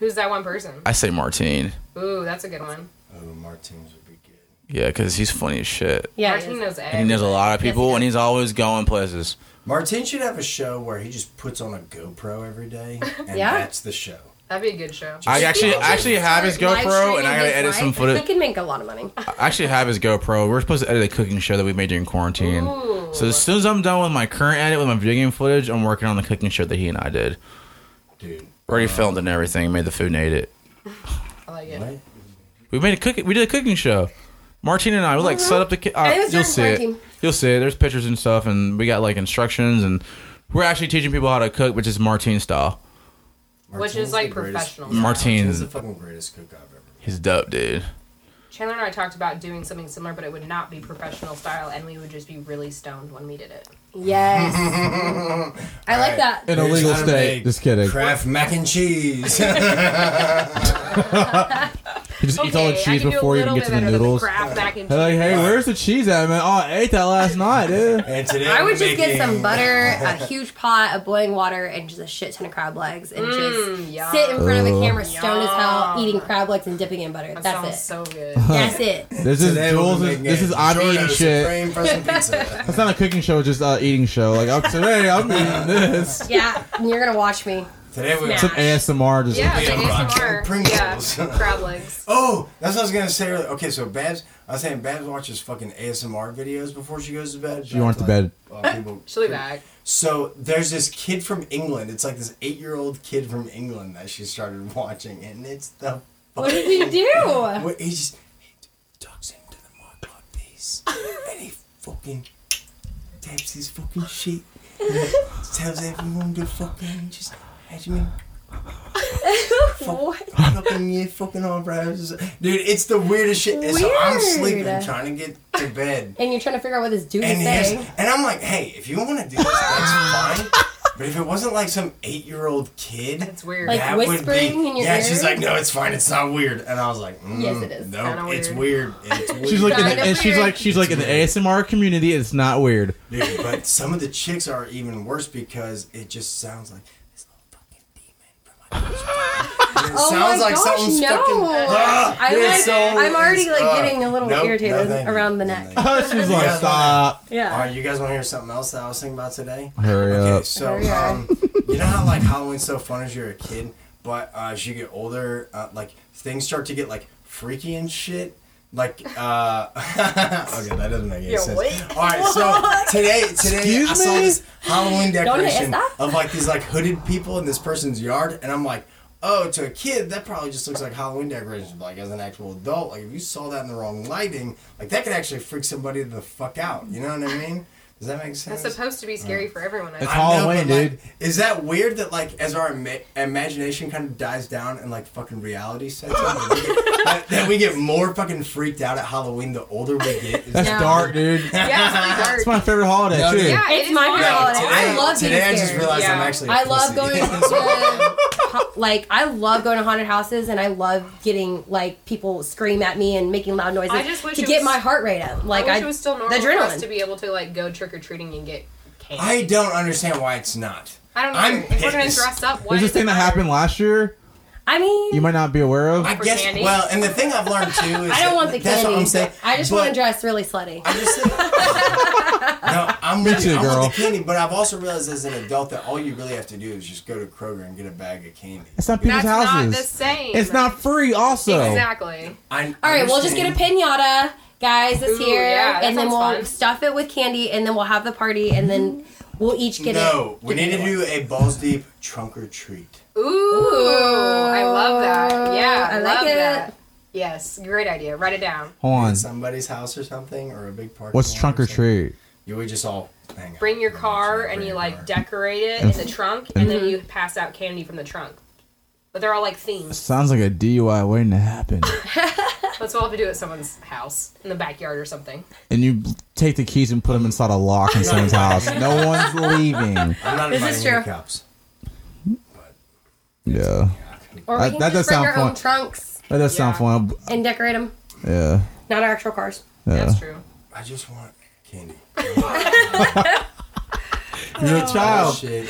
S4: Who's that one person?
S1: I say Martine.
S4: Ooh, that's a good one.
S2: oh, Martins would be good.
S1: Yeah, because he's funny as shit.
S3: Yeah, it
S4: Martin
S3: is.
S4: knows everything.
S1: And he knows a lot of
S3: Yes, he
S1: people,
S3: does.
S1: and he's always going places.
S2: Martin should have a show where he just puts on a GoPro every day, and
S3: Yeah.
S2: that's the show.
S4: That'd be a good show.
S1: I actually, I actually have his
S3: Live
S1: GoPro, and I
S3: streaming
S1: gotta
S3: his
S1: edit some
S3: life,
S1: footage.
S3: He can make a lot of money.
S1: I actually have his GoPro. We We're supposed to edit a cooking show that we made during quarantine.
S4: Ooh.
S1: So as soon as I'm done with my current edit with my video game footage, I'm working on the cooking show that he and I did.
S2: Dude,
S1: Already filmed and everything. Made the food and ate it.
S4: I like it.
S2: what?
S1: We made a cook. We did a cooking show. Martina and I, we like set up the. Ki- uh,
S3: And Uh-huh. it was
S1: you'll
S3: during
S1: see it.
S3: quarantine.
S1: You'll see it. There's pictures and stuff, and we got like instructions, and we're actually teaching people how to cook, which is Martine style.
S4: Which
S2: Martin's
S4: is like
S2: the greatest-
S4: professional.
S2: Martin's
S1: Martine's
S2: the fucking greatest cook I've ever.
S1: he's dope, dude.
S4: Chandler and I talked about doing something similar, but it would not be professional style, and we would just be really stoned when we did it.
S3: Yes. I like that.
S1: In a
S2: Here's
S1: legal
S2: how to
S1: state.
S2: make
S1: Just kidding.
S2: Kraft mac and cheese.
S1: He just eats all the cheese before he even gets to the noodles.
S4: Kraft mac and
S1: They're like,
S4: cheese.
S1: hey, where's the cheese at, man? Oh, I ate that last night, dude.
S2: and today
S3: I
S2: we're
S3: would just get some
S2: making-
S3: butter, a huge pot of boiling water, and just a shit ton of crab legs, and just
S4: yum.
S3: sit in front of a
S1: Ugh.
S3: camera, stoned as hell,
S4: Mm, Yum.
S3: eating crab legs and dipping it in butter.
S4: That sounds
S3: That's it.
S4: so good.
S3: That's it.
S1: This is
S2: Today we're
S1: Jules. Is,
S2: making
S1: this is
S2: a
S1: I'm
S2: Giorno
S1: eating shit.
S2: Supreme frozen pizza.
S1: It's not a cooking show, it's just a eating show. Like, oh, today I'm eating this.
S3: Yeah, and you're gonna watch me.
S2: Today we.
S1: Some
S4: Snack.
S1: ASMR just
S4: Yeah,
S2: We
S4: like
S2: are rocking
S4: ASMR.
S2: Pringles.
S4: Yeah, crab legs.
S2: Oh, that's what I was gonna say. earlier. Okay, so Babs, I was saying Babs watches fucking ASMR videos before she goes to bed.
S1: She went to bed.
S2: Oh, people-
S4: She'll be back.
S2: So there's this kid from England. It's like this eight-year-old kid from England that she started watching, and it's the
S3: What did he do?
S2: what, he just he ducks into the mud like this, and he fucking taps his fucking shit. and he tells everyone to fucking just Benjamin,
S3: what?
S2: fucking your fucking eyebrows, dude. It's the weirdest shit. And so I'm sleeping,
S3: Weird.
S2: trying to get to bed,
S3: And you're trying to figure out what this dude
S2: and
S3: is
S2: here's,
S3: saying.
S2: and I'm like, hey, if you want to do this, that's fine. But if it wasn't like some eight-year-old kid,
S4: It's weird.
S3: Like-
S2: that would
S3: whispering
S2: be,
S3: in your
S2: yeah she's
S3: ear?
S2: like no it's fine it's not weird and i was like mm,
S3: Yes, it is.
S2: no
S4: Kinda
S2: it's weird
S4: weird.
S2: it's weird
S1: She's like, in
S3: Kinda
S1: the, and she's
S3: weird.
S1: like, she's like in the ASMR community. It's not weird.
S2: Dude, but some of the chicks are even worse because it just sounds like this little fucking demon from my It
S3: Oh
S2: sounds
S3: my
S2: like
S3: gosh,
S2: something's
S3: no.
S2: fucking Ah,
S3: I'm
S2: it's
S3: like-
S2: so-
S3: I'm already, like,
S2: ah,
S3: getting a little
S2: nope,
S3: irritated
S2: no, thank you.
S3: around the neck.
S2: No, thank you.
S1: she's
S2: Yeah,
S1: like,
S2: no,
S1: stop.
S2: All
S3: Yeah.
S2: right, you guys want to hear something else that I was thinking about today?
S1: Hurry
S2: Okay,
S1: up.
S2: so
S3: Hurry up.
S2: um, you know how like Halloween's so fun as you're a kid, but uh, as you get older, uh, like things start to get like freaky and shit. Like, uh, okay, that doesn't make any
S4: Yeah,
S2: sense.
S4: what?
S2: All right, so today, today
S1: Excuse
S2: I saw
S1: me?
S2: this Halloween
S3: hit
S2: decoration
S3: that.
S2: of like these like hooded people in this person's yard, and I'm like, oh, to a kid that probably just looks like Halloween decorations. But, Like as an actual adult, like if you saw that in the wrong lighting, like that could actually freak somebody the fuck out. You know what I mean? Does that make sense?
S4: That's supposed to be scary for everyone. I
S1: It's
S4: think.
S2: I know,
S1: Halloween,
S2: but, like,
S1: dude.
S2: Is that weird that like as our ima- imagination kind of dies down and like fucking reality sets in, that we get- that, that we get more fucking freaked out at Halloween the older we get? Is
S1: That's
S2: that-
S1: dark, dude.
S4: yeah, it's really dark.
S1: It's my favorite holiday
S2: No,
S1: too.
S2: dude.
S4: Yeah,
S3: It's
S4: it is
S3: my
S4: fun.
S3: favorite holiday.
S2: today,
S3: Oh, I love
S2: today.
S3: being
S2: I just
S3: scared.
S2: realized I'm
S4: Yeah.
S2: actually. I
S3: I love going to ha- like I love going to haunted houses and I love getting like people scream at me and making loud noises
S4: I just wish
S3: to
S4: it
S3: get
S4: was-
S3: my heart rate up. Like
S4: I
S3: I,
S4: wish it was still normal
S3: the
S4: for us
S3: adrenaline.
S4: to be able to like go trick or treating and get candy.
S2: I don't understand why it's not.
S4: I don't know.
S2: I'm
S4: if we're gonna
S2: pissed.
S4: dress up, why
S1: There's this
S4: does it
S1: thing that
S4: matter?
S1: happened last year.
S3: I mean,
S1: You might not be aware of.
S2: I
S4: For
S2: guess.
S4: candy?
S2: Well, and the thing I've learned too is
S3: I don't
S2: that-
S3: want the
S2: that's
S3: candy.
S2: What I'm saying.
S3: I just want to
S2: But-
S3: dress really slutty.
S2: I just think. no, I'm with
S1: too,
S2: you. I'm
S1: girl.
S2: with the candy, but I've also realized as an adult that all you really have to do is just go to Kroger and get a bag of candy.
S1: It's not people's
S4: That's not
S1: houses.
S4: the same.
S1: it's not free. Also,
S4: exactly.
S2: I
S3: All right, we'll just get a pinata, guys. It's
S4: Ooh,
S3: here,
S4: yeah, that
S3: and then
S4: sounds
S3: we'll
S4: fun.
S3: stuff it with candy, and then we'll have the party, and then we'll each get
S2: No,
S3: it.
S2: we need to do a balls deep trunk or treat.
S4: Ooh, I love that. Yeah,
S3: I
S4: I
S3: like
S4: love
S3: it.
S4: that. Yes, great idea. Write it down.
S1: hold on.
S2: At somebody's house or something, or a big party.
S1: What's trunk or treat?
S2: You would just all hang out.
S4: Bring your car and
S2: Bring
S4: you
S2: your
S4: like
S2: car.
S4: decorate it in the trunk, and
S3: Mm-hmm.
S4: then you pass out candy from the trunk. But they're all like themes.
S1: Sounds like a DUI waiting to happen.
S4: That's what we'll have to do at someone's house in the backyard or something.
S1: and you take the keys and put them inside a lock in someone's house. No one's leaving.
S2: I'm not
S3: This is
S2: inviting any
S3: true.
S2: cops.
S1: Yeah,
S3: Or
S1: That-
S3: we
S1: that does
S3: can just bring
S1: sound
S3: our
S1: fun.
S3: own trunks
S1: that does sound fun.
S3: and decorate them,
S1: Yeah,
S3: not our actual cars.
S4: That's true.
S2: I just want candy.
S1: you're a
S2: Oh.
S1: child.
S2: Shit.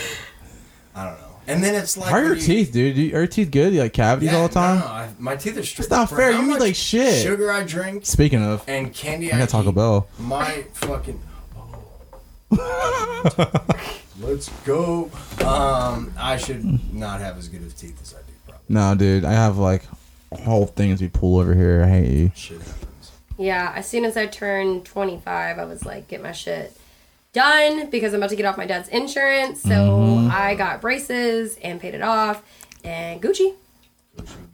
S2: I don't know. And then it's like.
S1: How are your
S2: you-
S1: teeth, dude? You- Are your teeth good? You like cavities
S2: Yeah,
S1: all the time?
S2: No, I, my teeth are straight.
S1: not
S2: For
S1: fair.
S2: how
S1: You eat
S2: much
S1: like shit.
S2: Sugar I drink
S1: Speaking of,
S2: and candy
S1: I
S2: I,
S1: got Taco
S2: eat.
S1: Bell.
S2: My fucking. Let's go. Um, I should not have as good of teeth as I do. Probably
S1: No, dude, I have like whole things we pull over here. I hate you.
S2: shit happens.
S3: Yeah, as soon as I turned 25, I was like, get my shit done because I'm about to get off my dad's insurance. So
S1: Mm-hmm.
S3: I got braces and paid it off, and Gucci.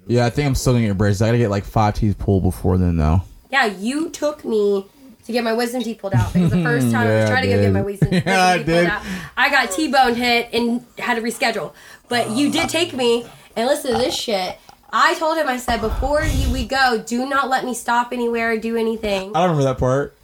S1: Yeah, I think I'm still gonna get braces. I gotta get like five teeth pulled before then, though.
S3: Yeah, you took me to get my wisdom teeth pulled out because the first time I
S1: Yeah, I
S3: was trying to go
S1: did.
S3: get my wisdom, wisdom
S1: Yeah, I
S3: teeth
S1: did.
S3: pulled out, I got T-bone hit and had to reschedule. But you did take me, and listen to this shit. I told him, I said, before you, we go, do not let me stop anywhere or do anything.
S1: I don't remember that part.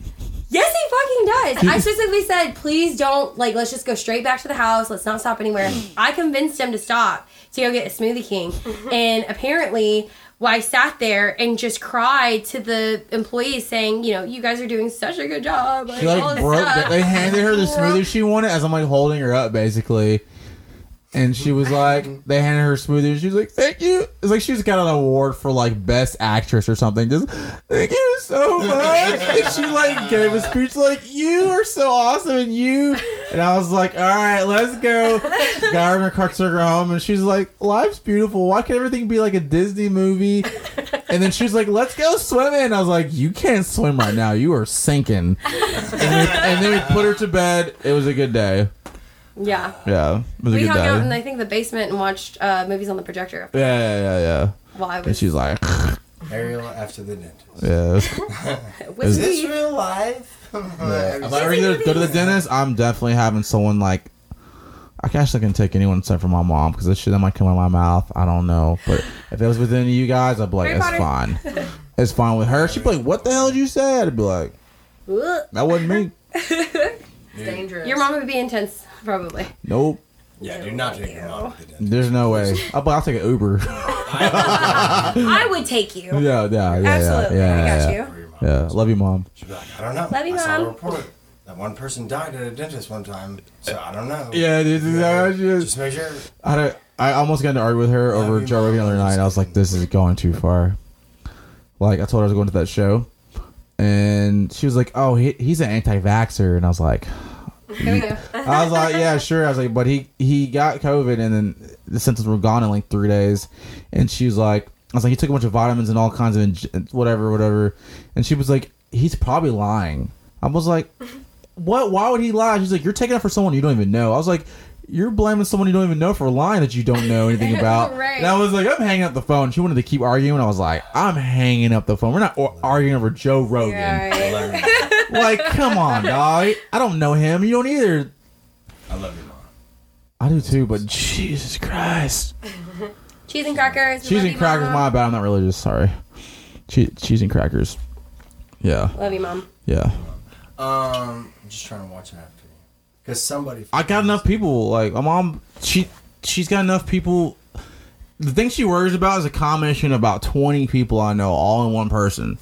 S3: Yes, he fucking does. I specifically said, please don't, like, let's just go straight back to the house. Let's not stop anywhere.
S1: Mm.
S3: I convinced him to stop to go get a Smoothie King.
S1: Mm-hmm.
S3: And apparently, well, I sat there and just cried to the employees saying, you know, you guys are doing such a good job.
S1: She like
S3: all this
S1: broke.
S3: stuff."
S1: They handed her the smoothie she wanted as I'm like holding her up, basically. And she was like, they handed her smoothie. And she was like, "Thank you." It's like she just got an award for like best actress or something. Just thank you so much. and she like gave a speech like, "You are so awesome," and you. And I was like, "All right, let's go." got her in her car, took her home, and she's like, "Life's beautiful. Why can't everything be like a Disney movie?" And then she was like, "Let's go swimming." And I was like, "You can't swim right now. You are sinking." and then we put her to bed. It was a good day.
S3: Yeah.
S1: Yeah, it was a
S3: We
S1: good
S3: hung
S1: day.
S3: out in, I think, the basement and watched uh, movies on the projector
S1: yeah, yeah, yeah, yeah.
S3: while I
S1: And
S3: was
S1: she's like,
S2: Ariel after the dentist.
S1: yeah. it was-
S3: with
S2: Is this
S3: me.
S2: real life?
S1: If I ever either go to the dentist, I'm definitely having someone like. I can actually can take anyone except for my mom because this shit that might come out of my mouth. I don't know, but if it was with any of you guys, I'd be like,
S3: Harry
S1: it's
S3: Potter.
S1: fine. It's fine with her. She'd be like, what the hell did you say? I'd be like,
S3: Ugh.
S1: that wasn't me.
S4: It's dangerous.
S3: Your mom would be intense, probably.
S1: Nope.
S2: Yeah, do not take your mom to the dentist.
S1: There's no way. I'll, I'll take an Uber. yeah,
S3: I would take you.
S1: yeah, yeah, yeah.
S3: Absolutely.
S1: Yeah,
S3: I
S1: yeah, yeah.
S3: got you.
S2: Or your mom.
S1: Yeah, love you, mom.
S2: She'd be like, I don't know.
S3: Love you,
S2: I saw
S3: Mom.
S2: a report that one person died at a dentist one time, so I don't know.
S1: Yeah, this is how I just.
S2: Just make sure.
S1: I, had a- I almost got into argue with her over
S2: you,
S1: Joe Rogan the other night. I was like, this is going too far. Like, I told her I was going to that show. And she was like, oh, he, he's an anti vaxxer. And I was like,
S3: Here we go.
S1: I was like, yeah, sure. I was like, but he he got COVID and then the symptoms were gone in like three days. And she was like, I was like, he took a bunch of vitamins and all kinds of inj- whatever, whatever. And she was like, he's probably lying. I was like, what? Why would he lie? She's like, you're taking it for someone you don't even know. I was like. You're blaming someone you don't even know for lying that you don't know anything about.
S3: Right.
S1: And I was like, I'm hanging up the phone. She wanted to keep arguing. I was like, I'm hanging up the phone. We're not ar- arguing over Joe Rogan.
S3: Yeah, right.
S2: Learn.
S1: like, come on, dog. I don't know him. You don't either.
S2: I love your mom.
S1: I do too, but Jesus Christ.
S3: Cheese and crackers. we
S1: Cheese
S3: love
S1: and
S3: you,
S1: crackers,
S3: Mom.
S1: my bad. I'm not religious. Sorry. Che- cheese and crackers. Yeah,
S3: Love you, mom.
S1: yeah.
S2: Um, I'm just trying to watch it after you because somebody.
S1: I got enough people. Like my mom, she she's got enough people. The thing she worries about is a combination of about twenty people I know, all in one person.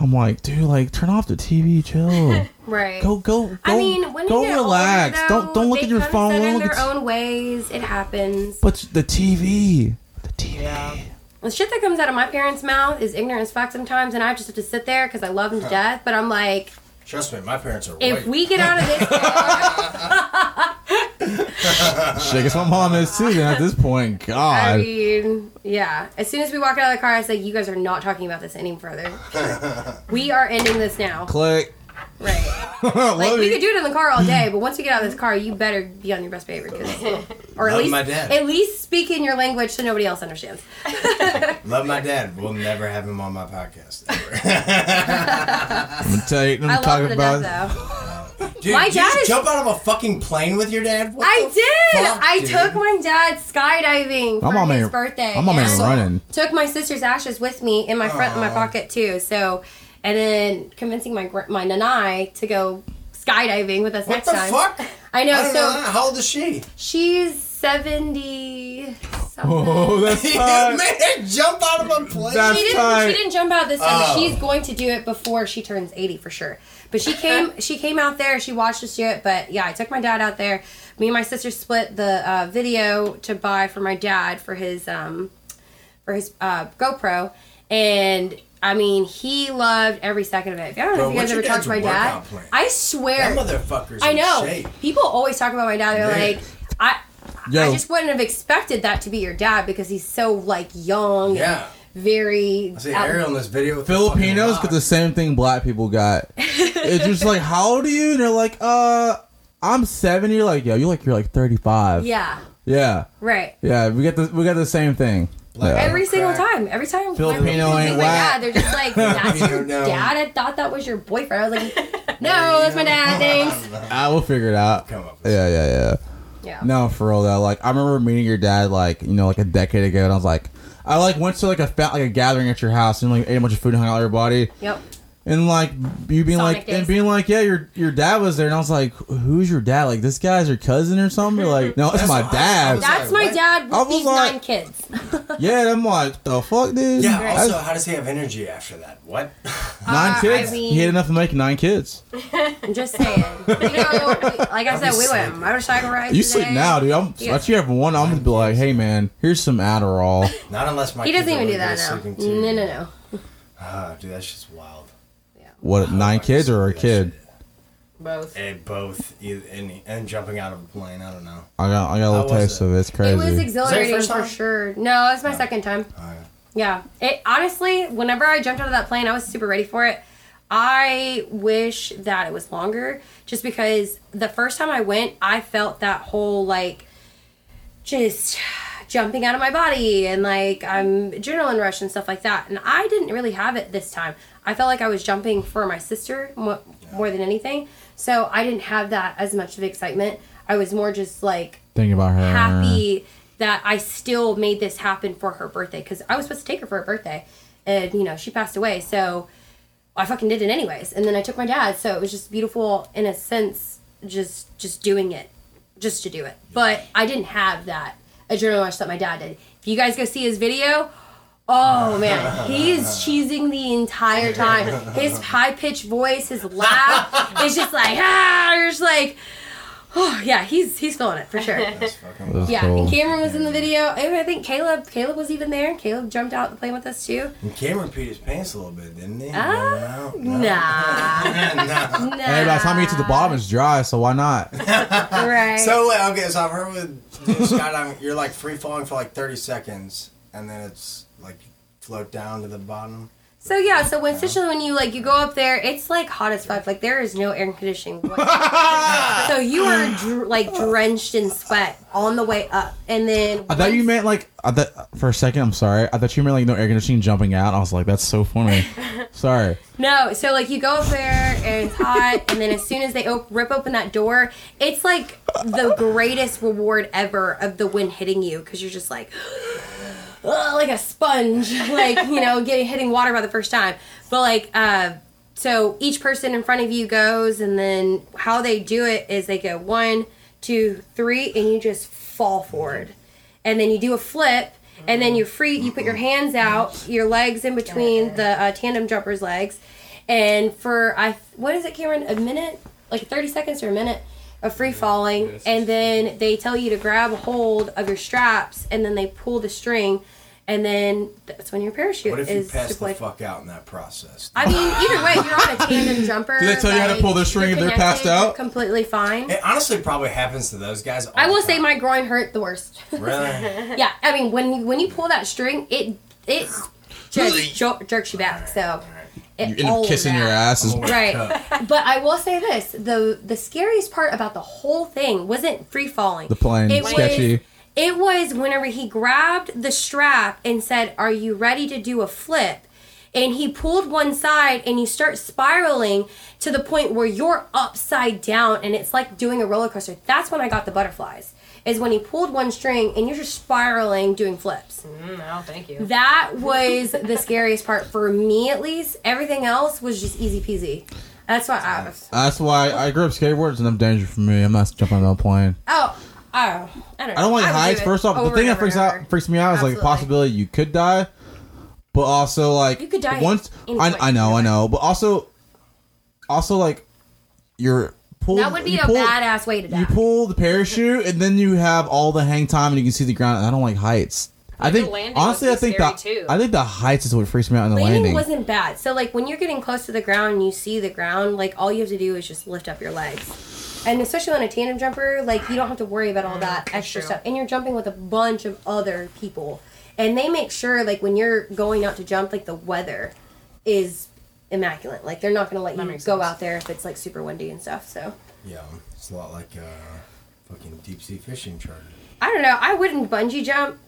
S1: I'm like, dude, like turn off the TV, chill.
S3: Right.
S1: go, go, go.
S3: I mean, when
S1: go
S3: you get
S1: relax.
S3: Older, though,
S1: don't don't look
S3: they
S1: at your
S3: kinda
S1: phone.
S3: Set
S1: Don't
S3: in
S1: look
S3: their
S1: at
S3: own ways. It happens.
S1: but the TV, the TV.
S3: The shit that comes out of my parents' mouth is ignorant as fuck sometimes, and I just have to sit there because I love them to death. But I'm like,
S2: Trust me, my parents are.
S3: if we get out of this,
S1: Shit, guess my mom is too. Then at this point,
S3: I
S1: God.
S3: mean, yeah. As soon as we walk out of the car, I say, "You guys are not talking about this any further. we are ending this now."
S1: Click.
S3: Right. Like
S1: Love
S3: we
S1: you.
S3: could do it in the car all day, but once we get out of this car, you better be on your best behavior, 'cause- or at
S2: Not
S3: least
S2: my dad.
S3: at least speak in your language so nobody else understands.
S2: love my dad. We'll never have him on my podcast. ever.
S1: I'm gonna tell you. I'm
S3: I
S1: gonna
S3: love
S1: talk
S3: them to
S1: about.
S3: death, though.
S2: Dude,
S3: My
S2: did you
S3: dad is-
S2: jump out of a fucking plane with your dad. What
S3: I
S2: the
S3: did.
S2: fuck,
S3: I
S2: dude?
S3: took my dad skydiving for
S1: I'm on
S3: his
S1: my
S3: birthday.
S1: I'm on my
S3: and
S1: running.
S3: Took my sister's ashes with me in my front in my pocket too. So, and then convincing my gr- my nanai to go skydiving with us
S2: What
S3: next
S2: the
S3: time.
S2: fuck?
S3: I know.
S2: I don't
S3: so
S2: know that. How old is she?
S3: she's seventy.
S1: Oh,
S3: Something.
S1: that's
S2: You
S1: fine.
S2: made her jump out of a plane.
S1: That's-
S3: She didn't,
S1: tight.
S3: she didn't jump out this time. but
S2: Oh.
S3: She's going to do it before she turns eighty for sure. But she came she came out there. She watched us do it. But yeah, I took my dad out there. Me and my sister split the uh, video to buy for my dad for his um for his uh, GoPro, and I mean he loved every second of it. I don't
S2: Bro,
S3: know if you guys
S2: what's your
S3: ever talked
S2: dad's
S3: to my dad.
S2: workout plan?
S3: I
S2: that
S3: swear,
S2: motherfucker's
S3: I know.
S2: in shape.
S3: People always talk about my dad. They're
S2: Man.
S3: like, I. I
S1: Yo.
S3: just wouldn't have expected that to be your dad because he's so like young
S2: Yeah.
S3: and very
S2: I see
S3: out-
S2: Ariel in this video. With the
S1: Filipinos
S2: fucking
S1: get the
S2: rock.
S1: same thing black people got. it's just like, how old are you? And they're like, uh, I'm seven. You're like, yo, you like you're like 35.
S3: Yeah,
S1: yeah,
S3: right.
S1: yeah. We got the we got the same thing.
S2: Black
S1: Yeah.
S3: Every single
S2: Crack.
S3: time, every time
S1: Filipino
S3: my,
S1: ain't
S3: my
S1: whack.
S3: dad, they're just like, "That's your
S2: Filipino, no.
S3: dad." I thought that was your boyfriend. I was like, "No, that's my dad." Thanks.
S1: I will figure it out.
S2: Come up with
S1: Yeah, yeah, yeah.
S3: Yeah.
S1: No, for real though. Like I remember meeting your dad like you know like a decade ago, and I was like, I like went to like a fa- like a gathering at your house and like ate a bunch of food and hung out with everybody.
S3: Yep.
S1: and like you being
S3: Sonic
S1: like
S3: days.
S1: and being like yeah your your dad was there and i was like who's your dad like this guy's your cousin or something You're like no it's
S2: That's
S1: my
S2: what I- I
S1: dad
S2: was
S3: That's
S2: like,
S3: my
S2: what?
S3: dad
S1: I
S3: with
S1: was
S3: these
S1: like-
S3: nine kids.
S1: yeah and i'm like the fuck dude
S2: Yeah.
S1: That's
S2: Also, how does he have energy after that? What?
S1: nine
S3: Uh,
S1: kids
S3: I mean-
S1: he had enough to make nine kids
S3: I'm just saying. You know, like I said, we went motorcycle rides.
S1: you sleep
S3: today.
S1: now dude i'm
S3: Yeah.
S1: if you have one i'm gonna be like hey man here's some adderall
S2: Not unless my.
S3: He doesn't
S2: kids are
S3: even
S2: really
S3: do that
S2: good at
S3: now.
S2: sleeping, too.
S3: No, no, no.
S2: Ah, dude, that's just wild.
S1: what nine kids or a kid
S4: Both. Mm,
S2: Eh, both, either, any, and jumping out of a plane. I don't know.
S1: i got i got a little
S2: How was
S1: taste
S2: it?
S1: of it it's
S3: It was
S1: crazy
S3: exhilarating
S2: first
S3: for
S2: time? Oh.
S3: sure. No, it's my second time. Yeah. It honestly, whenever I jumped out of that plane, I was super ready for it. I wish that it was longer just because the first time I went, I felt that whole like just jumping out of my body and like I'm adrenaline rush and stuff like that. And I didn't really have it this time. I felt like I was jumping for my sister more, more than anything. So I didn't have that as much of excitement. I was more just like
S1: thinking about her
S3: happy that I still made this happen for her birthday because I was supposed to take her for her birthday, and you know she passed away, so I fucking did it anyways. And then I took my dad, so it was just beautiful in a sense, just just doing it, just to do it. But I didn't have that adrenaline rush that my dad did. If you guys go see his video. Oh man, he is cheesing the entire time. His high pitched voice, his laugh, it's just like ah, you're just like, oh yeah, he's he's feeling it for sure.
S2: That's fucking.
S1: It was
S3: Yeah,
S1: cool.
S3: and Cameron was in the video. And I think Caleb, Caleb was even there. Caleb jumped out the plane with us too.
S2: And Cameron peed his pants a little bit, didn't he?
S3: Ah,
S2: no, no,
S3: Nah,
S2: no.
S3: nah.
S1: Hey, by the time you get to the bottom, it's dry, so why not?
S3: right?
S2: So wait, okay, so I've heard with doing skydiving, you're like free falling for like 30 seconds, and then it's like float down to the bottom.
S3: So yeah, so when especially when you like you go up there, it's like hot as fuck. Like there is no air conditioning. whatsoever. so you are dr- like drenched in sweat on the way up, and then
S1: I thought you
S3: once-
S1: meant like I thought, for a second. I'm sorry. I thought you meant like no air conditioning jumping out. I was like, that's so funny. sorry.
S3: No, so like you go up there and it's hot, and then as soon as they op- rip open that door, it's like the greatest reward ever of the wind hitting you because you're just like, ugh, like a sponge, like you know, getting hitting water by the first time. But like, uh, so each person in front of you goes, and then how they do it is they go one, two, three, and you just fall forward, and then you do a flip, and then you free. You put your hands out, your legs in between the uh, tandem jumper's legs, and for I what is it, Cameron? A minute, like thirty seconds or a minute of free falling, and then they tell you to grab a hold of your straps, and then they pull the string, and then that's when your parachute
S2: What if you
S3: is
S2: pass the
S3: deployed.
S2: fuck out in that process?
S3: I mean, either way, you're on a tandem jumper.
S1: Do they tell you how to pull the
S3: the
S1: string if they're passed out? Eh.
S3: Completely fine.
S2: It honestly probably happens to those guys. all
S3: I will
S2: the
S3: say
S2: time.
S3: my groin hurt the worst.
S2: Really?
S3: yeah, I mean when you, when you pull that string, it it just jo- jerks you back. So
S1: You
S3: it
S1: end
S3: all
S1: up kissing your
S3: that.
S1: ass. Is,
S3: Right.
S2: Cup.
S3: But I will say this: the the scariest part about the whole thing wasn't free falling.
S1: The plane, sketchy.
S3: Was, it was whenever he grabbed the strap and said, "Are you ready to do a flip?" And he pulled one side, and you start spiraling to the point where you're upside down, and it's like doing a roller coaster. That's when I got the butterflies. Is when he pulled one string, and you're just spiraling, doing flips.
S4: Mm, no, thank you.
S3: That was the scariest part for me, at least. Everything else was just easy peasy. That's why I was.
S1: That's why I grew up skateboards and them danger for me. I'm not jumping on a plane.
S3: Oh, oh, I don't. Know.
S1: I don't like
S3: would do
S1: heights.
S3: it
S1: First off, the
S3: over
S1: thing that
S3: and over and
S1: freaks out
S3: over.
S1: freaks me out is like the
S3: Absolutely.
S1: possibility you could die, but also like
S3: You could die
S1: once.
S3: any
S1: I,
S3: point
S1: I
S3: in
S1: know,
S3: your
S1: I
S3: life.
S1: know, but also, also like you're pulled.
S3: That would be
S1: you
S3: a
S1: pull-
S3: badass way to die.
S1: You pull the parachute and then you have all the hang time and you can see the ground. And I don't like heights. I
S4: Like, the
S1: think
S4: landing
S1: honestly, I
S4: must be
S1: think
S4: scary,
S1: that
S4: too.
S1: I think the heights is what freaks me out in the landing.
S3: landing, wasn't bad. So like when you're getting close to the ground and you see the ground, like all you have to do is just lift up your legs. And especially on a tandem jumper, like you don't have to worry about all that extra
S4: true.
S3: stuff. And you're jumping with a bunch of other people. And they make sure like when you're going out to jump, like the weather is immaculate. Like they're not gonna let you go
S4: makes sense.
S3: out there if it's like super windy and stuff. So
S2: Yeah, it's a lot like uh, fucking deep sea fishing charter.
S3: I don't know. I wouldn't bungee jump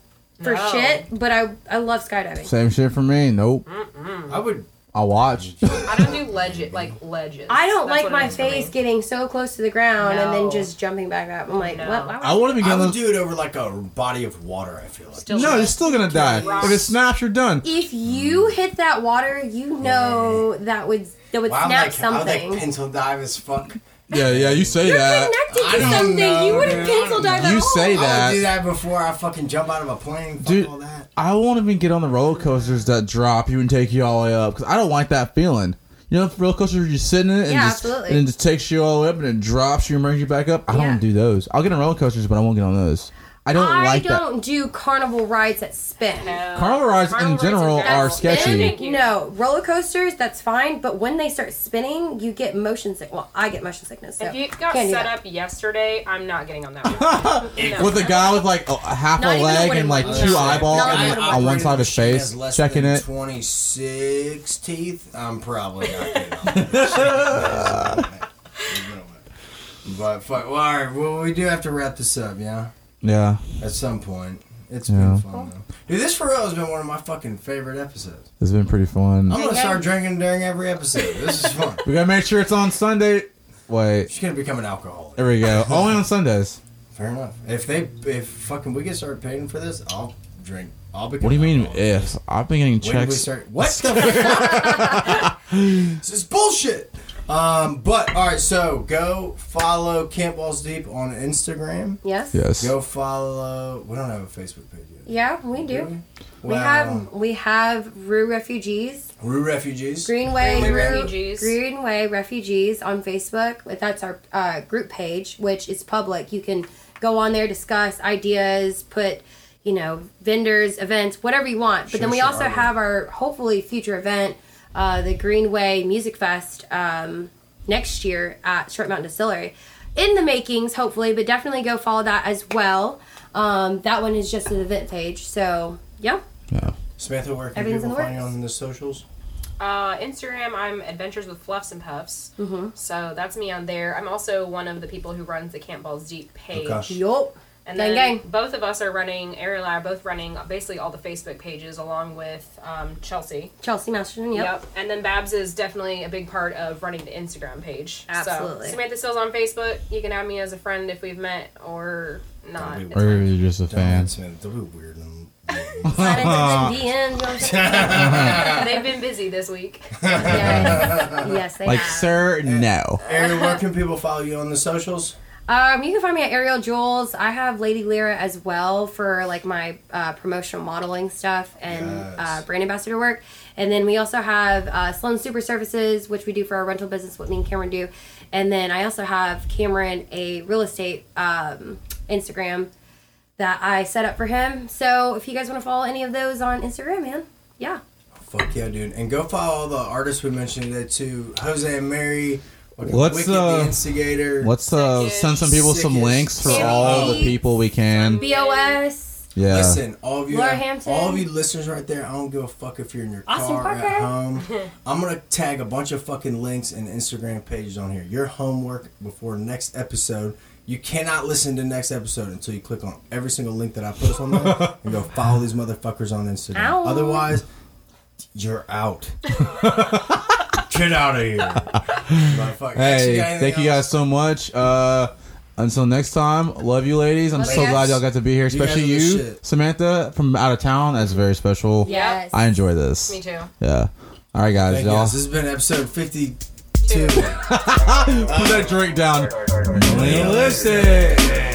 S3: for
S4: No.
S3: shit, but I I love skydiving.
S1: Same shit for me. Nope.
S3: Hmm.
S2: I would.
S1: I'll watch.
S4: I don't do legend like legends.
S3: I don't like
S4: That's what it
S3: my
S4: is for me.
S3: face getting so close to the ground and then
S4: No.
S3: just jumping back up. I'm like,
S4: No.
S3: what? Why would
S1: I want to be
S2: I
S1: getting
S2: would
S1: those-
S2: do it over like a body of water. I feel like.
S4: Still
S1: No, you're still gonna die. If it snaps, you're done.
S3: if you hit that water, you know that would that would
S2: Wow, I'm
S3: snap
S2: like,
S3: something.
S2: I'm like pencil dive as fuck.
S1: Yeah, yeah, you say
S3: You're
S1: that.
S2: I
S3: connected to
S2: don't
S3: something.
S2: know,
S3: you would
S2: dude.
S3: have pencil dived that
S1: You
S3: hole.
S1: say that.
S2: I would do that before I fucking jump out of a plane. Fuck
S1: Dude.
S2: all that.
S1: I won't even get on the roller coasters that drop you and take you all the way up because I don't like that feeling. You know, the roller coaster you're sitting in it and,
S3: Yeah,
S1: just,
S3: absolutely.
S1: and it just takes you all the way up and it drops you and brings you back up. I
S3: Yeah.
S1: don't do those. I'll get on roller coasters, but I won't get on those. I don't
S3: I
S1: like that.
S3: don't do carnival rides that spin.
S4: No.
S1: Carnival rides in
S4: Carnival rides
S1: general are
S4: general.
S1: sketchy.
S3: Spin?
S4: Thank you.
S3: No, roller coasters, that's fine, but when they start spinning, you get motion sick. Well, I get motion sickness. So
S4: If you got
S3: can't do
S4: set
S3: that.
S4: up yesterday, I'm not getting on that one. No.
S1: With a guy with like a, a half a
S3: Not even
S1: leg
S3: what it
S1: and like
S3: was.
S1: two
S3: No,
S1: eyeballs
S3: not
S1: and
S3: even what it
S1: on one
S2: operated
S1: side of his
S2: machine has
S1: face,
S2: less
S1: checking
S2: than
S1: it.
S2: 26 teeth. I'm probably not getting on that shit. But fuck. Well, all right. Well, we do have to wrap this up, yeah?
S1: yeah,
S2: At some point. It's
S1: Yeah.
S2: been fun, though. Dude, this for real has been one of my fucking favorite episodes.
S1: it's been pretty fun.
S2: I'm going to start drinking during every episode. This is fun.
S1: we gotta make sure it's on Sunday. Wait,
S2: She's going to become an alcoholic.
S1: there we go. Only on Sundays.
S2: Fair enough. If they, if fucking we get started paying for this, I'll drink. I'll become
S1: What do you
S2: an
S1: mean
S2: alcoholic.
S1: if? I've been getting
S2: When did we
S1: checks.
S2: start? What the fuck? this is bullshit. Um, but all right, so go follow Camp Walls Deep on Instagram.
S3: Yes?
S1: Yes.
S2: Go follow. We don't have a Facebook page yet.
S3: Yeah, we do.
S2: we?
S3: We
S2: Well,
S3: have we have Rue refugees.
S2: Rue refugees.
S3: Greenway,
S4: Greenway
S3: Ru-
S4: Refugees.
S3: Greenway Refugees on Facebook. That's our uh, group page, which is public. You can go on there, discuss ideas, put you know vendors, events, whatever you want. But
S2: Sure,
S3: then we
S2: sure,
S3: also
S2: I will.
S3: have our hopefully future event, uh, the Greenway Music Fest um, next year at Short Mountain Distillery. In the makings, hopefully, but definitely go follow that as well. Um, that one is just an event page, so yeah.
S1: Yeah.
S2: Samantha, where can
S3: Everything's
S2: people
S3: in the
S2: find you
S3: works.
S2: on the socials?
S4: Uh, Instagram, I'm Adventures with Fluffs and Puffs. Mm-hmm. So that's me on there. I'm also one of the people who runs the Camp Balls Deep page.
S2: Okay.
S3: Yup.
S4: And
S3: Gang,
S4: then
S3: gang.
S4: both of us are running, Ariel and I are both running basically all the Facebook pages along with um, Chelsea.
S3: Chelsea Masterson.
S4: Yep.
S3: Yep.
S4: And then Babs is definitely a big part of running the Instagram page.
S3: Absolutely.
S4: So, Samantha Sills on Facebook. You can add me as a friend if we've met or not.
S2: That'd be
S1: Or
S4: It's fine.
S1: you're just a fan.
S2: They're weird. And,
S3: Sign into the DM, you know what I'm saying?
S4: They've been busy this week.
S3: yes. yes, they
S1: Like,
S3: have.
S1: sir, no.
S2: Aaron, where can people follow you on the socials?
S3: Um, you can find me at Ariel Jules. I have Lady Lyra as well for like my uh, promotional modeling stuff and
S2: Yes.
S3: uh, brand ambassador work. And then we also have uh, Sloan Super Services, which we do for our rental business, what me and Cameron do. And then I also have Cameron a real estate um, Instagram that I set up for him. So if you guys want to follow any of those on Instagram, man, yeah.
S2: Fuck yeah, dude. And go follow all the artists we mentioned today, too. Jose and Mary. fucking
S1: Let's,
S2: Wicked,
S1: uh,
S2: the instigator.
S1: Let's uh,
S4: Sickest-
S1: send some people some
S2: sickest
S1: links for
S3: sickest
S1: all the
S3: sickest
S1: people we can.
S3: BOS.
S1: Yeah.
S2: Listen, all of you,
S3: Laura Hampton.
S2: all of you listeners right there. I don't give a fuck if you're in your
S3: Austin
S2: car
S3: Parker.
S2: at home. I'm gonna tag a bunch of fucking links and Instagram pages on here. Your homework before next episode. You cannot listen to next episode until you click on every single link that I post on there and go follow these motherfuckers on Instagram.
S3: Ow.
S2: Otherwise, you're out. Get out of here. Motherfucker.
S1: Hey,
S2: got anything
S1: thank you
S2: else?
S1: guys so much. Uh, until next time, love you, ladies. I'm
S3: Love
S1: so
S3: you
S1: glad
S3: guys.
S1: y'all got to be here,
S2: You guys
S1: especially
S2: are the
S1: you,
S2: shit.
S1: Samantha from out of town. That's very special.
S4: Yeah.
S3: Yes.
S1: I enjoy this.
S4: Me too.
S1: Yeah. All right, guys,
S2: Thank you
S1: y'all.
S2: guys. This has been episode 52.
S1: Put that drink down.
S2: Listen.